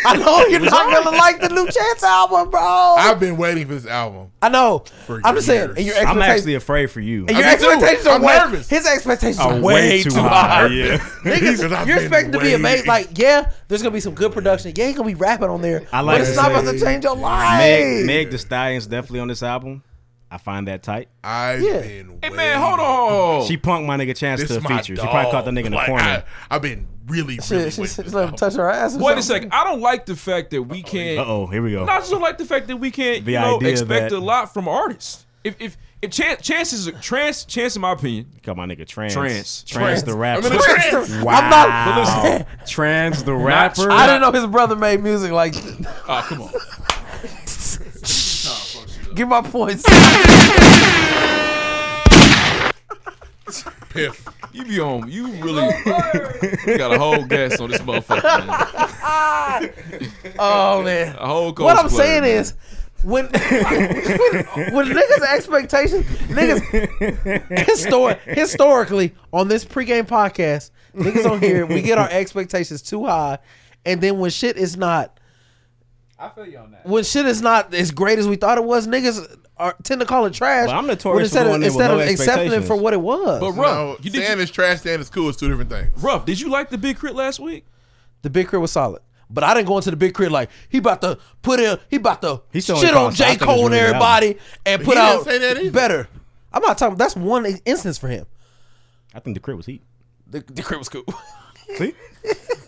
I know you're not really like the new Chance album, bro. I've been waiting for this album. I know. For I'm just saying. years. And your I'm expectations. actually afraid for you. and your Me too. expectations are I'm way, nervous. His expectations are I'm way, too high. yeah. Because I've Niggas, you're been expecting to be waiting. amazed. Like, yeah, there's gonna be some good production. Yeah, he gonna be rapping on there. I like but to it's not say- about to change your life. Meg, Meg the Stallion's definitely on this album. I find that tight. I've Yeah. been. Hey man, hold on. She punked my nigga Chance Oh. This to a my feature. She probably dog. caught the nigga in the Like, corner. I, I've been really, really. Shit, she, she waiting. let him touch her ass. Or Wait a something. second. I don't like the fact that we can't. Uh oh, here we go. No, I just don't like the fact that we can't The you know, idea expect a that- lot from artists. If if if chance chance is a trans chance in my opinion. Call my nigga Trans. Trans. Trans, Trans. the I'm rapper. gonna trans. Wow. I'm not- But listen, trans the rapper. I didn't know his brother made music like. Oh come on. Give my points. Piff. You be on. You really you got a whole guest on this motherfucker. Man. oh man. A whole What I'm cosplayer, saying man. is, when when niggas expectations, niggas histor- historically on this pregame podcast, niggas on here, we get our expectations too high, and then when shit is not, I feel you on that. when shit is not as great as we thought it was, niggas are, tend to call it trash. But I'm when notorious for instead going of, in with instead low of accepting it expectations. for what it was. But No, rough, you did Sam you, is trash. Sam is cool. It's two different things. rough. Did you like the big crit last week? the big crib was solid. But I didn't go into the big crib like he about to put in, he about to He still shit ain't on called- I J think it's Cole and really the everybody and put he didn't out say that either. better. I'm not talking. That's one instance for him. I think the crit was heat. The, the crib was cool, but See,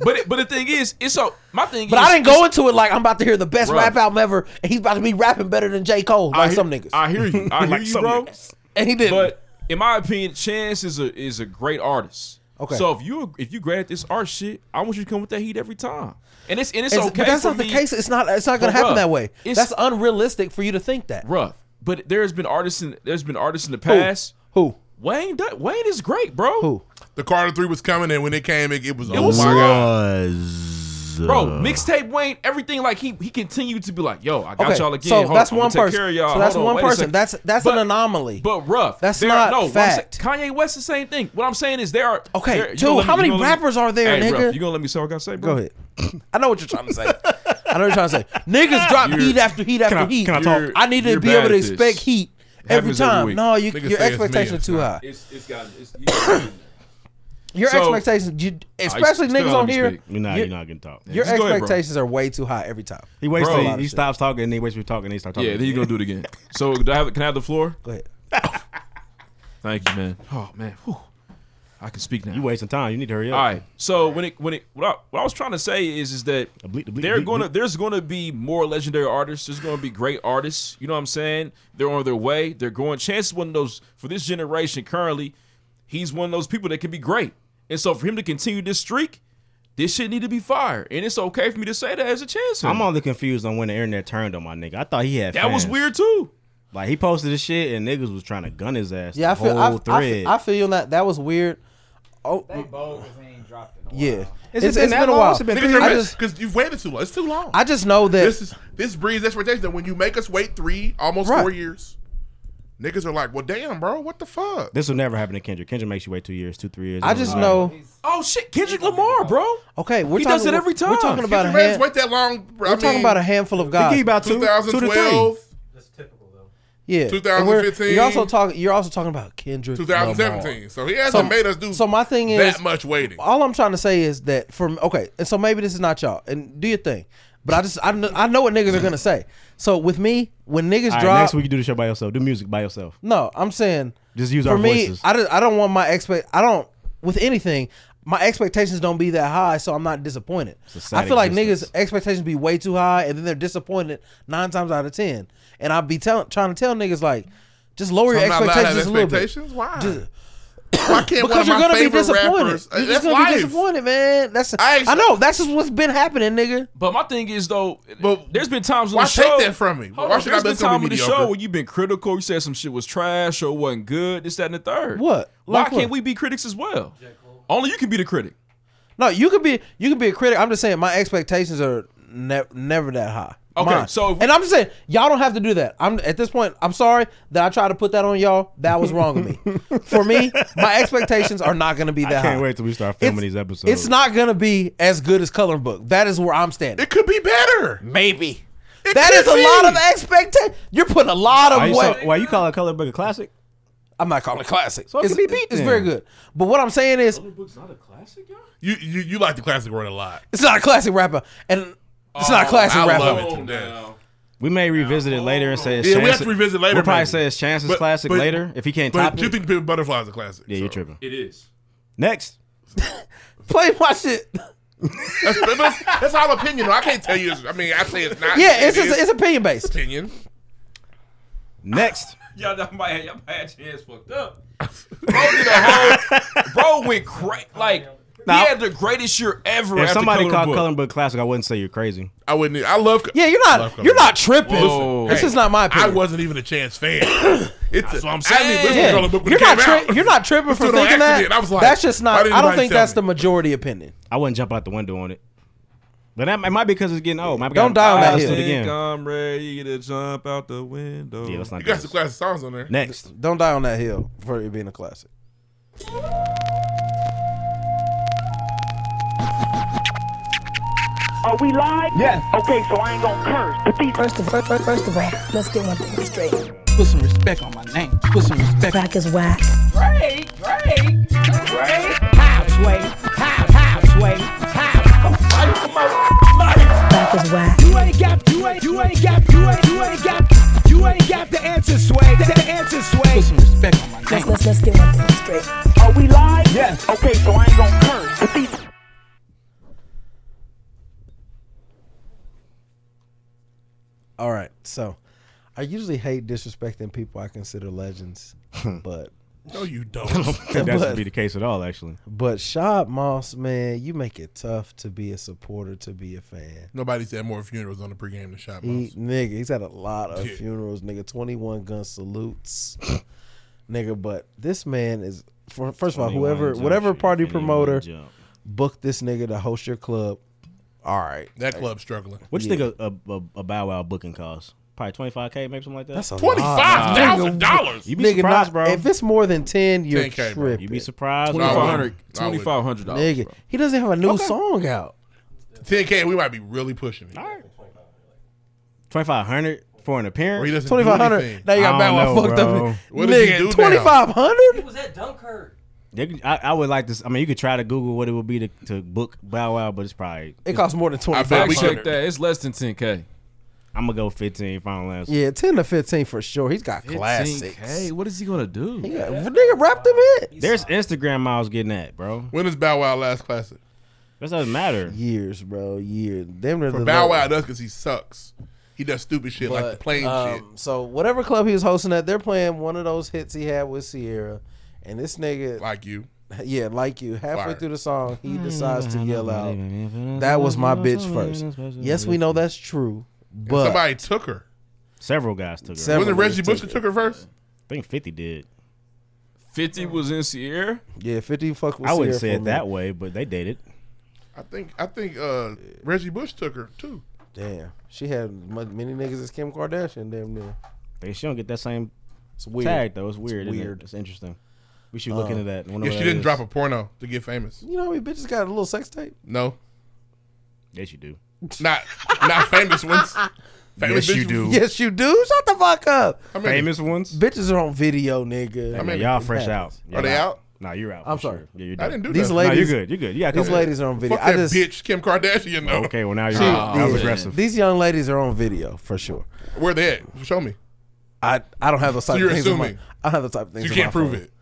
But it, but the thing is, it's so my thing. is, I didn't go into it like I'm about to hear the best Bro. rap album ever, and he's about to be rapppping better than J Cole I like hear- some niggas, I hear you. I hear Like you, some bro. niggas. and he didn't. But in my opinion, Chance is a is a great artist. Okay. So if you if you grant this art shit, I want you to come with that heat every time, and it's and it's, It's- okay. but that's for not the me- case. It's not. It's not going But to happen bruh, that way. it's- That's unrealistic for you to think that. Rough, but there has been artists in there's been artists in the past. Who? Wayne do- Wayne is great, bro. Who? The Carter Three was coming, and when it came, it, it was. oh was my slow. god! Bro, mixtape Wayne, everything like he he continued to be like, yo, I got Okay, y'all again. so Hold that's on, I'ma one take person. Care of y'all. So that's Hold one on, wait a person. second. That's- that's an But- anomaly. But rough. That's there- not no, what I'm fact. saying- Kanye West the same thing. What I'm saying is there are Okay, there- you dude, gonna let me- how you many gonna let me- rappers are there, Hey, nigga? Ruff, you gonna let me say what I gotta say, bro? Go ahead. I know what you're trying to say. I know what you're trying to say. Niggas drop You're- heat after heat after I- heat. can I talk? I need to You're be bad able to at this. expect heat every Happens every time. week. no, you, Niggas your say it's expectations me, are it's too not. high. It's it's got it's, it's Your So- expectations, you, especially still niggas don't on let me here, speak. you're not. You- You're not gonna talk. your Just go ahead, bro. expectations are way too high every time. He waits. Bro. till A he, lot he stops talking, and then he waits for you to talk, and then he starts talking. yeah. Then you gonna do it again. So do I have, can I have the floor? Go ahead. Thank you, man. Oh man, Whew. I can speak now. You wasting time. You need to hurry up. All right. So when it when it what I, what I was trying to say is is that A bleep, a bleep, they're bleep, gonna bleep. there's gonna be more legendary artists. There's gonna be great artists. You know what I'm saying? They're on their way. They're going. Chance is one of those for this generation currently. He's one of those people that can be great. And so for him to continue this streak, this shit need to be fired. And it's okay for me to say that as a chance. I'm only confused on when the internet turned on my nigga. I thought he had. That was fans. weird too. Like he posted this shit, and niggas was trying to gun his ass. Yeah, I the feel. I, whole I- thread. I, feel you on that. That was weird. Oh, yeah. Is it been that long? It's been three I years. just, Because you've waited too long. It's too long. I just know that. this is this breeds expectation that when you make us wait three, almost Right. four years, niggas are like, "Well, damn, bro, what the fuck?" this will never happen to Kendrick. Kendrick makes you wait two years, two, three years. I just know. Oh shit, Kendrick Lamar, bro. Okay, we're He talking, does it every We're time. talking about a You made us hand, wait that long. We're talking about a handful of guys. He about two, two to three. 2012, Yeah, and we're- 2015. You're also talking. You're also talking about Kendrick. 2017. Lamar. So he hasn't So- made us do so my thing that is- much waiting. All I'm trying to say is that from okay, and so maybe this is not y'all, and do your thing. But I just I know, I know what niggas are gonna say. So with me, when niggas All right, drop, next week you do the show by yourself. Do music by yourself. no, I'm saying Just use for our me, voices. I don't, I don't want my expect. I don't with anything. My expectations don't be that high, so I'm not disappointed. a sad I feel like existence. niggas' expectations be way too high, and then they're disappointed nine times out of ten. And I be tell, trying to tell niggas like, just lower I'm your not allowed to have expectations a little bit. expectations. Why? Why can't one because of you're my gonna be favorite disappointed. rappers? Uh, You're that's just gonna life. be disappointed, man. That's I I, ex- know. That's just what's been happening, nigga. But my thing is though, But there's been times on why the show. take that from me? Hold Why on, should I there's let been somebody times on be the mediocre? show where you've been critical. You said some shit was trash or wasn't good. This, that, and the third. What? Why Like can't what? we be critics as well? Only you can be the critic. No, you could be you could be a critic. I'm just saying my expectations are ne- never that high. Okay, mine. so if- and I'm just saying, y'all don't have to do that. I'm at this point. I'm sorry that I tried to put that on y'all. That was wrong of me. For me, my expectations are not going to be that I can't high. wait till we start filming these episodes. It's not going to be as good as Color Book. That is where I'm standing. It could be better. Maybe. that is a could lot be. of expectation. You're putting a lot of Why you, weight. so- why you call it Color Book a classic? I'm not calling it classic. So it it's, could be beat. it's very good. But what I'm saying is, You you, you like the classic word a lot. it's not a classic rapper, and it's not a Oh, classic I rapper. love it to death. We may revisit it later and say it's Yeah, we Chance- have to revisit later, We'll probably maybe. say it's Chance's But- classic but- later if he can't but top you it. think Pimp Butterfly is a classic? Yeah, you're tripping. It is. Next. Play my shit. That's, that's, that's all opinion. though. I can't tell you. it's- I mean, I say it's not. Yeah, it's It just- is. it's opinion based. Opinion. Next. Y'all, y'all might have, y'all might have your hands fucked up. Bro did a whole. Bro went crazy. Like Now- he had the greatest year ever. If after somebody Coloring called Book. Color Book classic, I wouldn't say you're crazy. I wouldn't. e, I love. Yeah, you're not- love Color you're Book. not tripping. Listen, This is not my I opinion. wasn't even a chance fan. it's That's a, what I'm I didn't saying. listen Yeah. to Color Book when You're it not came out. tri- you're not tripping Let's for do it on thinking accident. that. I was like, that's just why not. didn't I don't nobody think tell that's me? the majority opinion. I wouldn't jump out the window on it. But that, it might be because it's getting old. Might be Don't die gotta- on that I'll hill. do it Think again. I'm ready to jump out the window. Yeah, let's not You do got this. some classic songs on there. Next. Don't die on that hill for it being a classic. Are we live? Yes. Okay, so I ain't gonna curse. But these first of first, first, first of all, let's get one thing straight. Put some respect on my name. Put some respect. Crack is whack. Great, great, great. Halfway, half, halfway, half. Crack is whack. You ain't got, you ain't, you ain't got, you ain't, you ain't got, you ain't got the answer, sway. The the answer, sway. Put some respect on my Let's, let's let's get one thing straight. Are we live? Yes. Okay, so I ain't gonna curse. But these All right, so I usually hate disrespecting people I consider legends, but No, you don't. I don't think that should be the case at all, actually. But Shad Moss, man, you make it tough to be a supporter, to be a fan. Nobody's had more funerals on the pregame than Shot He, Moss. nigga, he's had a lot of Yeah. funerals, nigga. Twenty one gun salutes, nigga. But this man is for, first of all, 21 whoever, jump whatever shit, party 21 promoter jump. booked this nigga to host your club. All right, That club's struggling. What you Yeah. think a, a, a, a Bow Wow booking cost? Probably 25K, maybe something like that? That's a lot. $25,000. You'd be Nigga, surprised, not- bro. If it's more than ten, you're 10K, bro. tripping. You'd be surprised. um, Nah, I wouldn't. $2,500 $2,500. Nigga, he doesn't have a new song out. 10K, we might be really pushing it. All right. 2500 for an appearance? Or he doesn't do Twenty five hundred. anything. Now you got I back don't one know, fucked bro. up. What does he do Nigga, now? twenty five hundred. He was at Dunkirk. They could- I, I would like to. s- I mean, you could try to Google what it would be to, to book Bow Wow, but it's probably It costs more than I twenty bet five we checked hundred. that. It's less than 10k. I'm gonna go 15 final answer. Yeah, ten to fifteen for sure. He's got classics. Hey, what is he gonna do? Yeah, nigga, wrapped him in. There's Instagram miles getting at, bro. When is Bow Wow last classic? That doesn't matter. Years, bro. Years. Damn near For the Bow low- Wow, that's because he sucks. He does stupid shit like the But, plane shit. um, So whatever club he was hosting at, they're playing one of those hits he had with Sierra, and this nigga like you. Yeah, like you. Halfway Fire. through the song, Mm. he decides to yell out, "That was my bitch first. Yes, we know that's true, but Somebody took her. Several guys took her. Several Wasn't Reggie niggas Bush took that took her first? I think 50 did. 50 was in Sierra. yeah, fifty fuck. With I wouldn't Sierra say for it me. that way, but they dated. I think I think uh, Reggie Bush took her too. Damn, she had as much- many niggas as Kim Kardashian. Damn near. They she don't get that same It's weird. tag though. It's weird. It's weird. weird. It's interesting. We should look Um, into that. and wonder Yeah, what she that didn't is. drop a porno to get famous. You know how many bitches got a little sex tape? No, Yes, you do. not not famous ones. Yes, you bitches- do. Yes, you do. Shut the fuck up. How many? Famous ones. Bitches are on video, nigga. Hey, man, y'all fresh out. Are they out? Nah, you're out. I'm for sorry. sure. Yeah, you're I done. didn't do These that. No, you're ladies- good. You're good. You got a These couple- ladies are on video. Fuck I that just bitch, Kim Kardashian. Though. Okay, well now She- you're out. That was yeah. aggressive. These young ladies are on video for sure. Where they at? Show me. I I don't have those So type you're of things. on my- assuming. I don't have the type of things. You on can't my prove phone. it.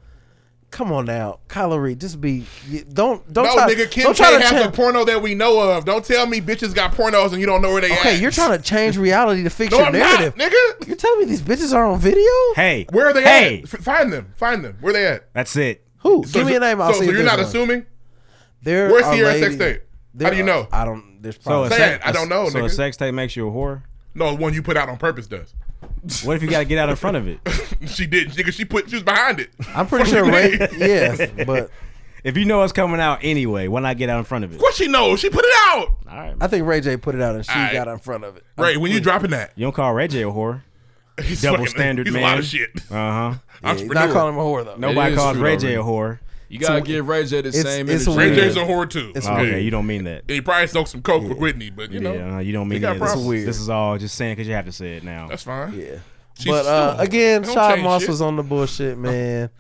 Come on now, Kyler Reed. Just be you- don't don't no, try. nigga, Kim don't try can't to have cha- the porno that we know of. Don't tell me bitches got pornos and you don't know where they at. Okay, you're trying to change reality to fix No, your I'm not, narrative, nigga. You're telling me these bitches are on video? Hey, Where are they Hey, at? F- find them. Find them. Where they at? that's it. Who? So- Give me a name. I'll so, see so if you're there's not one. assuming? There Where's are Sierra's sex ladies- tape? there How do you are- know? I don't. There's So probably a Say sex, it. I don't know, So a nigga. sex tape makes you a whore. No, the one you put out on purpose does. What if you got to get out in front of it? she didn't, nigga. She put. She was behind it. I'm pretty Fuck sure. you, Ray, nigga. yes, but If you know it's coming out anyway, why not get out in front of it? What she knows? She put it out. All right. I think Ray J put it out and she All right. got in front of it. Ray, when you dropping that? You don't call Ray J a whore. He's Double fucking- standard, he's a man. lot of shit. Uh huh. Yeah, he's not Entrepreneur. calling him a whore, though. Nobody It is calls true, Ray though, J a Ray. whore. You gotta It's- give Ray J the it's- same it's energy. Ray weird. J's a whore, too. It's Oh, weird. okay, you don't mean that. He probably smoked some coke with Whitney, but you know, yeah, uh, you don't mean got that. This is- problems. This is all just saying because you have to say it now. That's fine. Yeah. She's But uh, still- again, Don't Shy change Moss shit. was on the bullshit, man.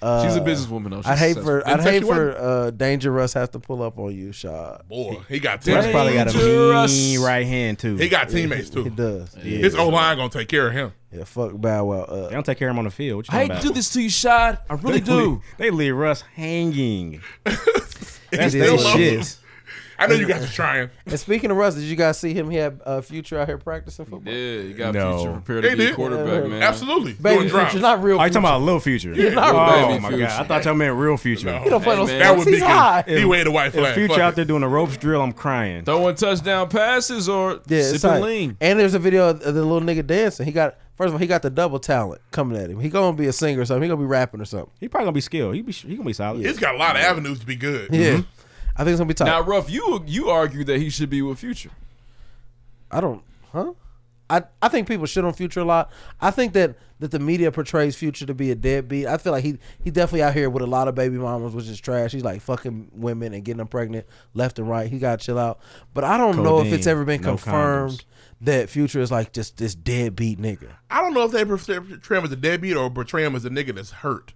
Uh, She's a businesswoman, Oh, though. She's I'd hate successful. for I'd In fact, hate she for uh, Danger Russ have to pull up on you, Shaw. Boy, he got Russ teammates. probably got a mean Dangerous. right hand too. He got teammates too. He does. Yeah. His O line gonna take care of him. Yeah, fuck Bow Wow. Up. They don't take care of him on the field. What you I hate talking to do about? this to you, Shad. I really They leave- do. They leave Russ hanging. That's still their loves shit. him. I know you guys are trying. And speaking of Russ, did you guys see him? He had uh, Future out here practicing football. Yeah, you got No. future prepared to They be a did. quarterback, man. Absolutely. Baby Doing drops. Future, not real. Are Oh, you talking Future. about Lil Future? Yeah, not oh real my Future. god, I thought y'all meant real Future. He Oh, don't play Hey, no man. sports. That would be He's good. high. He waved a white If flag. Future Fuck out it. there doing a ropes drill, I'm crying. Throwing touchdown passes or Yeah, it's sipping tight. lean. And there's a video of the little nigga dancing. He got first of all, he got the double talent coming at him. He gonna be a singer or something. He gonna be rapping or something. He probably gonna be skilled. He be he gonna be solid. He's got a lot of avenues to be good. Mm-hmm. Mm-hmm. Yeah, I think it's gonna be tight. Now, Ruff, you you argue that he should be with Future. I don't, huh? I, I think people shit on Future a lot. I think that, that the media portrays Future to be a deadbeat. I feel like he he definitely out here with a lot of baby mamas, which is trash. He's like fucking women and getting them pregnant left and right. He got to chill out. But I don't know if it's Codeine, ever been no confirmed that Future is like just this deadbeat nigga. I don't know if they portray him as a deadbeat or portray him as a nigga that's hurt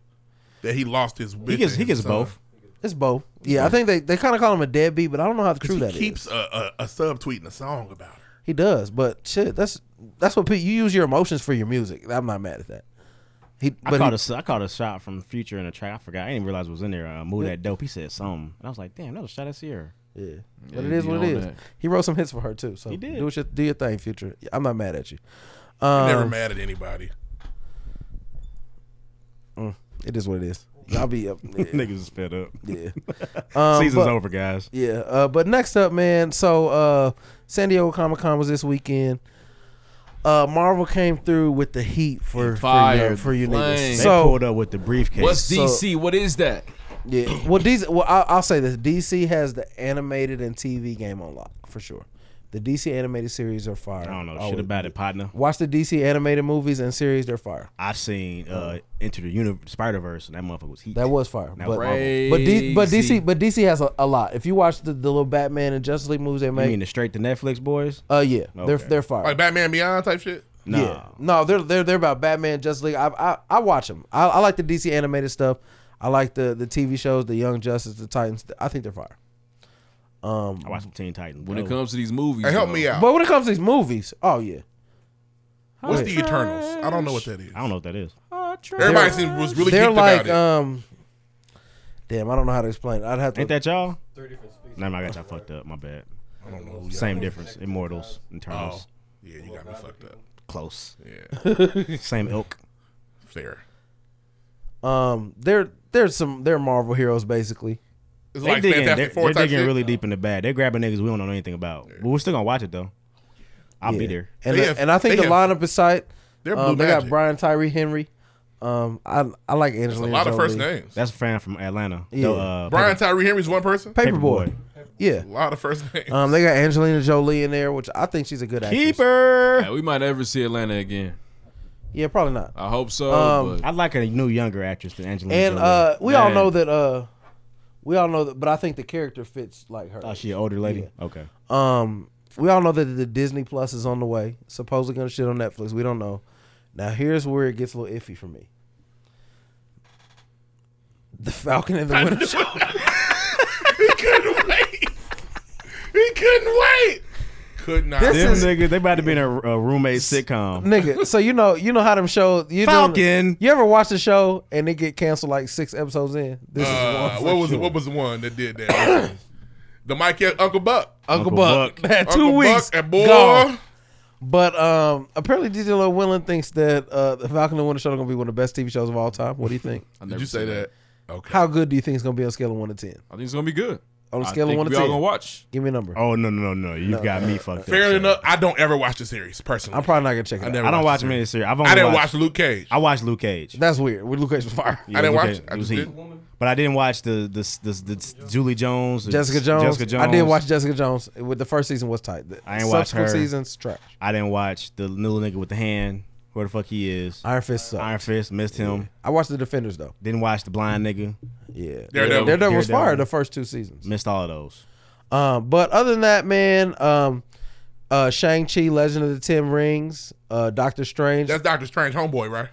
that he lost his. He gets he gets both. It's both. Yeah, I think they, they kind of call him a deadbeat, but I don't know how true He that is. keeps a, a, a sub tweeting a song about her. He does, but shit, that's that's what pe- you use your emotions for your music. I'm not mad at that. He, I but caught, he- a s I caught a shot from Future in a track. I forgot. I didn't realize it was in there. Uh, Move Yeah. that dope. He said something, and I was like, "Damn, that was a shot at Sierra." Yeah, Yeah, but it he is be what it on is. that. He wrote some hits for her too. So He did. Do, what your, do your thing, Future. I'm not mad at you. I'm Um, never mad at anybody. mm, It is what it is. I'll be up. Niggas is fed up. Yeah, Um, season's but- over, guys. Yeah, uh, but next up, man. So uh, San Diego Comic Con was this weekend. Uh, Marvel came through with the heat for for your, Fired for you flame. niggas. They So pulled up with the briefcase. What's So- DC? what is that? yeah, well, DC. Well, I, I'll say this: DC has the animated and TV game on lock for sure. The DC animated series are fire. I don't know Always. shit about it, partner. Watch the DC animated movies and series; they're fire. I've seen uh, Enter the Universe, Spider Verse, and that motherfucker was heat. That was fire. That but, was Marvel. but, D, but Crazy. DC but DC has a, a lot. If you watch the, the little Batman and Justice League movies they You mean make, the straight to Netflix boys? uh, yeah, they're Okay. they're fire. Like Batman Beyond type shit. Nah. Yeah, no, they're they're they're about Batman, Justice League. I I, I watch them. I, I like the DC animated stuff. I like the the TV shows, the Young Justice, the Titans. I think they're fire. Um, I watched some Teen Titans. Oh. When it comes to these movies, Hey, help though. me out. but when it comes to these movies, oh yeah, What's the Eternals? I don't know what that is. I don't know what that is. Everybody seemed, was really they're geeked like about um, damn, I don't know how to explain. it. I'd have to. Ain't that y'all? Nah, I got y'all fucked up. My bad. Same difference. Immortals, Eternals, Oh, it. Oh, Yeah, you got me fucked up. close. Yeah, Same ilk. fair. Um, they're they're some they're Marvel heroes basically. It's They like digging, Fantastic they're, 4 they're type digging shit. really deep in the bag. They're grabbing niggas we don't know anything about. But we're still gonna watch it though. I'll be Yeah. there. And, They the- have- and I think they the have- lineup is tight. they're Uh, Um, Blue they got Magic. Brian Tyree Henry. Um, I I like Angelina. a lot of Jolie. first names. That's a fan from Atlanta. Yeah. The, uh, Brian Tyree Henry's one person. Paper- Paperboy. Paperboy. Yeah. A lot of first names. Um, they got Angelina Jolie in there, which I think she's a good actress. keeper. Yeah, we might never see Atlanta again. Yeah, probably not. I hope so. Um, but I like a new younger actress than Angelina. And Jolie. uh, we all Man. know that. Uh, we all know that, but I think the character fits like her. oh, she an older lady. Okay. Um, we all know that the Disney Plus is on the way. Supposedly gonna shit on Netflix. We don't know. Now here's where it gets a little iffy for me. The Falcon and the Winter Soldier. he couldn't wait. He couldn't wait. Could not. This Them is- niggas, they about to be in a, a roommate sitcom. Nigga, so you know you know how them show you don't- Falcon. you ever watch the show and it get canceled like six episodes in? This is Uh, one. for what was sure. what was the one that did that? the Mike Uncle Buck. Uncle, Uncle Buck. Buck. had Uh, two Uncle weeks. Buck and boy. gone. But um, apparently, DJ Lil Willin thinks that uh, the Falcon and the Winter Soldier going to be one of the best TV shows of all time. What do you think? I Did never you say seen that? Okay. How good do you think it's going to be on a scale of one to ten? I think it's gonna be good. On a I scale of think one to we all gonna ten, watch. give me a number. Oh no no no no! You've got me fucked up. Fair sir. enough. I don't ever watch the series personally. I'm probably not going to check it. out. never I watched don't watch the many series. series. I've only I didn't watch watched, Luke Cage. I watched Luke Cage. That's weird. With Luke Cage was fire. Yeah, I didn't Luke watch Cage- it. I was just heat. didn't. But I didn't watch the the the, the Julie Jones, Jessica Jones. Jessica Jones. I did watch Jessica Jones. With the first season was tight. The I ain't watch subsequent her. seasons trash. I didn't watch the little nigga with the hand. Where the fuck he is? Iron Fist. Sucked. Iron Fist missed him. I watched the Defenders though. Didn't watch the blind nigga. Yeah, Daredevil. Daredevil was fire the first two seasons. Missed all of those. Um, but other than that, man, um, uh, Shang Chi, Legend of the Ten Rings, uh, Doctor Strange. That's Doctor Strange, homeboy, right?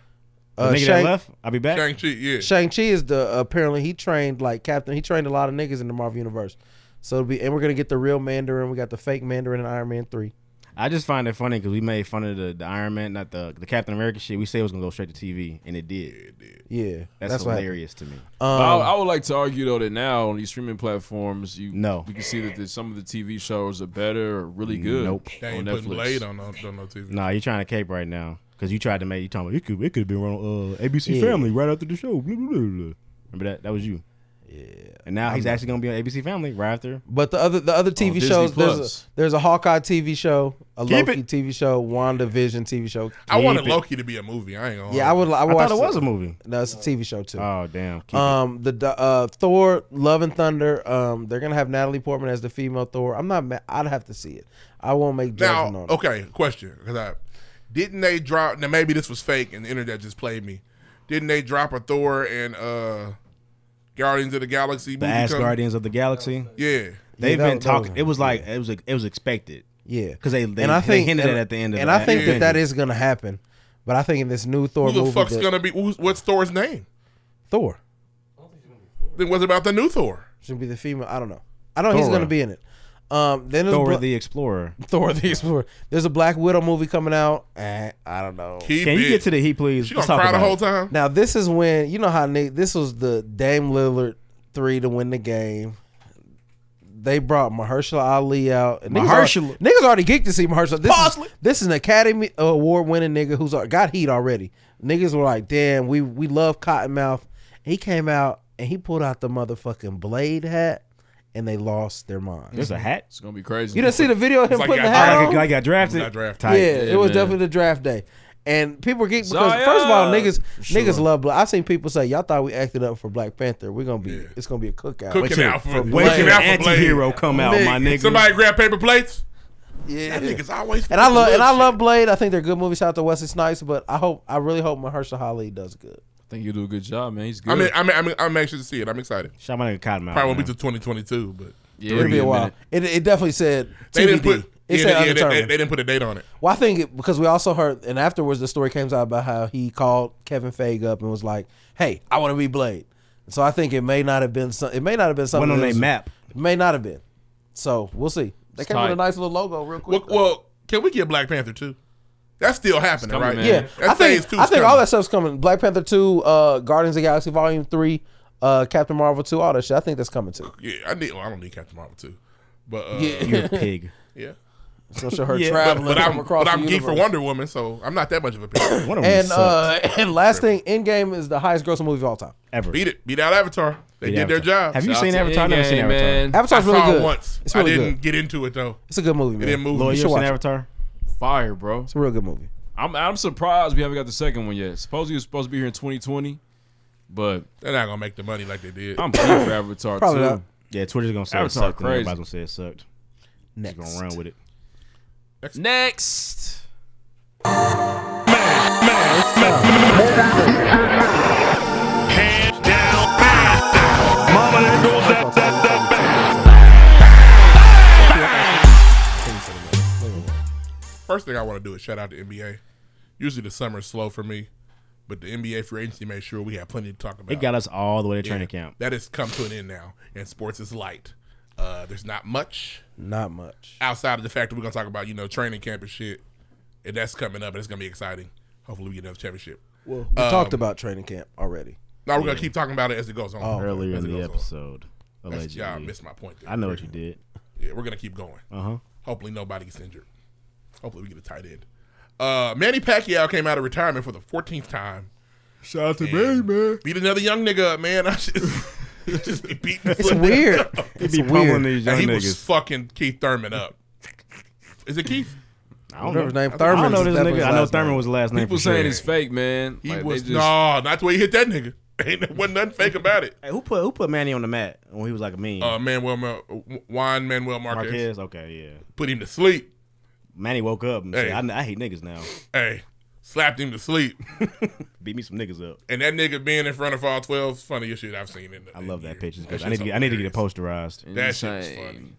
Uh, Shang- Shang Chi, yeah. Shang Chi is the apparently he trained like Captain. He trained a lot of niggas in the Marvel universe. So it'll be and we're gonna get the real Mandarin. We got the fake Mandarin in Iron Man three. I just find it funny because we made fun of the, the Iron Man, not the the Captain America shit. We said it was gonna go straight to TV, and it did. it did. Yeah, that's, that's what happened. Uh, hilarious to me. But Um, I, I would like to argue though that now on these streaming platforms, you No. we can see that there's some of the TV shows are better, or really good. Nope. They ain't putting Blade on no, on no TV. Nah, you're trying to cape right now because you tried to make you talking about it could it could have been on uh, ABC Yeah. Family right after the show. Blah, blah, blah, blah. Remember that? That was you. Yeah. And now he's I'm- actually gonna be on ABC Family right after. But the other the other TV Oh, Disney shows there's Plus. a, there's a Hawkeye TV show, a Keep Loki TV show, WandaVision TV show. I Keep wanted it. Loki to be a movie. I ain't gonna. Yeah, I would. I, I thought watched it was a movie. No, it's a TV show too. Oh damn. um, the the, uh, Thor Love and Thunder. Um, they're gonna have Natalie Portman as the female Thor. I'm not. mad. I'd have to see it. I won't make judgment Now, on it. okay, question. Because I didn't they drop? Now maybe this was fake, and the internet just played me. Didn't they drop a Thor and uh Guardians of the Galaxy? The movie Ass coming? Guardians of the Galaxy. Yeah. Yeah, They've that- been that talking. was- It was like it was it was expected. Yeah, Because they, they and I think they hinted and, it at the end of and the I think at the that that end. is gonna happen. But I think in this new Thor Who the movie, fuck's that- gonna be? Who's, what's Thor's name? Thor Then what's about the new Thor? should be the female. I don't know. I know he's Thora. gonna be in it. Um, then there's Thor Bla- the Explorer. Thor the Explorer. There's a Black Widow movie coming out. Eh, I don't know. Keep Can you it. get to the heat, please? She Let's gonna talk cry the about whole it. time? Now this is when you know how Nick. This was the Dame Lillard three to win the game. They brought Mahershala Ali out. And Mahershala. niggas, already, niggas already geeked to see Mahershala. This is, this is an Academy Award winning nigga who's al- got heat already. Niggas were like, "Damn, we we love Cottonmouth." He came out and he pulled out the motherfucking blade hat, and they lost their mind. There's a hat. It's gonna be crazy. You didn't see the video of him It's like putting I the got- hat I on. got- I got drafted. Got drafted. Yeah, Tight. it Yeah, was man. definitely the draft day, and people get because first of all, Zion! niggas Sure. niggas love black. I seen people say y'all thought we acted up for Black Panther. We're gonna be it's gonna be a cookout. Cooking out for, Blade. cooking out for Blade. anti-hero come out, my nigga. Somebody grab paper plates. Yeah, that nigga's always. And I fucking love with and I shit. love Blade. I think they're good movies. Shout out to Wesley Snipes, but I hope I really hope Mahershala Ali does good. I think you do a good job, man. He's good. I mean, I mean, I mean, I'm anxious to see it. I'm excited. Shout my nigga Cottonmouth. Probably won't be man. to 2022, but Yeah, It'll be a while. It, it definitely said They didn't TBD. put- It yeah, said yeah, they- they- undetermined. they didn't put a date on it. Well, I think it, because we also heard, and afterwards the story came out about how he called Kevin Feige up and was like, "Hey, I want to be Blade." So I think it may not have been some, it may not have been something Went that on their was- map. It may not have been. So we'll see. They came with a nice little logo real quick. Well, well, can we get Black Panther too? That's still happening, coming, right? man. Yeah. that I phase think two. I think all that stuff's coming. Black Panther two, uh, Guardians of the Galaxy Volume three, uh, Captain Marvel two, all that shit. I think that's coming too. Yeah, I need. Well, I don't need Captain Marvel too, but uh, Yeah. You're a pig. Yeah. So show her But- traveling but, from I'm, across but the I'm geek for universe. Wonder Woman, so I'm not that much of a pig. And uh, and last thing, Endgame is the highest grossing movie of all time. ever beat it, beat out Avatar. They Beat did their Avatar. job. Have you Shout seen out to Avatar? I've never seen Endgame, Avatar. man. Avatar's I really saw it good. once. It's really I didn't good. get into it though. It's a good movie, It man. didn't move. Lloyd, me. you ever seen Avatar? Fire, bro. It's a real good movie. I'm I'm surprised we haven't got the second one yet. Supposedly it was supposed to be here in 2020, but they're not gonna make the money like they Oh. did. I'm playing for Avatar Probably too. not. Yeah, Twitter's gonna say it Avatar sucked. and crazy. Everybody's gonna say it sucked. Next. Just gonna run with it. Next. First thing I want to do is shout out the NBA. Usually the summer is slow for me, but the NBA free agency made sure we had plenty to talk about. It got us all the way to training camp. That has come to an end now, and sports is light. Uh, there's not much Not much. outside of the fact that we're gonna talk about you know training camp and shit, and that's coming up, and it's gonna be exciting. Hopefully, we get another championship. Well, we Um, talked about training camp already. Now we're gonna keep talking about it as it goes on. Oh. Earlier As in it the goes on. episode, That's- yeah, I allegedly. missed my point. There. I know what you did. Yeah, we're gonna keep going. Uh-huh. Hopefully nobody gets injured. Hopefully we get a tight end. Uh, Manny Pacquiao came out of retirement for the 14th time. Shout out to Manny, man. Beat another young nigga up, man. I just, just be beating. It's weird. He be It's pummeling weird. these young and he was niggas. fucking Keith Thurman up. Is it Keith? I don't know. Whatever his name- I Thurman don't know is this definitely nigga. his I know last Thurman name. was the last name People for saying sure. it's fake, man. He Like, they was just- no, not the way he hit that nigga. Ain't there wasn't nothing fake about it. Hey, who put who put Manny on the mat when he was like a mean? Uh, Manuel, Mar- Juan Manuel Marquez. Marquez, okay, yeah. Put him to sleep. Manny woke up and Hey. said, I, I hate niggas now. Hey, slapped him to sleep. Beat me some niggas up. And that nigga being in front of all 12 's funniest shit I've seen in the I love that picture. That I need to shit's get, I need to get it posterized. That shit's funny.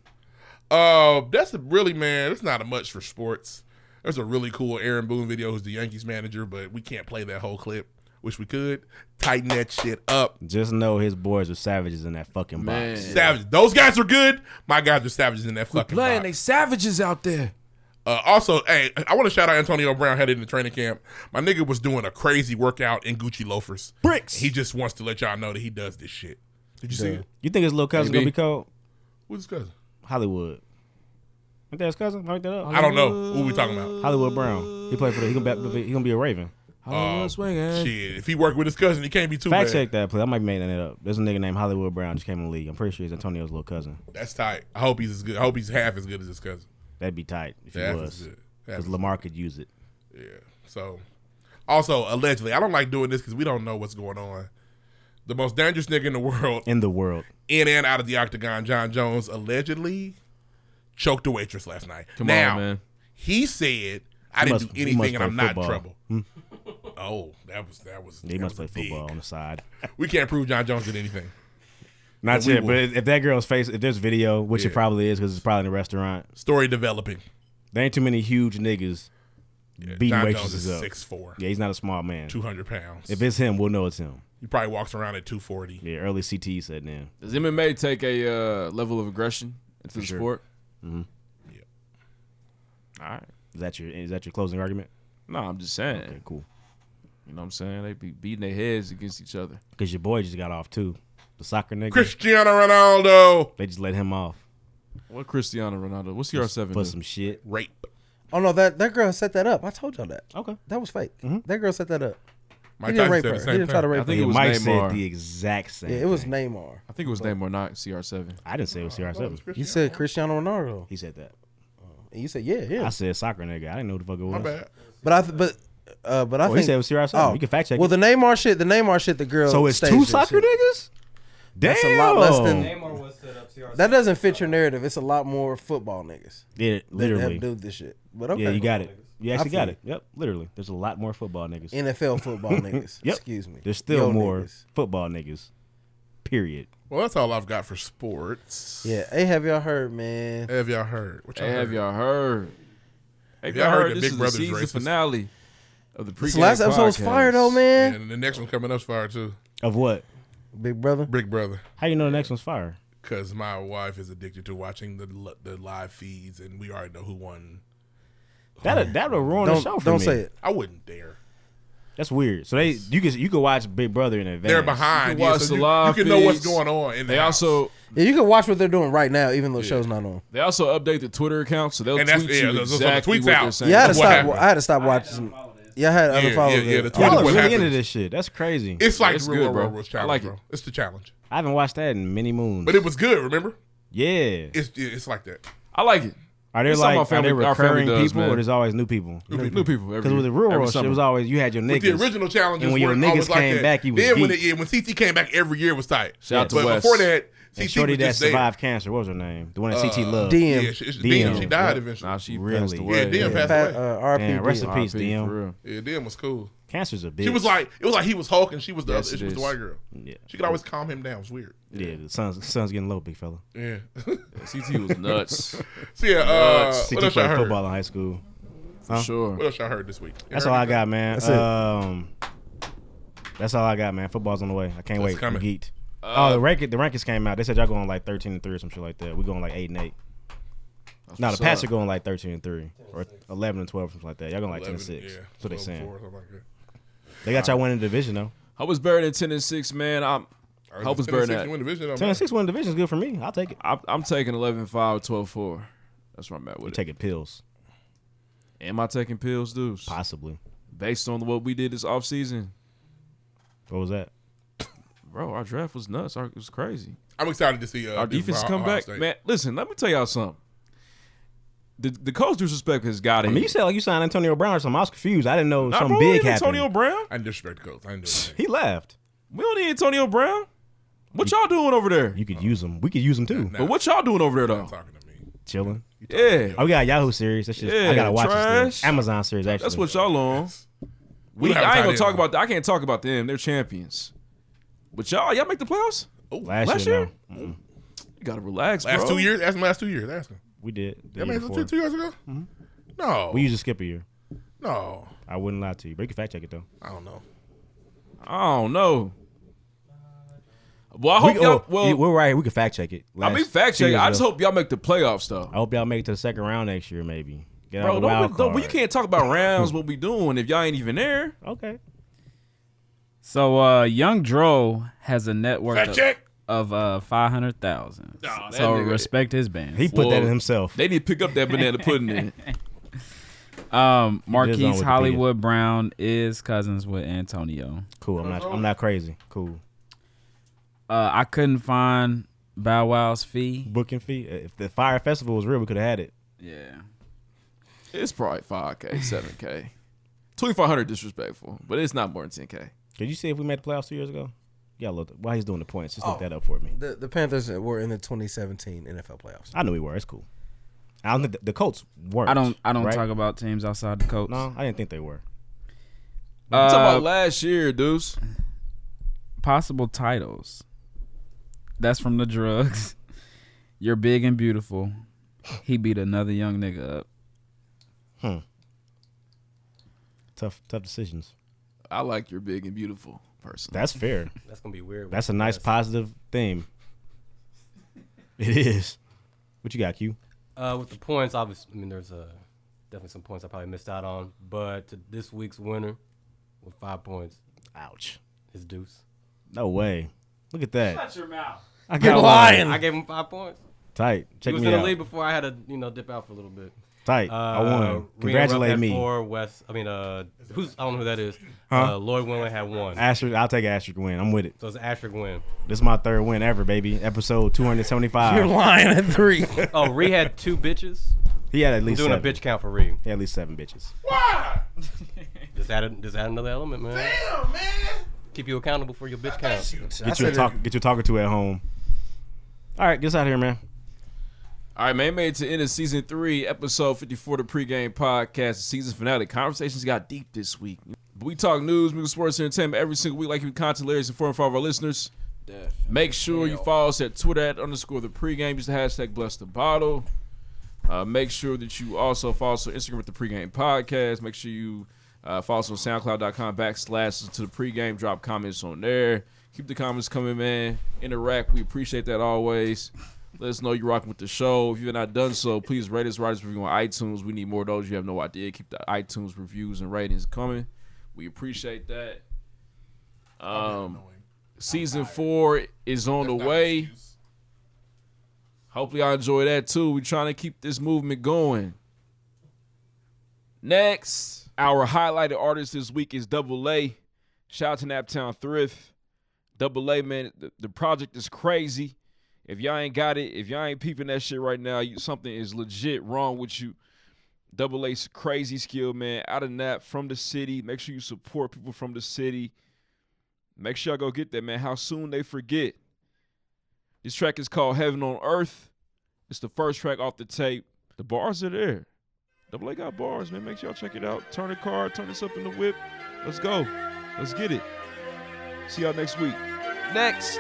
Uh, that's a really man. It's not a much for sports. There's a really cool Aaron Boone video who's the Yankees manager, but we can't play that whole clip. Wish we could tighten that shit up. Just know his boys are savages in that fucking box. Savage. Those guys are good. My guys are savages in that fucking playing. box. They savages out there. Uh, also, hey, I want to shout out Antonio Brown headed into training camp. My nigga was doing a crazy workout in Gucci loafers. Bricks. He just wants to let y'all know that he does this shit. Did you see Yeah. it? You think his little cousin gonna Maybe. be called Who's his cousin? Hollywood? Ain't that his cousin? I, that up. I don't know. What we talking about? Hollywood Brown. He played for the. He gonna be, he gonna be a Raven. Uh, shit. If he worked with his cousin, he can't be too Fact bad. check that, please. I might be making that up. There's a nigga named Hollywood Brown just came in the league. I'm pretty sure he's Antonio's little cousin. That's tight. I hope he's as good. I hope he's half as good as his cousin. That'd be tight if he That is was, good. That because Lamar could use it. Yeah. So, also allegedly, I don't like doing this because we don't know what's going on. The most dangerous nigga in the world, in the world. in and out of the octagon, John Jones allegedly choked a waitress last night. Come now, on, man. He said, "I He didn't must- do he must anything, and play I'm not in football. trouble." Hmm. Oh, that was that was. He that must play was football on the side. big. We can't prove John Jones did anything. Not But we yet, will. but if that girl's face, if there's video, which Yeah. it probably is, because it's probably in a restaurant. Story developing. There ain't too many huge niggas beating John Jones waitresses is up. 6'4". Yeah, he's not a small man. 200 pounds. If it's him, we'll know it's him. He probably walks around at 240. Yeah, early E CT said now. Does MMA take a uh, level of aggression into the sure. sport? Mm-hmm. All right. Is that your is that your closing argument? No, I'm just saying. cool. You know what I'm saying? They be beating their heads against each other. Because your boy just got off too, the soccer nigga. Cristiano Ronaldo. They just let him off. What Cristiano Ronaldo? What's CR7 for do? some shit? Rape. Oh no, that that girl set that up. I told y'all that. Okay, that was fake. Mm-hmm. That girl set that up. Mike he didn't Tyson rape said her. the He same didn't try thing. to rape I her. think it was Mike Neymar. said the exact same. Yeah, it was thing. Neymar. I think it was Neymar, not CR7. I didn't say it was CR7. You said Cristiano Ronaldo. He said that. And you said yeah, yeah. I said soccer nigga. I didn't know who the fuck it was. But I th- but uh, but I Oh, he think Oh, said it was CR7. You can fact check Well, it. the Neymar shit, the Neymar shit, the girl. So it's staged two this soccer shit. niggas. Damn. That's a lot less than. that doesn't fit your narrative. It's a lot more football niggas. Yeah, that- literally. That do this shit. But okay. Yeah, you got it. You I actually feel got it. Yep, literally. There's a lot more football niggas. NFL football niggas. Yep. Excuse me. There's still Yo more football niggas. Period. Well, that's all I've got for sports. Yeah. Hey, have y'all heard, man? Have y'all heard? What y'all Hey, have heard? y'all heard? Have y'all y'all heard heard that Big this is the Brother's season racist? finale of the pregame This last episode was podcast. fire though, man. And the next one coming up's fire too. Of what? Big brother. Big brother. How you know the next one's fire? Cause my wife is addicted to watching the li- the live feeds, and we already know who won. That that would ruin the Don't- show for don't me. say it. I wouldn't dare. That's weird. So they you can you can watch Big Brother in advance. They're behind. yeah, so you, you can know what's going on. In the They house. also Yeah, you can watch what they're doing right now, even though the show's not on. they also update the Twitter account, so they'll And that's- tweet yeah, you those- those are the exactly tweets what out. they're saying. Yeah, I had to What stop. happened? I had to stop watching. Yeah, I had to Yeah, unfollow yeah, yeah, it. the Twitter Y'all are what really happens. into this shit. That's crazy. It's like It's the real good, world bro. rules I challenge, like bro. It's the challenge, I haven't watched that in many moons. but it was good. Remember? yeah. It's yeah, it's like that. I like it. Are there It's something like our are there family- our family recurring does, people man. or there's always new people? New people. New people every- Because with the real every world shit, it summer. was always you had your niggas. With the original challenges, and when your weren't niggas always like came that. back, you was then deep. when, it, yeah, when CT came back every year it was tight. Shout out to but Wes. before that, And CT Shorty was that just there. survived cancer. What was her name? The one that CT Uh, loved. DM. Yeah, she- it's DM. She died Yep. eventually. Nah, she Really? passed away. Yeah, DM passed Pat- away. uh, RP. Damn, rest in DM. RIP, peace, for DM. real. Yeah, DM was cool. Cancer's a bitch. She was like, it was like he was Hulk and she was the Yes, other. it She was the is. white girl. Yeah. She could always calm him down. It's weird. yeah, the sun's the sun's getting low, big fella. Yeah. CT was nuts. So yeah, uh, what CT else y'all played heard? football in high school. For Huh? sure. What else y'all heard this week? That's Heard all I anything? got, man. That's it. um, that's all I got, man. Football's on the way. I can't That's wait. coming. I'm geeked. Uh, oh, the rank, the rankings came out. They said y'all going like thirteen and three or some shit like that. We going like eight and eight. No, the what's Pats up. are going like thirteen and three or eleven and twelve, or something like that. Y'all going like 11, ten and six. yeah, That's what they 12, saying. four, something like that. They got y'all winning the division though. I was buried in ten and six, man. I'm Or hope is it's it buried 10 and six? at. You win the division, don't Ten and matter. six winning division is good for me. I'll take it. I'm, I'm taking 11 5, 12 4. That's where I'm at You with it. taking pills? Am I taking pills, dudes? Possibly. Based on what we did this offseason, What was that? bro, our draft was nuts. Our, it was crazy. I'm excited to see uh, our Duke defense Ohio- come Ohio back. State. Man, listen, let me tell y'all something. The, the coach disrespect has got I it. mean, you said like you signed Antonio Brown or something. I was confused. I didn't know Not something bro, big ain't happened. Antonio Brown. I didn't disrespect the coach. I didn't do anything. He left. We don't need Antonio Brown. What y'all doing over there? You could use them. We could use them too. But what y'all doing over there though? Chilling. Yeah. Oh, we got a Yahoo series. That's just Yeah, I gotta watch trash. this thing. Amazon series. Actually, That's what y'all on. We, We don't have I ain't time gonna to talk do about. I can't talk about them. They're champions. But y'all, y'all make the playoffs. Oh, Last year, no. You gotta relax. Last bro. two years? Ask him last two years. Ask him. we did. the Yeah, year man, before. two, two years ago? No. Mm-hmm. We usually skip a year. No. I wouldn't lie to you, but you can fact check it though. I don't know. I don't know. Well, I hope we, y'all. oh, Well, you- we're right. here. We can fact check it. I mean, Last fact two check. years I just ago. hope y'all make the playoffs though. I hope y'all make it to the second round next year, maybe. Get out Bro, of the wild don't, don't, but card. you can't talk about rounds. what we doing if y'all ain't even there? Okay. So uh Young Dro has a net worth Fact of, check. of uh five hundred thousand. Nah, that so nigga- respect his band. Well, They need to pick up that banana pudding. in. Um He lives on Marquise Wikipedia. Hollywood Brown is cousins with Antonio. Cool. I'm not. I'm not crazy. Cool. Uh I couldn't find Bow Wow's fee. Booking fee. If the Fire Festival was real, we could have had it. Yeah. It's probably five k, seven k, twenty five hundred disrespectful, but it's not more than ten k. Did you see if we made the playoffs two years ago? Yeah, look. While he's doing the points, just look that up for me. The, the Panthers were in the 2017 NFL playoffs. I knew we were. It's cool. I don't think the, the Colts weren't. I don't I don't right? talk about teams outside the Colts. No, I didn't think they were. I'm talking Uh, about last year, dudes. possible titles. That's from the drugs. You're big and beautiful. He beat another young nigga up. Hmm. Tough, tough decisions. I like your big and beautiful person. That's fair. That's gonna be weird. That's a nice positive theme. It is. What you got, Q? Uh, with the points, obviously, I mean, there's uh, definitely some points I probably missed out on, but this week's winner with five points. Ouch. Is Deuce. No way. Look at that. Shut your mouth. I got You're one. lying. I gave him five points. Tight. Check he was me in out. the lead before I had to, you know, dip out for a little bit. Tight. I won. Uh, Rhea Rupp Congratulate had me. Four West. I mean, uh, who's I don't know who that is. Huh? Uh, Lloyd Winley had one. Asterisk, I'll take an asterisk win. I'm with it. So it's an asterisk win. This is my third win ever, baby. Episode 275. oh, Ree had two bitches. He had at I'm least doing seven. a bitch count for Ree. He had at least seven bitches. Just add just add another element, man. Damn, man. Keep you accountable for your bitch count. Get your talk. Get your talker to at home. All right, get us out of here, man. All right, man. Made it to the end of season three, episode 54 of the pregame podcast, the season finale. Conversations got deep this week. We talk news, music, sports, entertainment every single week, like you content layers and four and five of our listeners. Make sure you follow us at Twitter at underscore the pregame. Use the hashtag bless the bottle. Uh, make sure that you also follow us on Instagram at the pregame podcast. Make sure you uh, follow us on soundcloud.com backslash to the pregame. Drop comments on there. Keep the comments coming, man. Interact. We appreciate that always. Let us know you're rocking with the show. If you've not done so, please rate us, write us a review on iTunes. We need more of those. You have no idea. Keep the iTunes reviews and ratings coming. We appreciate that. Um, season four is on the way. Hopefully, I enjoy that too. We're trying to keep this movement going. Next, our highlighted artist this week is Double A. Shout out to Naptown Thrift. Double A, man, the, the project is crazy. If y'all ain't got it, if y'all ain't peeping that shit right now, you, something is legit wrong with you. Double A's crazy skill, man. Out of Nap, from the city. Make sure you support people from the city. Make sure y'all go get that, man. How soon they forget. This track is called Heaven on Earth. It's the first track off the tape. The bars are there. Double A got bars, man. Make sure y'all check it out. Turn the car, turn this up in the whip. Let's go. Let's get it. See y'all next week. Next.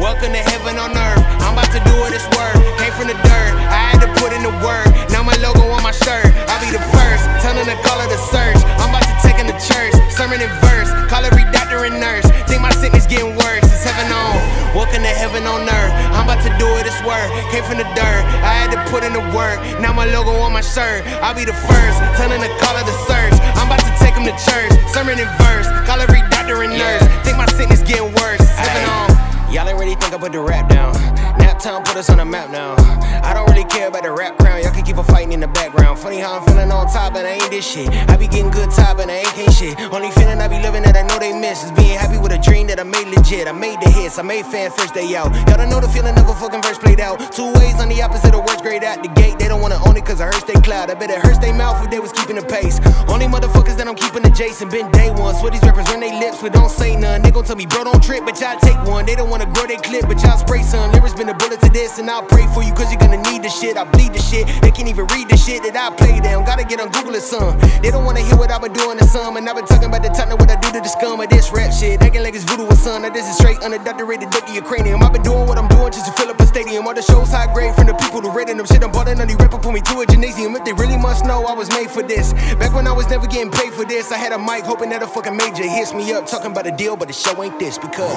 Welcome to heaven on earth. I'm about to do it, it's work. Came from the dirt. I had to put in the work. Now my logo on my shirt. I'll be the first. Telling the color to search. I'm about to take in the church. Sermon and verse. Call every doctor and nurse. Think my sickness getting worse. It's heaven on. Welcome to heaven on earth. I'm about to do it, it's work. Came from the dirt. I had to put in the work. Now my logo on my shirt. I'll be the first. Telling the color to search. I'm about to take him to church. Sermon and verse. Call every doctor and nurse. Think my sickness getting worse. It's heaven on. Y'all already think I put the rap down. Nap Uptown put us on the map now. I don't really care about the rap crown. Y'all can keep a fighting in the background. Funny how I'm feeling on top and I ain't this shit. I be getting good top and I ain't can't shit. Only feeling I be living that I know they miss is being happy with a dream that I made legit. I made the hits. I made fan first day out. Y'all don't know the feeling of a fucking verse played out. Two ways on the opposite of words grade out the gate. They don't wanna own it cause I hurts they cloud. I bet it hurts they mouth if they was keeping the pace. Only motherfuckers that I'm keeping adjacent been day one. Swear these rappers run they lips, but don't say none. They gon' tell me, bro, don't trip, but y'all take one. They don't wanna grow they clip, but y'all spray some. Lyrics been a bullet to this, and I'll pray for you cause you're gonna need the shit. I bleed the shit. They can't even read the shit that I play down. Gotta get on Google it some. They don't wanna hear what I've been doing to some. And I've been talking about the time what I do to the scum of this rap shit. Acting like it's voodoo or son. Now this is straight unadulterated duck to your cranium. I've been doing what I'm doing just to fill up a stadium. All the shows high grade from the people who rated them shit. I'm bought and only rapper put me to a gymnasium. If they really must know, I was made for this. Back when I was never getting paid for this, I had a mic hoping that a fucking major hits me up. Talking about a deal, but the show ain't this because.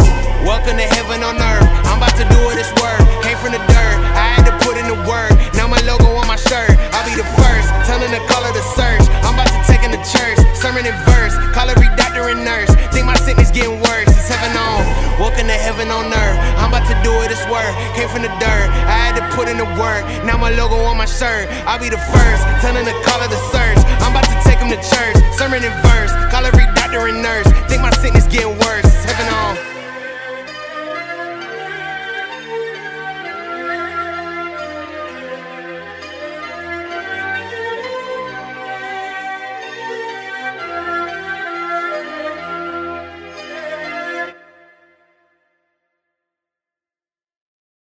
Welcome to heaven on earth. I'm about to do it this work. Came from the dirt. I had to put in the work. Now my logo on my shirt. I'll be the first. Telling the color to search. I'm about to take in the church. Sermon and verse. Call every doctor and nurse. Think my sickness getting worse. It's heaven on. Welcome to heaven on earth. I'm about to do it this work. Came from the dirt. I had to put in the work. Now my logo on my shirt. I'll be the first. Telling the color to search. I'm about to take him to church. Sermon and verse. Call every doctor and nurse. Think my sickness getting worse. It's heaven on.